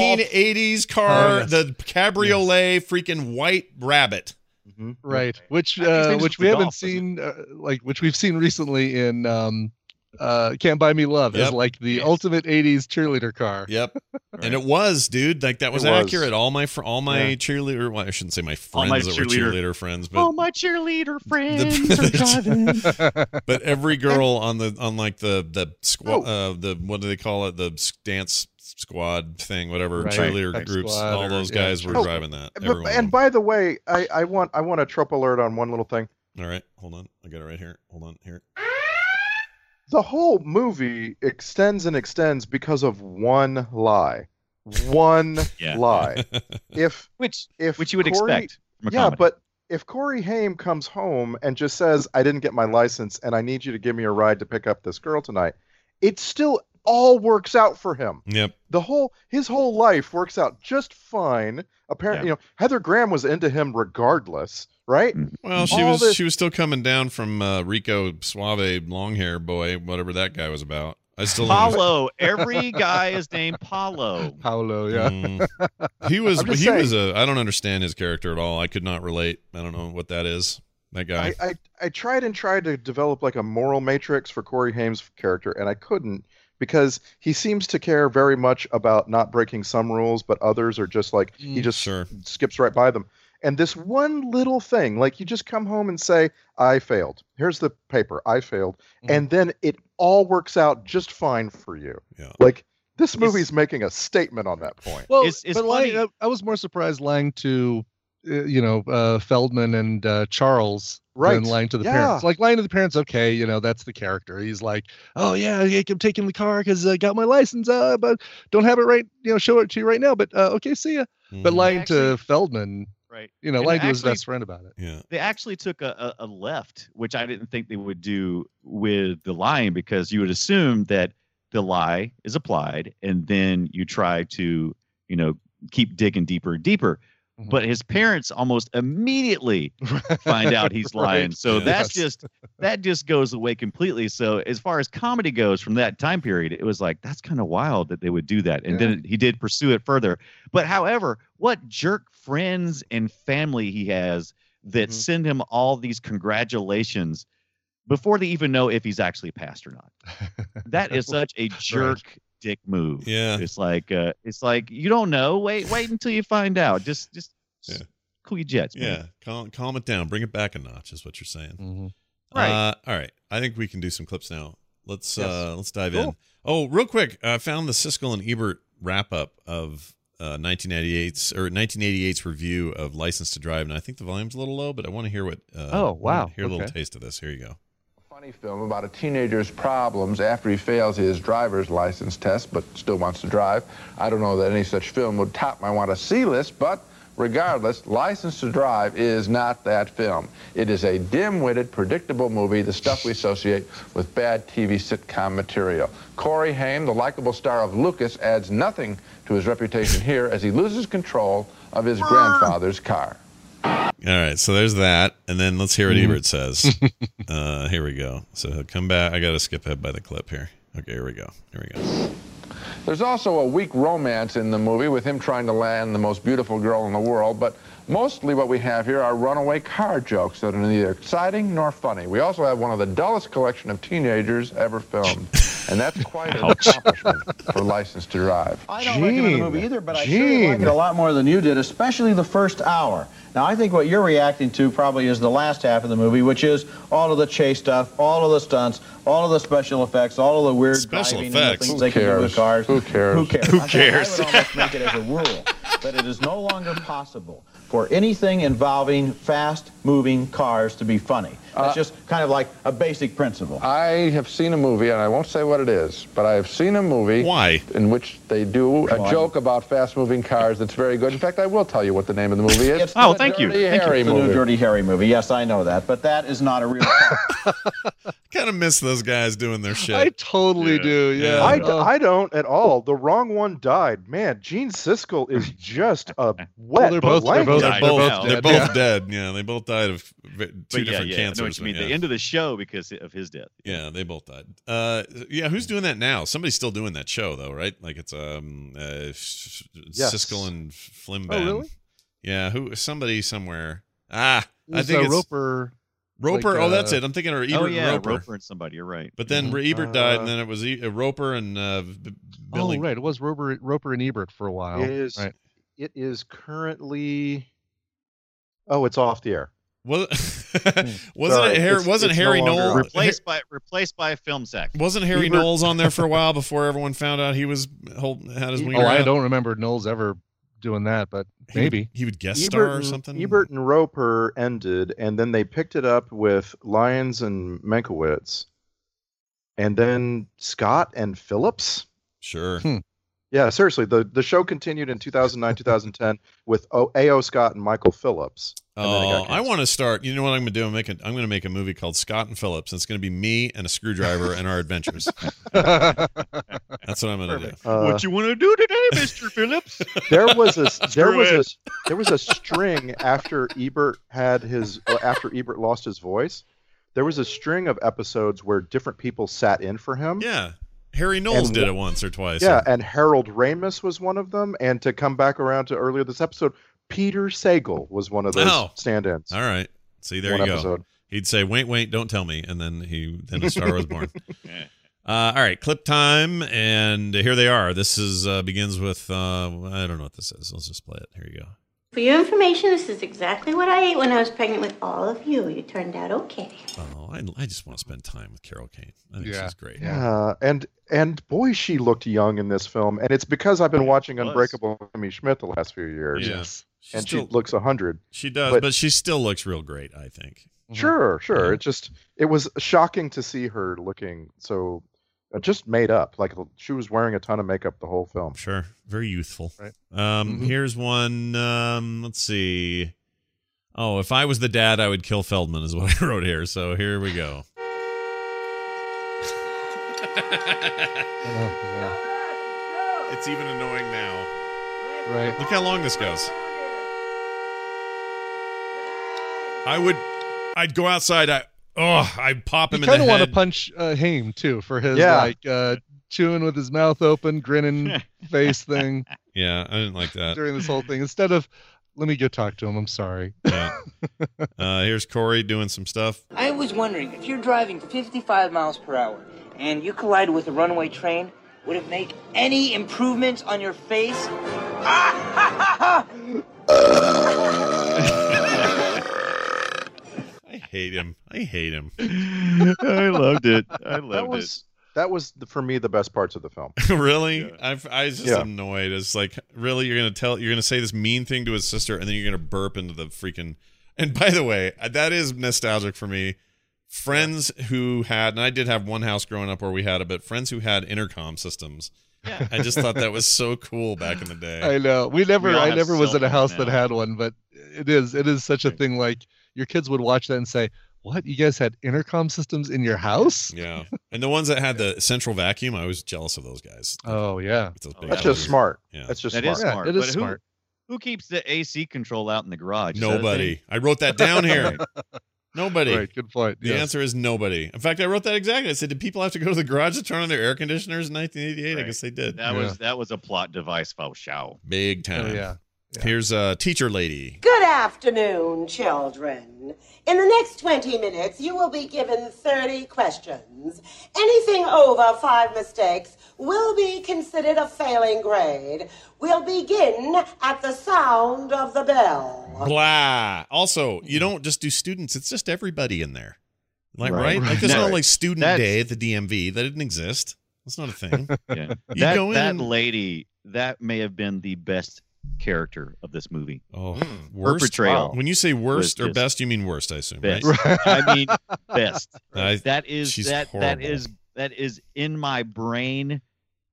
S2: 1980s car,
S6: Oh, yes.
S2: the cabriolet, freaking white rabbit.
S7: Mhm.
S6: right which
S1: I think his
S6: uh,
S1: name is
S6: which
S1: the
S6: we haven't
S1: Golf, isn't it?
S6: seen uh, like which we've seen recently in um uh can't buy me love as
S2: Yep.
S6: like the ultimate 80s cheerleader car
S2: Yep. And it was, dude. Like that was,
S7: It was.
S2: accurate. All my fr- all my
S7: Yeah.
S2: cheerleader. Well, I shouldn't say my
S1: All
S2: friends
S1: my
S2: that were
S1: cheerleader-
S2: cheerleader friends, but
S1: all Oh, my cheerleader friends are
S2: [laughs] the-
S1: driving
S2: but every girl on the on like the the squad
S7: Oh.
S2: uh, the what do they call it the s- dance squad thing whatever
S6: Right.
S2: cheerleader
S6: Tech
S2: groups
S6: squad
S2: all
S6: or-
S2: those
S6: yeah,
S2: guys were
S7: cheerleader.
S2: driving that.
S7: But-
S2: Everyone.
S7: and by the way, I, I want I want a trip alert on one little thing.
S2: all right, hold on, I got it right here. Hold on here.
S7: the whole movie extends and extends because of one lie one
S1: [laughs] Yeah.
S7: lie if
S1: which
S7: if
S1: which you would
S7: Corey-
S1: expect from a
S7: yeah
S1: comedy.
S7: but if corey haim comes home and just says i didn't get my license and i need you to give me a ride to pick up this girl tonight it still all works out for him
S2: [laughs] Yep.
S7: the whole his whole life works out just fine apparently
S1: Yeah.
S7: you know heather graham was into him regardless right
S2: Well, she
S7: All
S2: was
S7: this-
S2: she was still coming down from uh, Rico Suave long hair boy, whatever that guy was about. I still don't know-
S1: Paulo. Every guy is named Paulo.
S6: [laughs] paolo
S1: Mm-hmm.
S6: yeah [laughs]
S2: Mm. He was
S7: I'm
S2: he
S7: just
S2: was a I don't understand his character at all. I could not relate. I don't know what that is. That guy.
S7: I, I, I tried and tried to develop like a moral matrix for Corey Haim's character, and I couldn't because he seems to care very much about not breaking some rules, but others are just like he
S6: Mm,
S7: just
S2: sure.
S7: skips right by them. And this one little thing, like you just come home and say, I failed. Here's the paper, I failed.
S6: Mhm.
S7: And then it all works out just fine for you.
S2: Yeah.
S7: Like this movie's making a statement on that point.
S6: Well,
S1: It's- it's
S6: but lying,
S1: funny-
S6: I, I was more surprised lying to, uh, you know, uh, Feldman and uh, Charles
S7: Right.
S6: than lying to the
S7: Yeah.
S6: parents. Like lying to the parents, okay, you know, that's the character. He's like, oh yeah, I- I'm taking the car because I got my license, uh, but don't have it right, you know, show it to you right now. But uh, okay, see ya. But
S2: Mhm.
S6: lying to
S1: Actually-
S6: Feldman,
S1: Right.
S6: you
S1: Mm-hmm.
S6: know,
S1: And
S6: lying to his
S1: actually-
S6: best friend about it.
S2: yeah.
S1: They actually took a, a, a left, which I didn't think they would do with the lying because you would assume that the lie is applied and then you try to, you know, keep digging deeper and deeper.
S6: Mhm.
S1: But his parents almost immediately find
S2: [laughs]
S1: out he's
S6: [laughs] Right.
S1: lying. So
S2: Yeah.
S1: that's
S6: Yes.
S1: just that just goes away completely. So as far as comedy goes from that time period, it was like that's kind of wild that they would do that. And
S7: Yeah.
S1: then he did pursue it further. But however, what jerk friends and family he has that
S2: Mm-hmm.
S7: Mhm.
S1: send him all these congratulations before they even know if he's actually passed or not.
S6: [laughs]
S1: That is such
S2: [laughs]
S1: a jerk dick move.
S2: Yeah.
S1: It's like uh, it's like you don't know. Wait, wait until you find out. Just just, just
S2: Yeah.
S1: cool your jets. man.
S2: Yeah. Calm, calm it down. Bring it back a notch is what you're saying.
S6: Mhm.
S1: Right.
S2: Uh, all right. I think we can do some clips now. Let's
S6: Yes.
S2: uh let's dive in.
S6: Cool.
S2: Oh, real quick, I found the Siskel and Ebert wrap up of uh 1998's or 1988's review of License to Drive, and I think the volume's a little low, but I want to hear what. Uh,
S6: Oh, wow.
S2: Hear a little
S6: Okay.
S2: taste of this. Here you go.
S11: Funny film about a teenager's problems after he fails his driver's license test but still wants to drive. I don't know that any such film would top my want to see list, but regardless, License to Drive is not that film. It is a dim-witted, predictable movie, the stuff we associate with bad TV sitcom material. Corey Haim, the likable star of Lucas, adds nothing to his reputation here as he loses control of his grandfather's car.
S2: All right, so there's that, and then let's hear what
S6: Mhm.
S2: Ebert says. uh, here we go. So come back. I got to skip ahead by the clip here. Okay, here we go. Here
S1: [laughs]
S2: we go.
S11: There's also a weak romance in the movie with him trying to land the most beautiful girl in the world, but mostly what we have here are runaway car jokes that are neither exciting nor funny. We also have one of the dullest collection of teenagers ever filmed, and that's quite an accomplishment for License to Drive.
S12: I don't recommend the
S7: Gene.
S12: movie either, but I surely liked it a lot more than you did, especially the first hour. Now, I think what you're reacting to probably is the last half of the movie, which is all of the chase stuff, all of the stunts, all of the special effects, all of the weird
S2: Special
S12: driving and
S2: effects?
S12: the
S11: Who
S12: things they can do
S11: cares?
S12: with cars.
S11: Who cares?
S12: Who cares?
S2: Who
S12: I think
S2: cares?
S12: I would almost make it as a rule that it is no longer possible for anything involving fast-moving cars to be funny.
S11: Uh,
S12: That's just kind of like a basic principle.
S11: I have seen a movie, and I won't say what it is, but I have seen a movie
S2: Why?
S11: in which they do
S12: Come
S11: a
S12: on.
S11: joke about fast-moving cars that's very good. In fact, I will tell you what the name of the movie is.
S12: It's
S1: Oh,
S12: the
S1: thank you.
S11: Dirty
S1: Thank you.
S11: Harry
S12: It's a new
S11: movie.
S12: Dirty Harry movie. Yes, I know that, but that is not a real car.
S2: Kind of miss those guys doing their shit.
S6: I totally
S1: Yeah.
S6: do.
S2: Yeah.
S6: Yeah.
S7: I, d-
S6: Oh.
S7: I don't at all. The wrong one died. Man, Gene Siskel is just
S6: [laughs]
S7: a wet
S6: Well, they're both- they're
S7: blanket.
S6: both-
S1: they're
S2: They're
S1: both
S2: both,
S1: dead.
S2: they're both dead. Yeah, they both died of v- two
S1: But yeah,
S2: different
S1: yeah,
S2: cancers.
S1: I know what you mean.
S2: Yeah.
S1: The end of the show because of his death.
S2: Yeah, they both died. Uh, yeah, who's doing that now? Somebody's still doing that show though, right? Like it's um, uh, Sh-
S7: Yes.
S2: Siskel and Flimban.
S6: Oh, really?
S2: Yeah, who? Somebody somewhere. Ah, I
S6: It's,
S2: think
S6: uh,
S2: it's Roper.
S6: Roper. like,
S2: oh, that's
S6: uh,
S2: it. I'm thinking of Ebert
S1: oh
S2: and
S1: yeah,
S2: Roper.
S1: Roper. and somebody. You're right.
S2: But then
S6: Mhm.
S2: Ebert died,
S7: Uh,
S2: and then it was e- uh, Roper and uh, B- Billy.
S6: Oh, right. It was Roper, Roper and Ebert for a while.
S7: It is.
S6: Right.
S7: It is currently. Oh, it's off the air.
S2: [laughs] Was,
S7: Hmm.
S2: wasn't
S7: Sorry,
S2: it? Harry
S7: it's-
S2: wasn't
S7: it's no
S2: Harry
S7: longer
S2: Knoll?
S7: on.
S1: Replaced by replaced by a film sack.
S2: Wasn't Harry
S7: Ebert-
S2: Knowles on there for a
S7: [laughs]
S2: while before everyone found out he was hold, had his
S7: Oh,
S2: wiener
S6: Oh, I
S2: out?
S6: don't remember Knowles ever doing that, but
S2: He would-
S6: maybe.
S2: he would guest
S7: Ebert
S2: star or
S7: and-
S2: something.
S7: Ebert and Roper ended, and then they picked it up with Lyons and Mankiewicz, and then Scott and Phillips. [laughs]
S2: Sure.
S7: Yeah, seriously, the, the show continued in 2009, 2010 with O- A.O. Scott and Michael Phillips. and then it got
S2: Oh, I
S7: canceled.
S2: want to start. You know what I'm going to do? I'm making. I'm going to make a movie called Scott and Phillips. And it's going to be me and a screwdriver and our adventures. That's what I'm going to do.
S7: Uh,
S1: what you want to do today, Mister [laughs] Phillips?
S7: there
S2: [laughs]
S7: was a there
S1: Screw
S7: was
S1: it.
S7: a there was a string after Ebert had his uh, after Ebert lost his voice. There was a string of episodes where different people sat in for him.
S2: Yeah, Harry Knowles
S7: And
S2: did
S7: wh-
S2: it once or twice.
S7: Yeah, and Harold Ramis was one of them. And to come back around to earlier this episode, Peter Sagal was one of those
S2: Oh.
S7: stand-ins.
S2: All right. See, there
S7: one
S2: you go.
S7: episode.
S2: He'd say, "Wait, wait, don't tell me," and then he then a star was born. Uh, all right, clip time, and here they are. This is uh, begins with uh, I don't know what this is. Let's just play it. Here you go.
S13: For your information, this is exactly what I ate when I was pregnant with all of you. You turned out okay.
S2: Oh, I, I just want to spend time with Carol Kane. I think she's great.
S7: Yeah, Uh, and and boy, she looked young in this film, and it's because I've been watching Unbreakable Kimmy Schmidt the last few years.
S2: Yeah. She's
S7: and
S2: still-
S7: she looks hundred.
S2: She does, but,
S7: But-
S2: she still looks real great. I think.
S7: Sure, sure.
S2: Yeah.
S7: It just it was shocking to see her looking so uh, just made up. Like she was wearing a ton of makeup the whole film.
S2: Sure, very youthful. Um,
S7: Mm-hmm.
S2: here's one. Um, let's see. Oh, if I was the dad, I would kill Feldman, is what [laughs] I wrote here. So here we go. It's even annoying now.
S6: Right.
S2: Look how long this goes. I would, I'd go outside. I, oh, I'd pop him
S6: you
S2: in the
S6: kind of want to
S2: head.
S6: punch uh, Haim too for his
S2: Yeah.
S6: like uh, chewing with his mouth open, grinning face thing
S2: yeah, I didn't like
S6: [laughs]
S2: that.
S6: during this whole thing. Instead of let me go talk to him. I'm sorry.
S2: Yeah. Uh, here's Corey doing some stuff.
S4: I was wondering if you're driving 55 miles per hour and you collide with a runaway train, would it make any improvements on your face?
S2: I hate him. I hate him. [laughs]
S1: I loved it. I
S7: that
S1: loved
S7: was that was the, for me the best parts of
S2: [laughs]
S7: the film.
S2: really? I've, I was just
S7: Yeah.
S2: annoyed. It's like, really, you're gonna tell, you're gonna say this mean thing to his sister, and then you're gonna burp into the freaking. And by the way, that is nostalgic for me. Friends who had, and I did have one house growing up where we had it, but friends who had intercom systems.
S6: Yeah.
S2: I just thought that was so cool back in the day.
S6: [laughs] I know. We never.
S2: We all
S6: I
S2: have
S6: never was
S2: cell
S6: in a house
S2: phones
S6: that had one, but it is. It is such a thing. Like your kids would watch that and say, "What? You guys had intercom systems in your
S1: [laughs]
S6: house?"
S2: Yeah. And the ones that had the central vacuum, I was jealous of those guys.
S6: Oh yeah.
S2: With those big
S7: That's
S2: batteries.
S7: just smart.
S2: Yeah.
S7: That's just
S1: That
S7: smart.
S1: is smart.
S6: it is
S1: but who-
S6: smart.
S1: Who, keeps the AC control out in the garage? Is that a thing?
S2: Nobody. I wrote that down
S1: [laughs]
S2: here. Nobody.
S6: Right, good point.
S2: The
S6: Yes.
S2: answer is nobody. In fact, I wrote that exactly. I said, "Did people have to go to the garage to turn on their air conditioners in 1988?" I guess they did.
S1: That was that was a plot device faux show.
S2: big time.
S1: Oh, yeah.
S2: Here's a teacher lady.
S14: Good afternoon, children. In the next 20 minutes, you will be given 30 questions. Anything over five mistakes will be considered a failing grade. We'll begin at the sound of the bell.
S2: Blah. Also,
S1: Mm-hmm.
S2: you don't just do students. It's just everybody in there. Like right?
S1: Right. [laughs]
S2: Like there's
S1: Right.
S2: no like student
S1: That's-
S2: day at the DMV. That didn't exist. That's not
S1: [laughs]
S2: a thing.
S1: Yeah.
S2: You
S1: that,
S2: go in.
S1: that lady, that may have been the best character of this movie.
S2: Oh,
S1: her
S2: worst.
S1: portrayal.
S2: When you say worst
S1: was
S2: or
S1: just
S2: best, you mean worst. I assume.
S6: [laughs]
S1: best.
S2: Right?
S1: I mean best.
S2: [laughs] I-
S1: that is
S2: she's
S1: that that
S2: horrible.
S1: is that is in my brain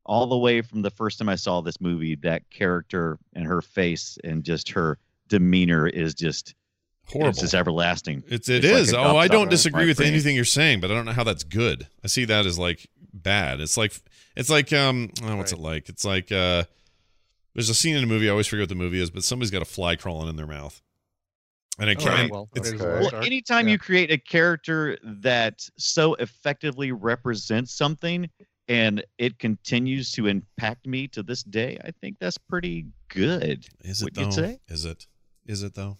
S1: all the way from the first time I saw this movie. That character and her face and just her demeanor is just
S2: Horrible.
S1: It's just everlasting.
S2: It's it
S1: like
S2: is.
S1: a
S2: oh, I
S1: gobstopper
S2: don't
S1: in
S2: disagree
S1: my
S2: with
S1: brain.
S2: anything you're saying, but I don't know how that's good. I see that as like bad. It's like it's like um oh, what's it like? It's like uh there's a scene in a movie, I always forget what the movie is, but somebody's got a fly crawling in their mouth. And I
S1: Oh,
S2: can't
S1: right.
S2: and
S1: Well,
S2: it's,
S1: there's a little Well, dark. anytime you create a character that so effectively represents something and it continues to impact me to this day, I think that's pretty good. [laughs]
S2: Is it
S1: Wouldn't
S2: though?
S1: you say?
S2: Is it? Is it though?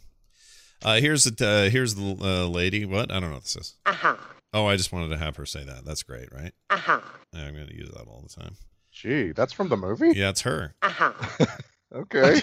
S2: Uh here's the uh, here's the uh, lady. What? I don't know what this is.
S14: Uh-huh.
S2: Oh, I just wanted to have her say that. That's great, right?
S14: Uh-huh.
S2: Yeah, I'm gonna use that all the time.
S7: Gee, that's from the movie?
S2: Yeah,
S14: [laughs]
S2: it's her.
S14: Uh-huh.
S7: Okay.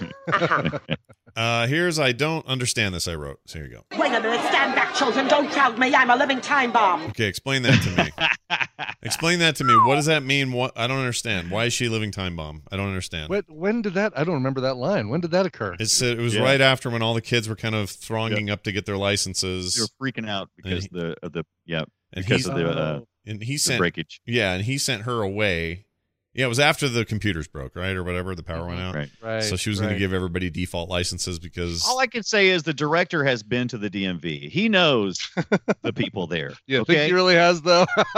S2: uh here's I don't understand this I wrote. So here you go.
S14: Wait a minute, stand back, children. Don't crowd me. I'm a living time bomb.
S2: Okay, explain that to
S14: [laughs]
S2: me. explain that to me. What does that mean? What I don't understand. Why is she a living time bomb? I don't understand.
S6: When, when did that? I don't remember that line. When did that occur?
S2: It said it was
S6: Yeah.
S2: right after when all the kids were kind of thronging up to get their licenses.
S1: They're freaking out because the of the yeah
S2: and
S1: because
S2: he's-
S1: of the uh,
S2: and he
S1: the
S2: sent
S1: breakage.
S2: Yeah, and he sent her away. Yeah, it was after the computers broke, right, or whatever. The power went out.
S1: Right.
S6: Right,
S2: So she was going
S1: right.
S2: to give everybody default licenses because
S1: All I can say is the director has been to the DMV. He knows the people there.
S6: Yeah,
S1: okay?
S6: think he really has though. [laughs]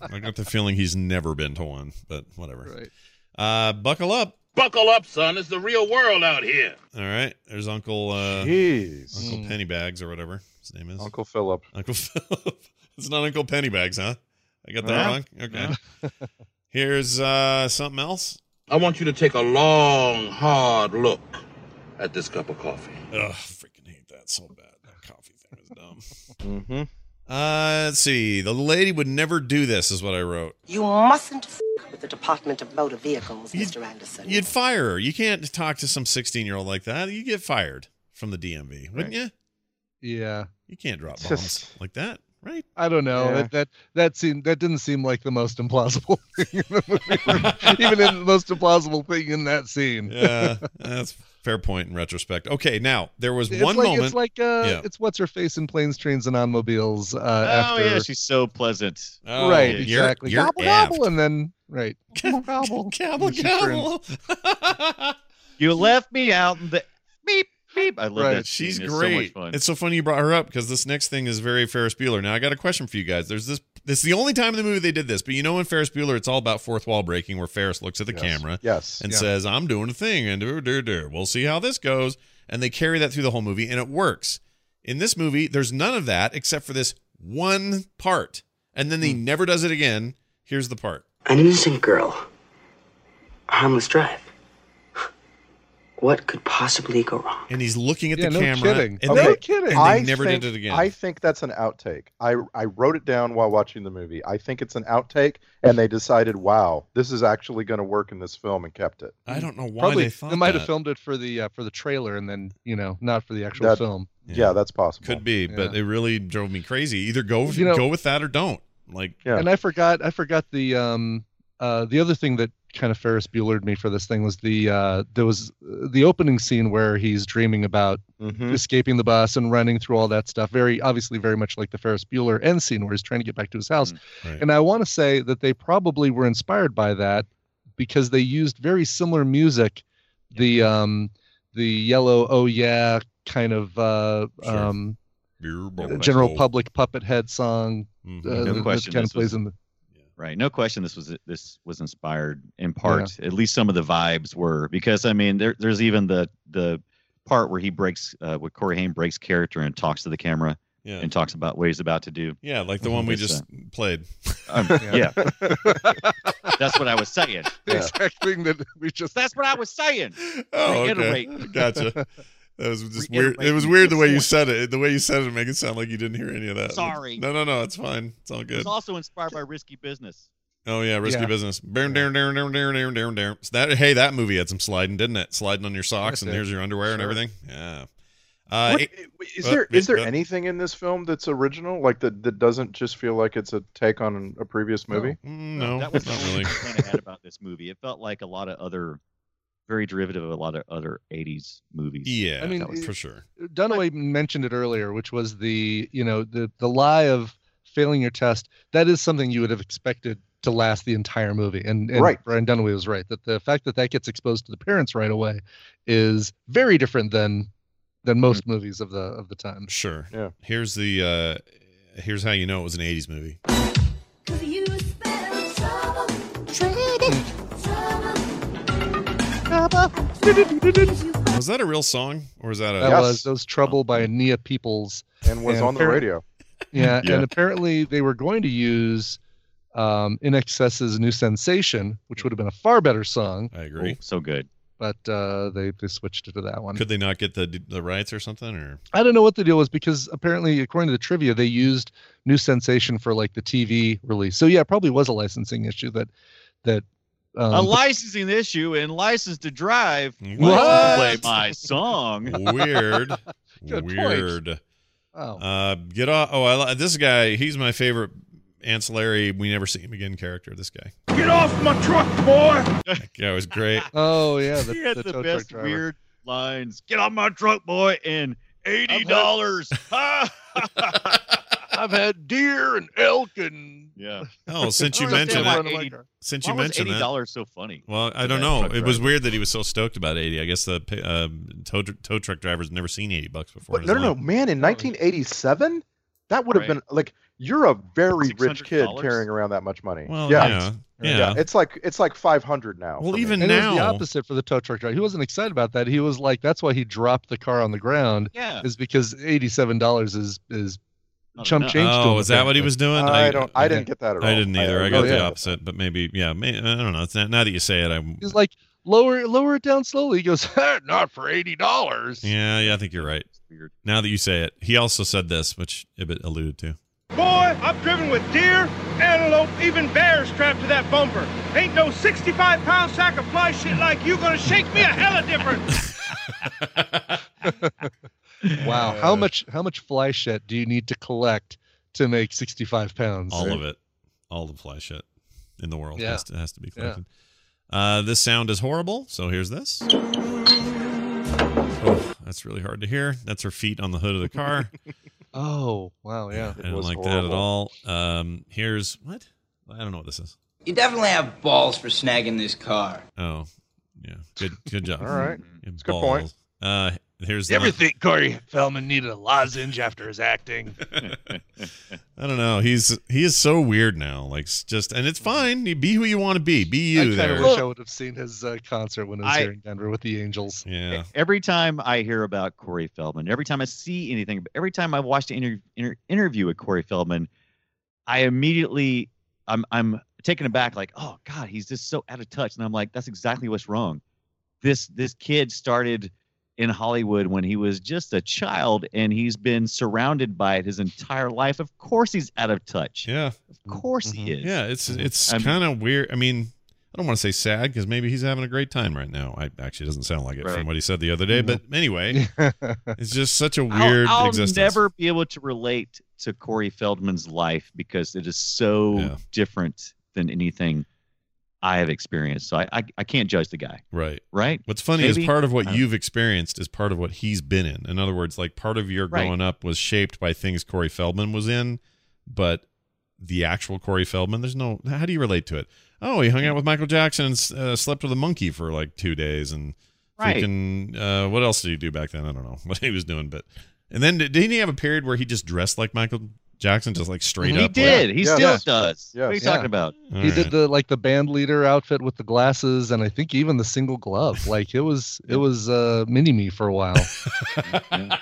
S2: I got the feeling he's never been to one, but whatever. Right. Uh, buckle up.
S15: Buckle up, son. It's the real world out here.
S2: All right. There's Uncle [laughs] uh
S7: Jeez.
S2: Uncle Pennybags or whatever his name is.
S7: Uncle Philip.
S2: Uncle [laughs] Philip. it's not Uncle Pennybags, huh? I got that
S15: No.
S2: wrong. Okay. Here's uh something else.
S15: I want you to take a long, hard look at this cup of coffee.
S6: [laughs]
S2: Ugh, freaking hate that so bad. That coffee thing is dumb.
S7: Mm-hmm.
S2: Uh, let's see. The lady would never do this, is what I wrote.
S14: You mustn't f- with the Department of Motor Vehicles, Mr. Anderson.
S2: You'd fire her. You can't talk to some 16 year old like that. You get fired from the DMV, wouldn't you?
S6: Yeah.
S2: You can't drop
S6: It's
S2: bombs
S6: just-
S2: like that, right?
S6: I don't know.
S2: Yeah.
S6: That that that seemed that didn't seem like the most implausible [laughs] thing in the movie. Even in the most implausible thing in that scene. [laughs]
S2: Yeah, that's a fair point in retrospect. Okay, now there was
S6: It's
S2: one
S6: like,
S2: moment.
S6: It's like uh,
S2: Yeah.
S6: it's what's her face in planes, trains, and automobiles. Uh, oh
S1: oh yeah, she's so pleasant.
S2: Oh,
S6: right, exactly.
S1: You're,
S6: gobble
S1: you're
S6: gobble, and then right, gobble gobble,
S2: [laughs] gobble
S1: gobble.
S2: [laughs]
S1: You left me out in the beep beep. I love that.
S2: She's
S1: scene.
S2: great.
S1: It's so much fun.
S2: It's so funny you brought her up because this next thing is very Ferris Bueller. Now I got a question for you guys. There's this. This is the only time in the movie they did this, but you know in Ferris Bueller, it's all about fourth wall breaking, where Ferris looks at the
S7: Yes.
S2: camera,
S7: Yes.
S2: and
S7: Yeah.
S2: says, "I'm doing a thing," and do do do. We'll see how this goes. And they carry that through the whole movie, and it works. In this movie, there's none of that except for this one part, and then he never does it again. Here's the part.
S16: An innocent girl. A harmless drive. What could possibly go wrong?
S2: And he's looking at
S16: Yeah, no
S2: the camera.
S16: kidding.
S2: And
S16: Okay.
S2: they,
S16: No
S2: And
S16: kidding.
S2: they
S7: I
S2: never
S7: think,
S2: did it again.
S7: I think that's an outtake. I I wrote it down while watching the movie. I think it's an outtake, and they decided, wow, this is actually going to work in this film, and kept it.
S2: I don't know why
S6: Probably
S2: they thought
S6: might
S2: that.
S6: have filmed it for the uh, for the trailer, and then you know not for the actual
S7: That-
S6: film.
S7: Yeah, that's possible.
S2: Could be, but it really drove me crazy. Either go
S6: You know-
S2: go with that or don't. Like
S1: Oh.
S6: And I forgot I forgot the um uh the other thing that kind of Ferris Buellered me for this thing was the uh there was uh, the opening scene where he's dreaming about
S1: Hmm.
S7: Mhm.
S6: escaping the bus and running through all that stuff. Very obviously very much like the Ferris Bueller end scene where he's trying to get back to his house.
S1: Hmm.
S2: Right.
S6: And I want to say that they probably were inspired by that because they used very similar music the um the yellow oh yeah kind of uh
S2: Sure.
S6: um
S2: Beer
S1: bong.
S6: general
S1: Oh.
S6: public puppet head song
S1: Mhm.
S2: Mm-hmm.
S6: uh,
S1: No
S6: that- that
S1: question,
S6: kind of
S1: this was-
S6: plays in the
S1: Right. No question this was this was inspired in part. At least some of the vibes were because I mean there there's even the the part where he breaks uh where Corey Haim breaks character and talks to the camera
S2: Yeah.
S1: and talks about what he's about to do.
S2: Yeah, like the one we
S1: It's,
S2: just
S1: uh,
S2: played.
S1: um, yeah. That's what I was saying.
S6: [laughs] The exact thing that we just
S1: That's what I was saying.
S2: Oh, okay.
S1: Reiterate.
S2: [laughs] gotcha. That was just
S1: Reiterate.
S2: weird. It was weird the way you said it. The way you said it make it sound like you didn't hear any of that.
S1: Sorry.
S2: No, no, no. It's fine. It's all
S1: It
S2: good.
S1: was also inspired by risky business.
S2: Oh yeah, risky
S1: Yeah.
S2: business. Darn, darn, darn, darn, darn, darn, darn, darn. So that hey, that movie had some sliding, didn't it? Sliding on your socks,
S7: Yes,
S2: and
S7: it-
S2: here's your underwear and
S7: sure.
S2: everything. Yeah. Uh,
S7: What-
S2: it-
S7: is
S2: uh,
S7: there is there
S2: uh,
S7: anything in this film that's original, like that that doesn't just feel like it's a take on a previous movie?
S2: mm, No,
S1: Uh, that was the
S2: not
S1: only [laughs]
S2: really.
S1: complaint I had about this movie. It felt like a lot of other, very derivative of a lot of other '80s movies.
S2: Yeah,
S6: I mean,
S1: That was-
S2: for sure.
S6: [laughs] Dunaway mentioned it earlier, which was the you know the the lie of failing your test. That is something you would have expected to last the entire movie, and, and
S7: Right.
S6: Brian Dunaway was right that the fact that that gets exposed to the parents right away is very different than than most movies of the of the time.
S2: Sure. Yeah. Here's the uh here's how you know it was an 80s movie. [laughs] Was that a real song or was that a
S6: That was those trouble by Nia Peoples
S7: And was on the
S6: apparent-
S7: radio.
S6: Yeah,
S7: Yeah.
S6: and apparently they were going to use um NXS's new sensation, which would have been a far better song.
S2: I agree.
S1: Oh, so good.
S6: But uh, they they switched it to that one.
S2: Could they not get the the rights or something or
S6: I don't know what the deal was because apparently, according to the trivia, they used New Sensation for like the TV release. So yeah, it probably was a licensing issue that that. Um,
S1: a licensing issue and license to drive.
S6: What?
S1: Play
S2: [laughs]
S1: my song.
S2: weird?
S1: [laughs] Good point.
S2: weird.
S6: Oh.
S2: Uh get off Oh, I li- this guy, he's my favorite ancillary we never see him again character this guy.
S15: Get off my truck, boy!
S2: That guy
S1: [laughs]
S2: was great.
S6: oh yeah,
S1: he had the,
S6: tow truck
S1: best
S6: driver.
S1: weird lines. Get on my truck, boy, and eighty
S2: [laughs]
S1: dollars.
S6: [laughs]
S1: I've
S6: had deer and elk and
S1: yeah.
S2: Oh, since
S1: I
S2: you
S1: don't understand
S2: mentioned
S1: why
S2: that,
S1: 80
S2: since
S1: why
S2: you
S1: was
S2: mentioned that-
S1: eighty dollars so funny.
S2: Well, I
S1: for that
S2: don't know.
S1: truck
S2: It was
S1: driver.
S2: weird that he was so stoked about 80. I guess the pa- um, tow, tr- tow truck driver's never seen 80 bucks before.
S7: But no, no, no, man! In 1987, that would have
S2: Right.
S7: been like you're a very rich kid
S2: $600?
S7: carrying around that much money.
S2: Well,
S7: yeah,
S2: yeah,
S7: yeah.
S2: yeah.
S7: It's like it's like 500 now. for me.
S6: and it was the opposite for the tow truck driver. He wasn't excited about that. He was like, "That's why he dropped the car on the ground."
S1: Yeah.
S6: is because eighty-seven dollars is is chump change. to
S2: Oh,
S6: him,
S2: is that what he
S6: apparently.
S2: was doing?
S7: I don't- I didn't get that at
S2: I
S7: all.
S2: didn't
S7: I- Oh,
S2: either. I,
S7: I
S2: got
S7: really
S2: the
S7: didn't.
S2: opposite, but maybe, yeah, may, I don't know. It's not, now that you say it, I'm.
S6: He's like, "Lower, lower it down slowly." He goes, [laughs] "Not for eighty dollars."
S2: Yeah, yeah, I think you're right. Now that you say it, he also said this, which Ibbot alluded to.
S15: Boy,
S17: I've driven with deer, antelope, even bears strapped to that bumper. Ain't no 65 pound sack of fly shit like you gonna shake me a hella different.
S1: [laughs]
S6: Wow. How much how much fly shit do you need to collect to make 65 pounds?
S2: All
S6: right?
S2: of it, all the fly shit in the world
S6: Yeah.
S2: has, to, has to be
S6: Yeah.
S2: collected. Uh, this sound is horrible, so here's this. Oh, that's really hard to hear. That's her feet on the hood of the
S4: [laughs]
S2: car.
S6: Oh, wow. Yeah.
S2: I don't like that at all. Um, here's what? I don't know what this is.
S4: You definitely have balls for snagging this car.
S2: Oh, yeah. Good, good job.
S4: [laughs] All right.
S2: Yeah,
S4: It's a good point.
S2: balls. Uh, here's the-
S18: Everything Corey Feldman needed a lozenge after his acting.
S2: [laughs] I don't know. He's he is so weird now. Like s- just and it's fine. You be who you want to be. Be
S6: I
S2: you
S6: kind of
S2: there.
S6: wish I would have seen his uh, concert when I was
S1: I-
S6: here in Denver with the
S2: [laughs]
S6: Angels.
S2: Yeah.
S1: E-, Every time I hear about Corey Feldman, every time I see anything, every time I watch the inter- inter- interview with Corey Feldman, I immediately I'm I'm taken aback, like, oh God, he's just so out of touch. And I'm like, that's exactly what's wrong. This this kid started in Hollywood when he was just a child, and he's been surrounded by it his entire life. Of course, he's out of touch.
S2: Yeah,
S1: of course he is.
S2: Mm-hmm. Yeah, it's it's
S1: I'm-
S2: kind of weird. I mean, I don't want to say sad because maybe he's having a great time right now. I actually it doesn't sound like it
S1: Right. Mm-hmm.
S2: from what he said the other day. But anyway, it's just such a
S1: I'll-
S2: weird
S1: I'll,
S2: existence.
S1: never be able to relate to Corey Feldman's life because it is so different than anything I have experienced. So I, I, I can't judge the guy.
S2: Right.
S1: Right.
S2: What's funny
S1: Maybe?
S2: is part of
S1: I
S2: what
S1: don't-
S2: you've experienced is part of what he's been in. In other words, like part of your
S1: Right.
S2: growing up was shaped by things Corey Feldman was in, but the actual Corey Feldman, there's no. How do you relate to it? Oh, he hung out with Michael Jackson and uh, slept with a monkey for like two days and
S1: Right.
S2: freaking. Uh, what else did he do back then? I don't know [laughs] what he was doing, but and then did- didn't he have a period where he just dressed like Michael Jackson, just like straight
S1: He
S2: up?
S1: did.
S2: Like,
S1: He still does. What are you
S6: Yeah.
S1: talking about?
S2: All
S6: [laughs] he
S2: right.
S6: did the like the band leader outfit with the glasses, and I think even the single glove. Like it was it was uh, mini me for
S18: [laughs]
S6: a while.
S2: [laughs] I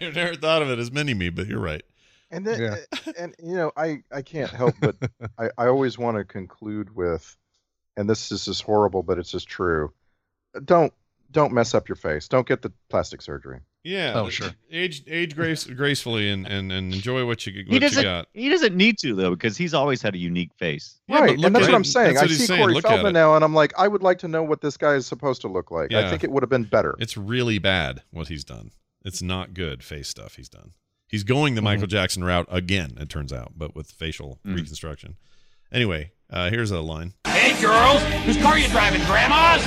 S2: never thought of it as mini me, but you're right.
S7: And then,
S2: Yeah.
S7: uh, and you know, I I can't help [laughs] but I I always want to conclude with, and this is just horrible, but it's just true. uh, Don't don't mess up your face. Don't get the plastic surgery.
S2: Yeah.
S7: Oh,
S2: the-
S7: sure.
S2: Age age grace, gracefully and, and, and enjoy what you
S1: He
S2: what you
S1: doesn't.
S2: got.
S1: He doesn't need to though because he's always had a unique face.
S2: Yeah, but
S7: right,
S2: look
S7: and that's
S2: at
S7: what
S2: it.
S7: I'm saying.
S2: That's what
S7: I
S2: he's
S7: see
S2: saying.
S7: Corey
S2: Look at
S7: Feldman
S2: it.
S7: now, and I'm like, I would like to know what this guy is supposed to look like.
S2: Yeah.
S7: I think it would have been better.
S2: It's really bad what he's done. It's not good face stuff he's done. He's going the
S7: Mm-hmm.
S2: Michael Jackson route again, it turns out, but with facial
S7: Mm.
S2: reconstruction. Anyway, uh, here's a line.
S18: Hey, girls, whose car you driving, Grandma's?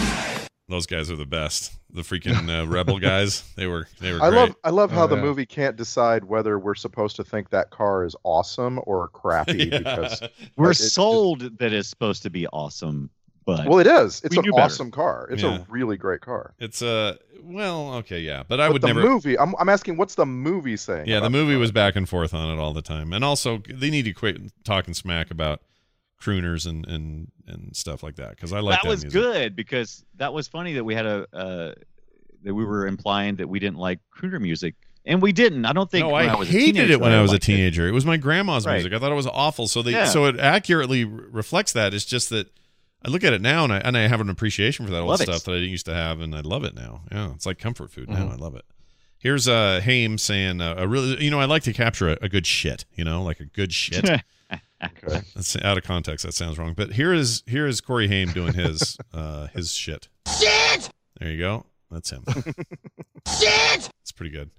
S2: Those guys are the best. The freaking uh,
S7: [laughs]
S2: rebel guys. They were they were
S7: I
S2: great.
S7: love I love how
S2: Oh,
S7: the
S2: yeah.
S7: movie can't decide whether we're supposed to think that car is awesome
S2: [laughs]
S7: or crappy
S2: Yeah.
S7: because
S1: We're
S7: like, it-
S1: sold that it's supposed to be awesome, but
S7: well, it is. It's
S1: we
S7: an
S1: knew better.
S7: awesome car. It's
S2: Yeah.
S7: a really great car.
S2: It's uh well, okay, yeah. But I
S7: But
S2: would
S7: the
S2: never
S7: movie. I'm I'm asking, what's the movie saying?
S2: Yeah, the
S7: about-
S2: movie was back and forth on it all the time, and also they need to quit talking smack about crooners and and and stuff like that because I like that,
S1: that was
S2: music.
S1: good because that was funny that we had a uh, that we were implying that we didn't like crooner music and we didn't. I don't think.
S2: No,
S1: when
S2: I,
S1: was a
S2: hated it
S1: teenager,
S2: when I was a
S1: liked it.
S2: teenager. It. was my grandma's
S1: Right.
S2: music. I thought it was awful. So they
S1: Yeah.
S2: so it accurately re- reflects that. It's just that I look at it now and I and I have an appreciation for that old
S1: Love it.
S2: stuff that I used to have, and I love it now. Yeah, it's like comfort food now.
S1: Mhm.
S2: I love it. Here's uh Haim saying uh, a really you know I like to capture a, a good shit. You know, like a good shit.
S1: [laughs]
S7: Okay.
S2: That's out of context. That sounds wrong. But here is here is Corey Haim
S1: [laughs]
S2: doing his uh his shit.
S18: Shit!
S2: There you go. That's him.
S18: [laughs] Shit!
S2: It's pretty good.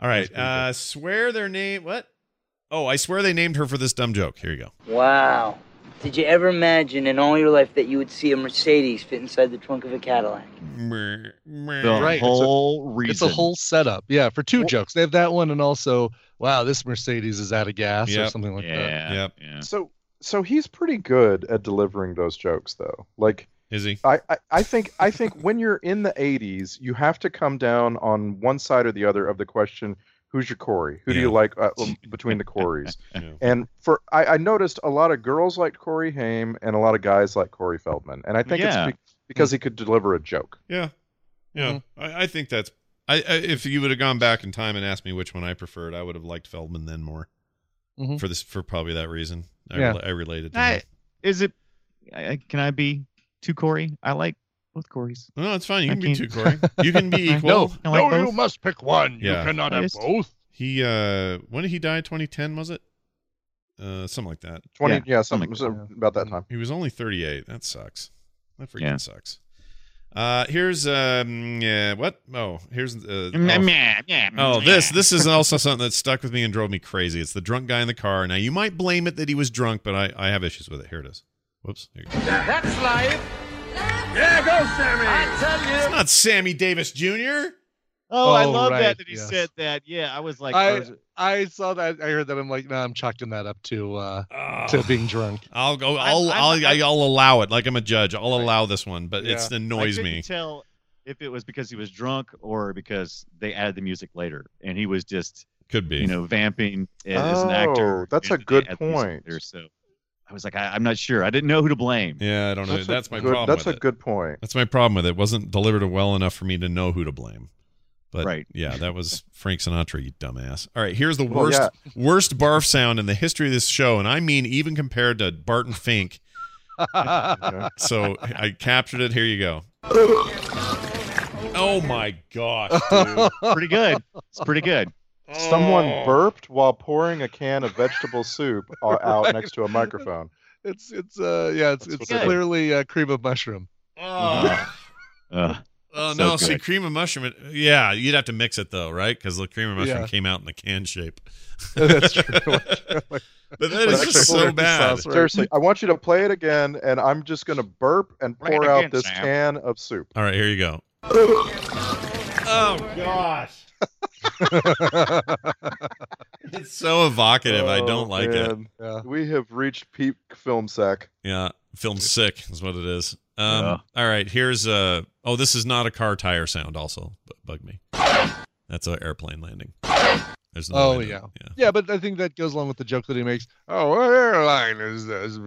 S2: All right. Uh swear their name what? Oh, I swear they named her for this dumb joke. Here you go.
S4: Wow. Did you ever imagine in all your life that you would see a Mercedes fit inside the trunk of a Cadillac?
S1: The
S6: Right, it's a-
S1: whole reason.
S6: It's a whole setup. Yeah, for two jokes. They have that one and also, wow, this Mercedes is out of gas or
S7: Yep.
S6: something like that.
S2: Yep.
S7: So so he's pretty good at delivering those jokes though. Like
S2: Is he?
S7: I, I, I think I think when you're in the 80s, you have to come down on one side or the other of the question, who's your Corey? Who do you like uh, um, between the Corys? And for I, I noticed a lot of girls liked Corey Haim and a lot of guys like Corey Feldman, and I think
S2: Yeah.
S7: it's be- because he could deliver a joke.
S2: Yeah. Yeah.
S1: Mm-hmm.
S2: I, I think that's I, I if you would have gone back in time and asked me which one I preferred, I would have liked Feldman then more.
S6: Mhm.
S2: For this for probably that reason. I,
S1: Mm-hmm. Yeah.
S2: rela- I related to him.
S1: I, is it? I, I- can I be two Corey? I like both Corys.
S2: No, it's fine. You
S1: I
S2: can be two
S1: can't-
S2: Corey. You can be equal.
S1: No, [laughs] I like both.
S18: must pick one.
S2: Yeah.
S18: You cannot
S2: I
S18: have
S2: just-
S18: both.
S2: He uh when did he die? 2010 was it? uh, something like that.
S7: 20 yeah, something, something about that time.
S2: He was only 38. That sucks. That freaking
S7: Yeah.
S2: sucks. Uh, here's um, yeah, what? Oh, here's uh,
S1: [laughs] Mm,
S2: oh,
S1: mm, mm,
S2: oh
S1: mm,
S2: this
S1: mm. [laughs]
S2: this is also something that stuck with me and drove me crazy. It's the drunk guy in the car. Now you might blame it that he was drunk, but I I have issues with it. Here it is. Whoops. Here you go.
S17: That's life. Yeah, go, Sammy. I tell you.
S2: It's not Sammy Davis Jr.
S1: Oh, I
S6: Oh,
S1: love
S6: right,
S1: that that he
S6: yes.
S1: said that. Yeah, I was like,
S6: I,
S1: "Where's it?"
S6: I saw that. I heard that. I'm like, no, I'm chalking that up to uh,
S18: Oh.
S6: to
S18: [laughs]
S6: being drunk.
S2: I'll go.
S1: I-
S2: I'll
S1: I'm-
S2: I'll,
S1: I-
S2: I'll allow it. Like I'm a judge. I'll allow this one, but it's
S1: Yeah.
S2: it annoys
S1: I couldn't
S2: me.
S1: Tell if it was because he was drunk or because they added the music later and he was just
S2: could be
S1: you know vamping a- as an
S7: Oh,
S1: actor.
S7: that's
S1: and
S7: a
S1: they
S7: good
S1: added the music
S7: point.
S1: Later, so I was like, I, I'm not sure. I didn't know who to blame.
S2: Yeah, I don't know. That's,
S7: That's a
S2: my
S7: good-
S2: problem.
S7: that's
S2: with
S7: a
S2: it.
S7: good point.
S2: That's my problem with it. it. Wasn't delivered well enough for me to know who to blame. But
S1: Right.
S2: yeah, that was Frank Sinatra, you dumbass. All right, here's the
S7: Well,
S2: worst worst barf sound in the history of this show, and I mean even compared to Barton Fink. so [laughs] I captured it. Here you go. Oh my gosh, dude.
S1: pretty good. It's pretty
S2: [laughs]
S1: good.
S7: Someone burped while pouring a can of vegetable soup o- out next to a microphone.
S6: It's it's uh yeah it's
S7: That's
S6: it's
S7: what they-
S6: clearly uh, cream of mushroom.
S2: Oh
S6: So
S2: Uh, no!
S6: good.
S2: See, cream of mushroom. it- Yeah, you'd have to mix it though, right? Because the cream of mushroom
S6: Yeah.
S2: came out in the can shape.
S6: [laughs] That's true.
S2: [laughs]
S6: [laughs]
S2: but that
S7: With
S2: is
S7: extra
S2: just so
S7: bourbon
S2: bad.
S7: sauce. Seriously, I want you to play it again, and I'm just going to burp and
S2: Play it
S7: pour out
S2: again,
S7: this
S2: Sam.
S7: can of soup.
S2: All right, here you go. Oh gosh. it's so evocative. I
S6: Oh,
S2: don't like it.
S7: Oh, We have reached peak film sack.
S2: Yeah, film sick is what it is. Um, All right, here's uh Oh, this is not a car tire sound. Also, bu- bug me. That's an airplane landing. There's no
S6: Oh
S2: way to-
S6: yeah. yeah, But I think that goes along with the joke that he makes. Oh, what airline is this?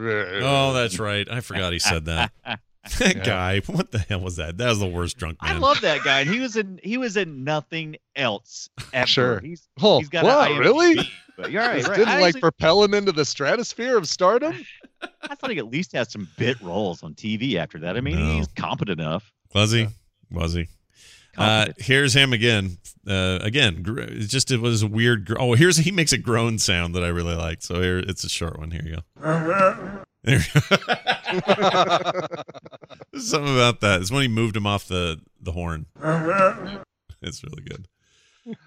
S2: Oh, that's right. I forgot he said that. [laughs] that
S6: Yeah.
S2: guy. What the hell was that? That was the worst drunk man.
S1: I love that guy, and he was in he was in nothing else ever.
S6: Sure.
S1: He's
S6: Oh,
S1: he's got
S6: wow,
S1: an
S6: really?
S1: IMDb, But you're right.
S6: This
S1: right.
S6: didn't
S1: I,
S6: like
S1: actually-
S6: propel him into the stratosphere of stardom.
S1: I thought he at least had some bit roles on TV after that. I mean,
S2: No.
S1: he's competent enough.
S2: Was he? Was he? Uh, here's him again. Uh, again, gr- it just it was a weird. Gr- oh, here's he makes a groan sound that I really like. So here, it's a short one. Here you go. There you go. [laughs] There's something about that. It's when he moved him off the the horn.
S17: Uh-huh.
S2: It's really good.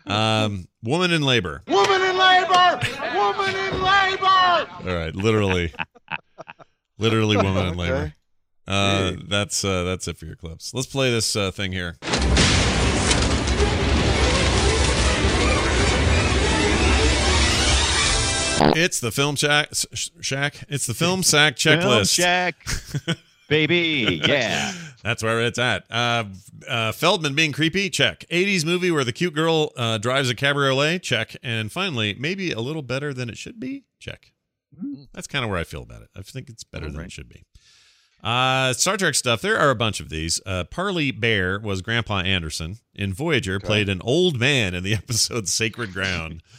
S2: Um, woman in labor.
S17: Woman in labor. Woman in labor.
S2: All right, literally, literally woman in labor. Uh, that's uh, that's it for your clips. Let's play this uh, thing here. It's the film shack. s- sh- Shack. It's the film sack
S1: Film
S2: checklist.
S1: Shack,
S6: [laughs]
S1: baby. Yeah.
S2: [laughs] That's where it's at. Uh, uh, Feldman being creepy, check. 80s movie where the cute girl uh, drives a cabriolet, check. And finally, maybe a little better than it should be, check. That's kind of where I feel about it. I think it's better than it should be. Uh, Star Trek stuff. There are a bunch of these. Uh, Parley Bear was Grandpa Anderson in Voyager. Played an old man in the [laughs] episode Sacred Ground. [laughs]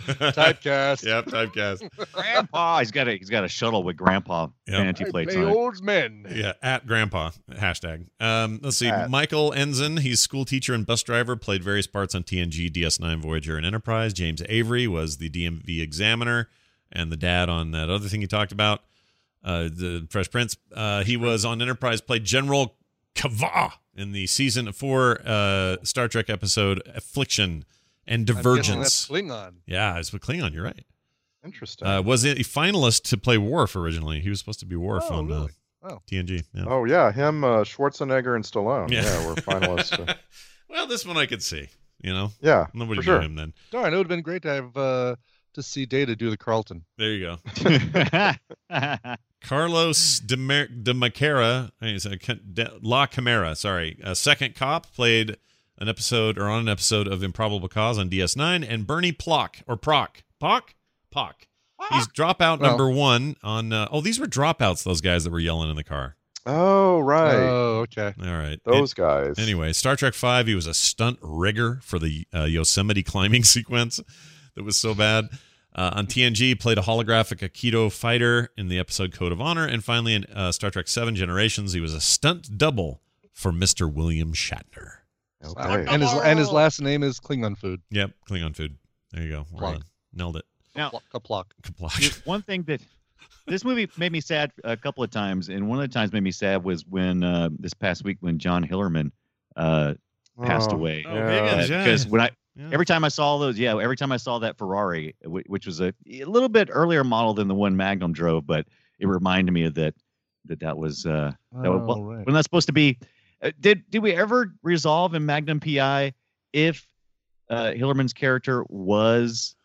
S6: typecast.
S2: Yep, typecast.
S1: Grandpa, he's got a he's got a shuttle with Grandpa vanity plates on it.
S6: old men.
S2: [laughs] Yeah, at grandpa hashtag. Um, let's see. Michael Enzen, he's school teacher and bus driver, played various parts on TNG, DS9, Voyager, and Enterprise. James Avery was the DMV examiner and the dad on that other thing he talked about, uh, the Fresh Prince. Uh, he was on Enterprise, played General Kava in the season four uh, Star Trek episode Affliction and
S6: I'm guessing
S2: Divergence.
S6: That's Klingon.
S2: Yeah, it's with Klingon. You're right.
S7: [laughs] Interesting.
S2: Uh, was a finalist to play Worf originally. He was supposed to be Worf
S6: Oh,
S2: on uh,
S6: really? Oh.
S2: TNG. Yeah.
S7: Oh yeah, him, uh, Schwarzenegger, and Stallone.
S2: Yeah. [laughs]
S7: Yeah, we're finalists. uh,
S2: Well, this one I could see. You know.
S7: Yeah,
S2: Nobody
S7: for
S2: knew
S7: sure.
S2: him then.
S6: Darn, it would have been great to have uh, to see Data do the Carlton.
S2: There you go.
S1: [laughs]
S2: Carlos de, Mer- de Macara, I mean, it's a Ca- de- La Camara, sorry, a second cop played an episode or on an episode of Improbable Cause on DS9, and Bernie Plock or Proc, Pock, Pock. He's dropout
S6: Well-
S2: number one on. Uh, oh, these were dropouts. Those guys that were yelling in the car.
S7: Oh right.
S6: Oh, okay.
S2: All right.
S7: Those
S2: It-
S7: guys.
S2: Anyway, Star Trek Five. He was a stunt rigger for the uh, Yosemite [laughs] climbing sequence that was so bad. Uh, on TNG, played a holographic Aikido fighter in the episode Code of Honor, and finally in uh, Star Trek Seven Generations, he was a stunt double for Mister William Shatner.
S6: And his and his last name is Klingon food.
S2: Yep, Klingon food. There you go. Well
S6: Plonk.
S2: done. Nailed it.
S1: Now,
S6: kaplock. [laughs]
S2: Kaplock.
S1: One thing that this movie made me sad a couple of times, and one of the times made me sad was when uh, this past week when John Hillerman uh, passed
S2: Oh,
S1: away.
S2: oh, Biggins, yeah.
S1: Because Uh, when I
S2: Yeah.
S1: every time I saw those, yeah, every time I saw that Ferrari, wh- which was a, a little bit earlier model than the one Magnum drove, but it reminded me of that that that was uh, that was,
S6: Oh,
S1: well,
S6: right.
S1: wasn't that supposed to be. Uh, did did we ever resolve in Magnum PI if uh, Hillerman's character was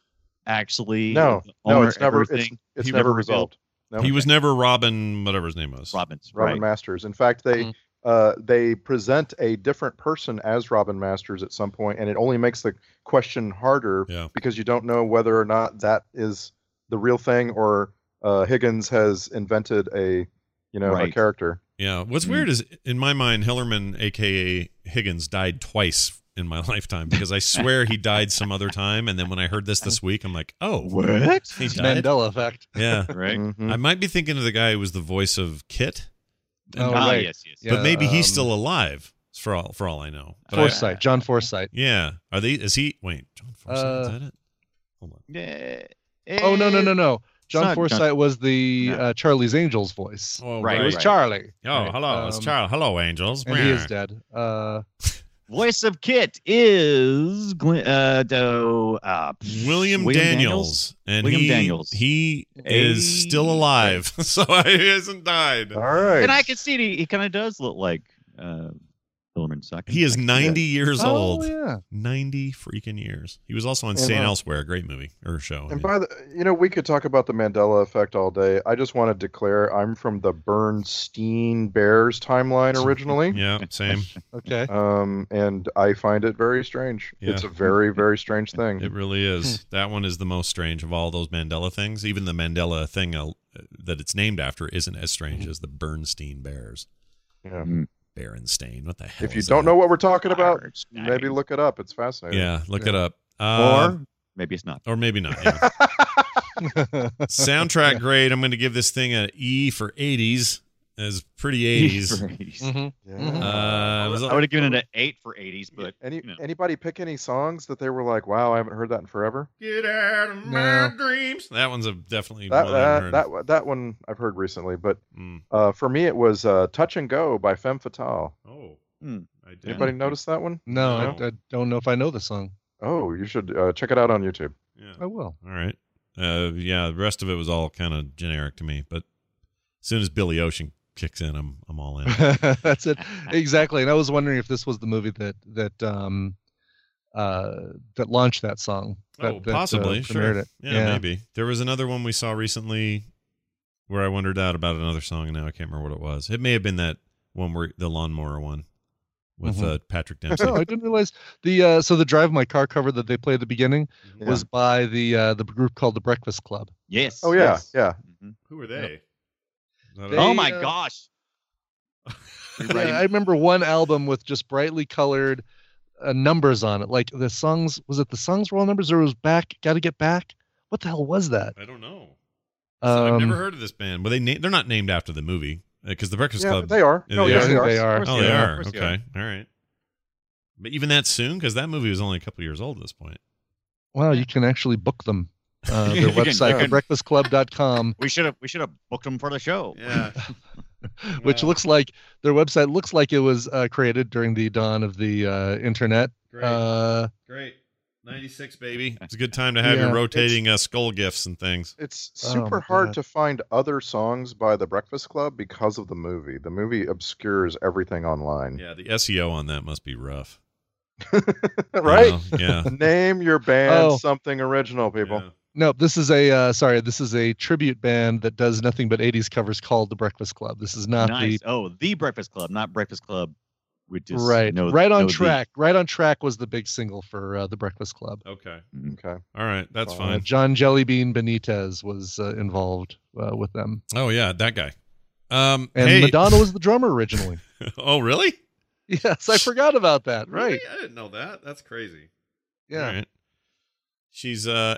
S1: actually
S7: No,
S1: the
S7: no,
S1: owner
S7: it's never-
S1: of
S7: it's-
S1: everything?
S7: it's
S1: He
S7: never
S1: revealed.
S7: resolved. No.
S2: [laughs] He was never Robin, whatever his name was.
S1: Robbins.
S7: Robin Masters. In fact, they
S2: Mm-hmm.
S7: uh, they present a different person as Robin Masters at some point, and it only makes the question harder because you don't know whether or not that is the real thing or uh, Higgins has invented a you know a
S2: Right.
S7: character.
S2: Yeah. What's
S6: Hmm.
S7: Mm.
S2: weird is, in my mind, Hillerman, aka Higgins, died twice in my [laughs] lifetime because I swear he died some other time, and then when I heard this this week, I'm like, oh,
S6: What?
S2: He died?
S6: Mandela effect. [laughs]
S2: Yeah.
S1: Right. [laughs]
S7: Mhm.
S2: I might be thinking of the guy who was the voice of Kit.
S6: Oh, Ah, right. yes, yes, yes.
S2: But maybe he's
S6: Um,
S2: still alive. For all, for all I know, But I-
S6: Foresight, John Foresight.
S2: yeah. Are they? Is he? Wait. John Forsythe, is
S6: Uh,
S2: that it?
S1: Yeah.
S6: Oh no no no no! John
S2: not John-
S6: Forsythe was the uh, Charlie's Angels voice.
S2: Oh,
S6: It was
S2: right.
S6: Charlie.
S2: Oh, hello, it's
S6: Um,
S2: Charlie. Hello, angels.
S6: And he is
S2: Meh.
S6: dead. Uh,
S1: Voice of Kit is Glenn, uh, do, uh, pff,
S2: William, Daniels, and
S1: William
S2: he,
S1: Daniels.
S2: He is still alive, [laughs] so he hasn't died.
S7: All right.
S1: And I can see he, he kind of does look like uh, Hillerman Suck.
S2: He is 90 years
S1: Oh,
S2: old.
S1: yeah.
S2: 90 freaking years. He was also on
S7: Yeah,
S2: St.
S7: wow.
S2: Elsewhere, a great movie or show. I
S7: uh, And
S2: mean.
S7: by the, you know, we could talk about the Mandela effect all day. I just want to declare I'm from the Bernstein Bears timeline originally.
S2: [laughs] yeah, same.
S6: okay.
S7: Um, and I find it very strange. It's
S2: Yeah.
S7: a very, very strange thing.
S2: [laughs] It really
S7: Hmm.
S2: is. that one is the most strange of all those Mandela things. Even the Mandela thing uh, that it's named after isn't as
S7: Hmm.
S2: strange as the Bernstein Bears.
S7: Yeah.
S2: Mm-hmm.
S1: Mm.
S2: Berenstain. What the hell?
S7: if you
S2: is
S7: don't
S2: that?
S7: know what [laughs] we're talking about, maybe look it up. It's fascinating.
S2: Yeah, look it up. Uh, Um,
S1: or maybe it's not. [laughs]
S2: Or maybe not.
S7: [laughs]
S2: Yeah.
S6: [laughs]
S2: Soundtrack grade. I'm going to give this thing an E for 80s. As
S7: E
S2: pretty 80s.
S1: for 80s.
S6: Mm-hmm.
S2: Mm-hmm.
S7: Yeah.
S2: Uh, was-
S1: I would have given it an eight for 80s, but
S7: Any
S1: you know.
S7: anybody pick any songs that they were like, wow, I haven't heard that in forever?
S2: Get out of my dreams. That one's a definitely
S7: That uh,
S2: one I
S7: that,
S2: heard. Hmm.
S7: that one- that one I've heard recently, but uh, for me it was uh, "Touch and Go" by Femme Fatale.
S2: Oh,
S1: Hmm.
S2: I did.
S7: Anybody notice that one?
S6: no,
S7: No.
S6: I, I don't know if I know the song.
S7: Oh, you should uh, check it out on YouTube.
S2: [laughs]
S6: I will.
S2: All right. Uh, yeah, the rest of it was all kind of generic to me, but as soon as Billy Ocean kicks in, I'm I'm all
S6: [laughs]
S2: in.
S6: [laughs] That's it. Exactly. And I was wondering if this was the movie that that um uh that launched that song. That,
S2: oh,
S6: that, uh,
S2: possibly,
S6: premiered
S2: sure.
S6: it.
S2: Yeah, maybe. There was another one we saw recently where I wondered out about another song, and now I can't remember what it was. It may have been that one where the lawnmower one with
S6: Mhm.
S2: uh, Patrick Dempsey.
S6: [laughs] oh, I didn't realize the uh so the Drive My Car cover that they play at the beginning
S7: Yeah.
S6: was by the uh the group called the Breakfast Club.
S1: yes. Mm-hmm.
S7: Oh yeah,
S6: Yes.
S7: yeah.
S2: Who are they? [laughs]
S6: They,
S1: oh my
S6: uh,
S1: gosh. You're
S6: Yeah,
S1: right.
S6: I remember one album with just brightly colored uh, numbers on it. Like the songs, was it the songs roll numbers or it was back? Got to get back. What the hell was that?
S2: I don't know.
S6: Um,
S2: I've never heard of this band. Well, they na- they're not named after the movie because the Breakfast
S7: Yeah,
S2: Club.
S7: they are.
S2: Yeah,
S7: No, yes, they are. They
S6: are. Of
S2: Oh,
S6: course
S2: they
S6: they are.
S2: are.
S6: Of course they
S2: Okay, all right. But even that soon, because that movie was only a couple years old at this point.
S6: Wow, you can actually book them.
S1: [laughs]
S6: Uh,
S1: You
S6: their
S1: can- you
S6: website,
S1: can- [laughs]
S6: breakfastclub.com,
S1: We should have we should have booked him for the show.
S6: [laughs]
S2: Yeah.
S6: which looks like their website looks like it was uh, created during the dawn of the uh, internet.
S2: Great.
S6: Uh,
S2: Great. 96, baby. It's a good time to have
S6: Yeah.
S2: your rotating uh, skull gifts and things.
S7: It's
S6: Oh,
S7: super
S6: my
S7: hard
S6: God.
S7: to find other songs by The Breakfast Club because of the movie. The movie obscures everything online.
S2: Yeah, the SEO E on that must be rough.
S7: [laughs] right?
S6: [laughs]
S2: Yeah.
S7: [laughs] Name your band
S6: Uh-huh. Oh.
S7: something original, people.
S6: no, this is a uh, sorry, this is a tribute band that does nothing but 80s covers called The Breakfast Club. This is not the
S1: nice. Oh, the Breakfast Club, not Breakfast Club. We just
S6: right
S1: know-
S6: right on
S1: know the-
S6: track right on track was the big single for uh, the breakfast club
S2: Okay.
S7: Okay.
S2: All right. That's
S6: Uh,
S2: fine.
S6: john jellybean benitez was uh, involved uh, with them
S2: Oh, yeah. That guy. Um,
S6: and
S2: hey.
S6: madonna was the drummer originally
S2: [laughs]
S6: [laughs]
S2: oh, really?
S6: yes i forgot about that
S2: Really?
S6: right
S2: I didn't know that. That's crazy.
S6: Yeah.
S2: All right. She's uh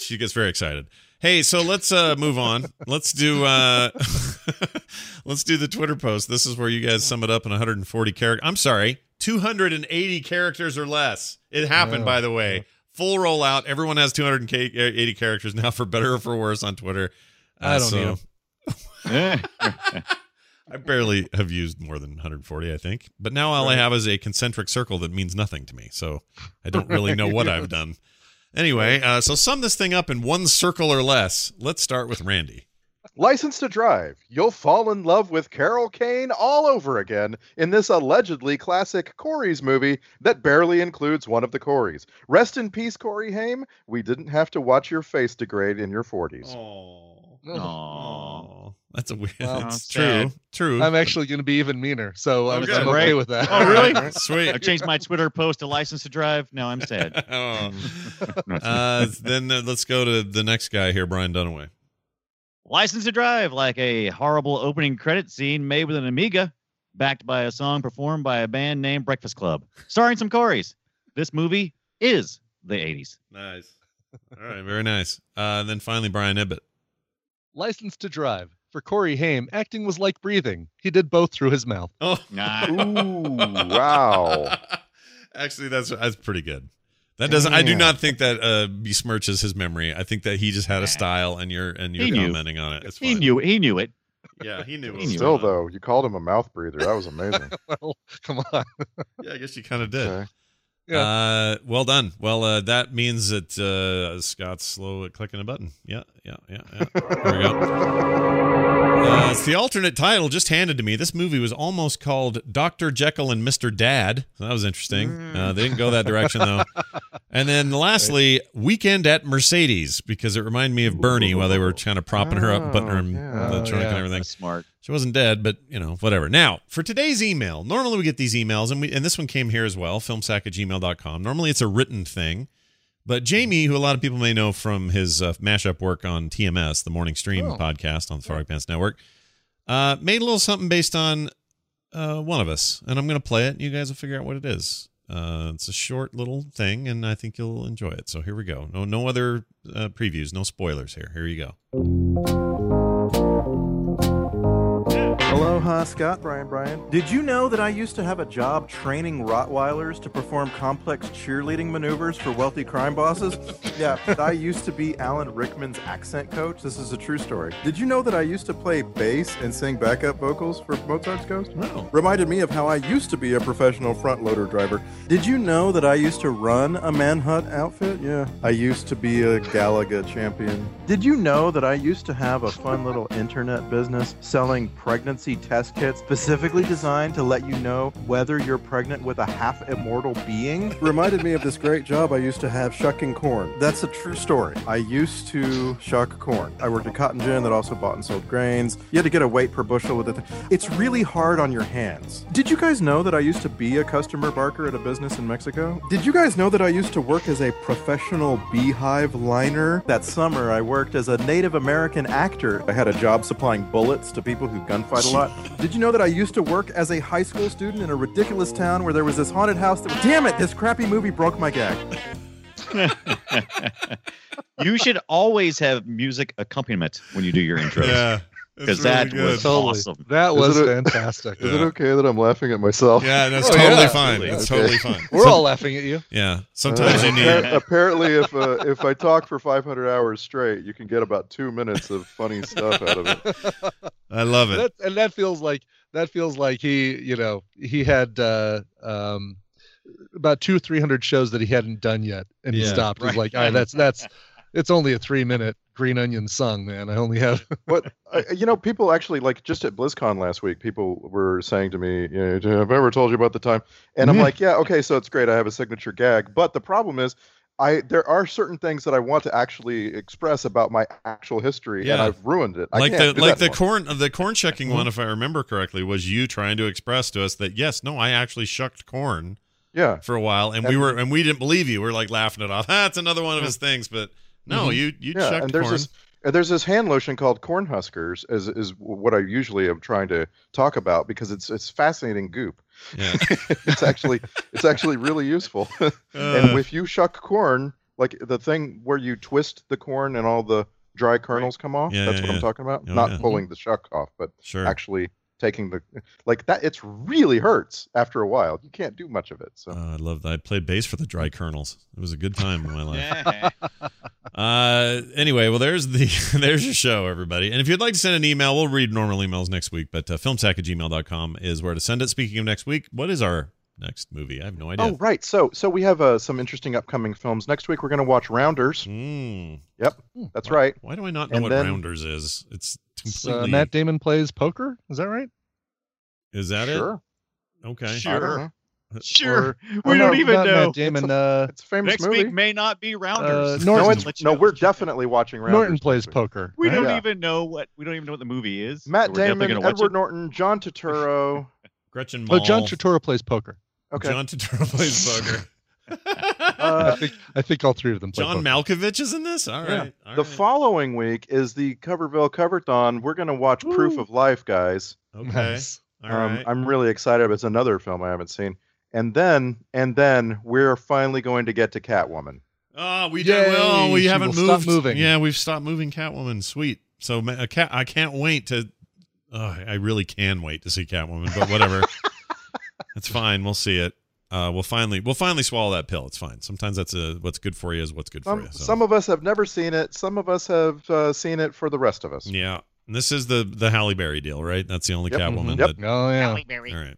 S2: she gets very excited. Hey, so let's uh move
S6: [laughs]
S2: on. Let's do uh [laughs] let's do the Twitter post. This is where you guys sum it up in 140 characters. I'm sorry, 280 characters or less. It happened
S6: Wow.
S2: by the way. full rollout. Everyone has 280 uh, characters now, for better or for worse, on Twitter. Uh,
S6: I don't need 'em.
S1: [laughs]
S2: I barely have used more than 140, I think. But now all I have is a concentric circle that means nothing to me. So I don't really know what
S6: [laughs]
S2: I've done. Anyway, uh, so sum this thing up in one circle or less. Let's start with Randy.
S7: License to Drive. You'll fall in love with Carol Kane all over again in this allegedly classic Corey's movie that barely includes one of the Coreys. Rest in peace, Corey Haim. We didn't have to watch your face degrade in your 40s.
S6: Uh-huh. [laughs]
S2: Aww. That's a weird.
S6: Wow.
S2: that's
S6: Sad.
S2: true. True.
S7: Mm-hmm.
S6: I'm actually oh, going to be even meaner, so
S1: Oh,
S6: I'm,
S2: Okay.
S6: I'm okay with
S2: [laughs]
S6: that.
S2: Sweet.
S1: [laughs] I've changed my Twitter post to license to drive. Now I'm
S2: [laughs]
S1: sad.
S2: oh. uh, then uh, let's go to the next guy here, Brian Dunaway.
S1: License to Drive, like a horrible opening credit scene made with an Amiga, backed by a song performed by a band named Breakfast Club, starring some Corys. This movie is the 80s.
S2: Nice. All right, very nice. Uh, then finally, Brian Ibbett.
S6: [laughs] License to Drive. For Corey Haim, acting was like breathing. He did both through his mouth. [laughs]
S2: Oh,
S7: Ooh, wow.
S2: [laughs] Actually, that's that's pretty good. That doesn't. I do
S7: Damn.
S2: not think that uh, besmirches his memory. I think that he just had a style, and you're and you're
S1: He knew.
S2: commenting on it. It's
S1: He
S2: fine.
S1: knew he knew it.
S2: Yeah, he knew. It
S1: He
S2: was
S1: knew
S7: Still,
S2: going on.
S7: though, you called him a mouth breather. That was amazing.
S6: well, come on.
S2: Yeah, I guess you kind of did.
S7: Okay.
S6: Yeah.
S2: Uh, well done. Well, uh, that means that uh, Scott's slow at clicking a button. Yeah, yeah, yeah. yeah. There we go. Uh, it's the alternate title just handed to me. This movie was almost called Dr. Jekyll and Mr. Dad. So that was interesting.
S6: Mm.
S2: Uh, they didn't go that direction, though. And then lastly, Weekend at Mercedes, because it reminded me of Bernie while they were kind of propping her up, and putting her in the
S6: Oh,
S2: trunk and
S6: yeah.
S2: everything.
S1: Smart.
S2: She wasn't dead, but you know, whatever. Now, for today's email, normally we get these emails, and we and this one came here as well, filmsack at gmail.com. Normally it's a written thing, but Jamie, who a lot of people may know from his uh, mashup work on TMS, the morning stream
S6: Oh.
S2: podcast on the Frog Pants Network, uh, made a little something based on uh, one of us, and I'm going to play it, and you guys will figure out what it is. Uh, it's a short little thing, and I think you'll enjoy it. So here we go. No, no other uh, previews, no spoilers here. Here you go.
S19: [laughs] Aloha, Scott. Brian, Brian. Did you know that I used to have a job training Rottweilers to perform complex cheerleading maneuvers for wealthy crime
S7: [laughs]
S19: bosses? yeah, I used to be Alan Rickman's accent coach. This is a true story. Did you know that I used to play bass and sing backup vocals for Mozart's Ghost?
S2: No.
S19: Reminded me of how I used to be a professional front loader driver. Did you know that I used to run a manhunt outfit? Yeah. I used to be a Galaga champion. Did you know that I used to have a fun little internet business selling pregnancy test kits specifically designed to let you know whether you're pregnant with a half immortal being? [laughs] Reminded me of this great job I used to have shucking corn. That's a true story. I used to shuck corn. I worked at Cotton Gin that also bought and sold grains. You had to get a weight per bushel with it. It's really hard on your hands. Did you guys know that I used to be a customer barker at a business in Mexico? Did you guys know that I used to work as a professional beehive liner? That summer, I worked as a Native American actor. I had a job supplying bullets to people who gunfight a lot. Did you know that I used to work as a high school student in a ridiculous town where there was this haunted house that. Damn it, this crappy movie broke my gag.
S1: You should always have music accompaniment when you do your intros.
S2: Yeah,
S1: [laughs]
S2: it's
S1: Because that
S2: really
S1: was
S2: good. Totally.
S1: awesome.
S6: That
S7: Is
S6: was
S7: it a-
S1: [laughs]
S6: fantastic.
S7: Is it okay that I'm laughing at myself?
S2: Yeah, that's totally fine. That's totally fine.
S6: We're all laughing at you.
S2: Yeah, sometimes
S7: Uh,
S2: you need.
S7: [laughs] appar- Apparently, if uh, if I talk for 500 hours straight, you can get about two minutes of funny stuff out of it.
S2: I love it.
S6: That, and that feels like that feels like he, you know, he had uh, um, about two, three hundred shows that he hadn't done yet, and he
S2: Yeah,
S6: stopped.
S2: right.
S6: He's like, all right, that's that's, it's only a three minute green onion song, man. I only have.
S7: What I, you know, people actually like just at BlizzCon last week, people were saying to me, you know, "Have I ever told you about the time?" And I'm
S2: Mm-hmm.
S6: Mhm.
S7: like, "Yeah, okay, so it's great. I have a signature gag, but the problem is." I there are certain things that I want to actually express about my actual history, and
S2: Yeah.
S7: I've ruined it. I
S2: like the
S7: can't do
S2: like
S7: that Uh-huh.
S2: the
S7: anymore.
S2: corn uh, the corn shucking one, if I remember correctly, was you trying to express to us that yes, no, I actually shucked corn
S7: yeah
S2: for a while, and we
S7: And-
S2: were and we didn't believe you. We are like laughing it off. [laughs] That's another one of his things, but no,
S7: Mhm.
S2: you you
S7: yeah,
S2: shucked
S7: and there's
S2: corn.
S7: this and there's this hand lotion called corn huskers is is what I usually am trying to talk about because it's it's fascinating goop.
S2: Yeah. [laughs]
S7: it's actually it's actually really useful.
S2: Uh.
S7: [laughs] and if you shuck corn, like the thing where you twist the corn and all the dry kernels come off,
S2: Yeah,
S7: that's
S2: yeah,
S7: what
S2: yeah.
S7: I'm talking about.
S2: Oh,
S7: Not
S2: yeah.
S7: pulling the shuck off, but
S2: Sure.
S7: actually taking the like that. It's really hurts after a while. You can't do much of it. So
S2: Uh, I love that. I played bass for the Dry Kernels. It was a good time in my life. uh, anyway, well, there's the [laughs] there's your show, everybody. And if you'd like to send an email, we'll read normal emails next week, but uh, filmsack at gmail.com is where to send it. Speaking of next week, what is our next movie? I have no idea.
S7: Oh, right. So, so we have uh, some interesting upcoming films next week. We're going to watch
S2: Mm-hmm.
S7: Rounders. Yep, that's right.
S2: Hmm. Why do I not know
S7: And
S2: what
S7: then-
S2: Rounders is? It's
S6: It's, [laughs] uh,
S2: completely.
S6: Matt Damon plays poker. Is that right?
S2: is that
S7: Sure.
S2: it? Okay.
S6: Sure.
S1: Sure.
S6: Or-
S1: we don't
S6: oh, no,
S1: even
S6: not
S1: know.
S6: Matt Damon. uh,
S7: It's a famous
S1: Next
S7: movie.
S1: week may not be
S6: uh,
S1: Rounders.
S7: no,
S6: Norton,
S7: it's, no, we're definitely watching Rounders.
S6: Norton plays poker.
S1: we
S6: right?
S1: don't even know what we don't even know what the movie is. but
S7: Matt
S1: we're definitely
S7: Damon,
S1: gonna watch
S7: Edward
S1: it.
S7: Norton, John
S2: [laughs]
S7: Turturro.
S2: Gretchen
S6: Oh,
S2: Mol.
S6: John Turturro plays poker.
S7: Okay. Uh,
S2: John Turturro plays
S7: [laughs]
S2: poker.
S6: I think I think all three of them.
S2: [laughs]
S6: Play
S2: John
S6: poker.
S2: Malkovich is in this? All
S7: Yeah.
S2: right. All
S7: the
S2: right.
S7: following week is the Coverville Coverthon. We're going to watch Proof of Life, guys.
S2: Okay.
S6: [laughs] Nice.
S2: All
S7: um,
S2: right.
S7: I'm really excited. It's another film I haven't seen. And then, and then we're finally going to get to Catwoman.
S2: Oh, we
S6: Yay,
S2: did. Well, we
S6: she
S2: haven't
S6: will
S2: moved.
S6: stop moving.
S2: Yeah, we've stopped moving Catwoman. Sweet. So ma- a cat, I can't wait to. Oh, I really can wait to see Catwoman, but
S6: [laughs]
S2: whatever. That's fine. We'll see it. Uh, we'll finally we'll finally swallow that pill. It's fine. Sometimes that's a what's good for you is what's good
S7: Some,
S2: for you. So.
S7: some of us have never seen it. Some of us have uh, seen it for the rest of us.
S2: yeah. And this is the the Halle Berry deal, right? That's the only
S7: Yep.
S2: Catwoman.
S7: Mhm. Yep.
S2: That,
S6: Oh yeah.
S2: All right.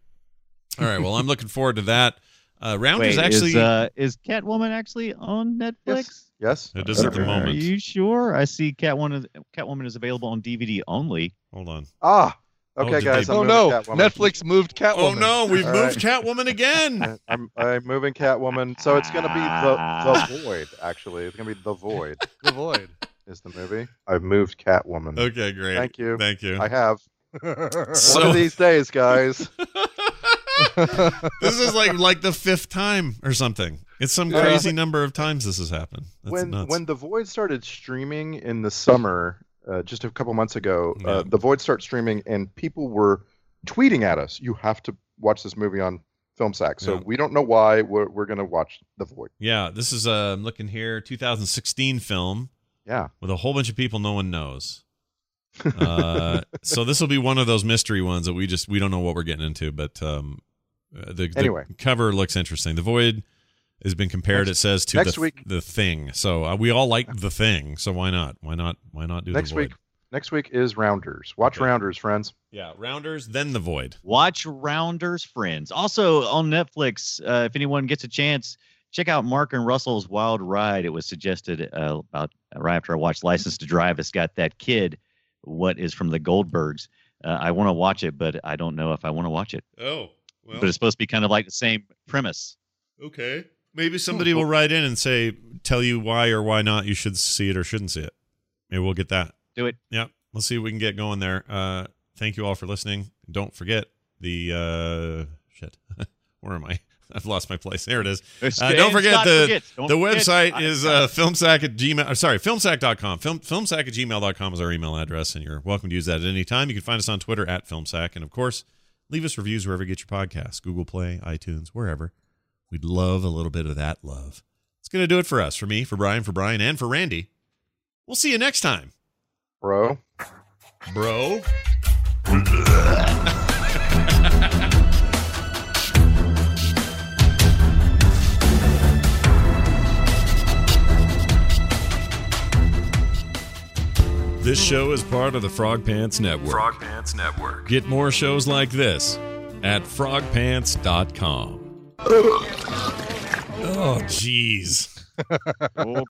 S2: All right. Well, I'm looking forward to that. Uh, Rounders
S1: Wait,
S2: actually.
S1: is, uh, is Catwoman actually on Netflix?
S7: Yes.
S2: it is at the
S1: Are
S2: moment.
S1: you sure? I see Catwoman. Is, Catwoman is available on DVD only.
S2: Hold on.
S7: Ah.
S2: Oh,
S7: Okay,
S2: did
S7: guys.
S2: they-
S7: I'm
S6: Oh
S7: moving
S6: no!
S7: Catwoman.
S6: Netflix moved Catwoman.
S2: Oh no, we've
S7: All
S2: moved Catwoman
S7: [laughs]
S2: again.
S7: Uh, I'm, I'm moving Catwoman. So it's going to
S2: [laughs]
S7: be the the void. Actually, it's going to be the void.
S6: The void.
S7: Is the movie? I've moved Catwoman.
S2: Okay, great.
S7: Thank you.
S2: Thank you.
S7: I have. One
S6: [laughs]
S2: So-
S7: of these days,
S2: [laughs]
S7: guys.
S2: this is like like the fifth time or something. It's some
S7: Yeah.
S2: crazy number of times this has happened. That's
S7: when
S2: nuts.
S7: when the void started streaming in the summer uh, just a couple months ago
S2: Yeah.
S7: uh, the void started streaming and people were tweeting at us you have to watch this movie on film sack so
S2: Yeah.
S7: we don't know why we're, we're going to watch the void
S2: yeah, this is uh, I'm looking here, 2016 film
S7: yeah
S2: with a whole bunch of people no one knows. Uh, so this will be one of those mystery ones that we just we don't know what we're getting into, but um, uh, the, the
S7: Anyway.
S2: cover looks interesting. The void has been compared. it says to
S7: next
S2: the,
S7: week-
S2: the thing. So uh, we all like the thing. So why not? Why not? Why not do
S7: next
S2: the void?
S7: week next week is rounders watch rounders friends
S2: Yeah, rounders, then the void.
S1: Watch Rounders Friends. Also on Netflix, uh, if anyone gets a chance, check out Mark and Russell's Wild Ride. It was suggested uh, about right after I watched License to Drive. It's got that kid, what is from the Goldbergs. Uh, I want to watch it, but I don't know if I want to watch it.
S2: Oh, well,
S1: but it's supposed to be kind of like the same premise.
S2: okay. Maybe somebody will write in and say, tell you why or why not you should see it or shouldn't see it. Maybe we'll get that.
S1: Do it.
S2: Yep. Let's see if we can get going there. Uh, thank you all for listening. Don't forget the uh, shit. [laughs] Where am I? [laughs] I've lost my place. There it is. Uh, don't forget the the website is uh, filmsack at gmail. or Sorry, filmsack.com. Film, filmsack at gmail.com is our email address, and you're welcome to use that at any time. You can find us on Twitter at filmsack, and of course, leave us reviews wherever you get your podcasts Google Play, iTunes, wherever. We'd love a little bit of that love. It's going to do it for us, for me, for Brian, for Brian, and for Randy. We'll see you next time,
S7: bro
S2: bro. This show is part of the Frog Pants Network.
S5: Frog Pants Network.
S2: Get more shows like this at frogpants.com. Oh, jeez.
S1: Oh,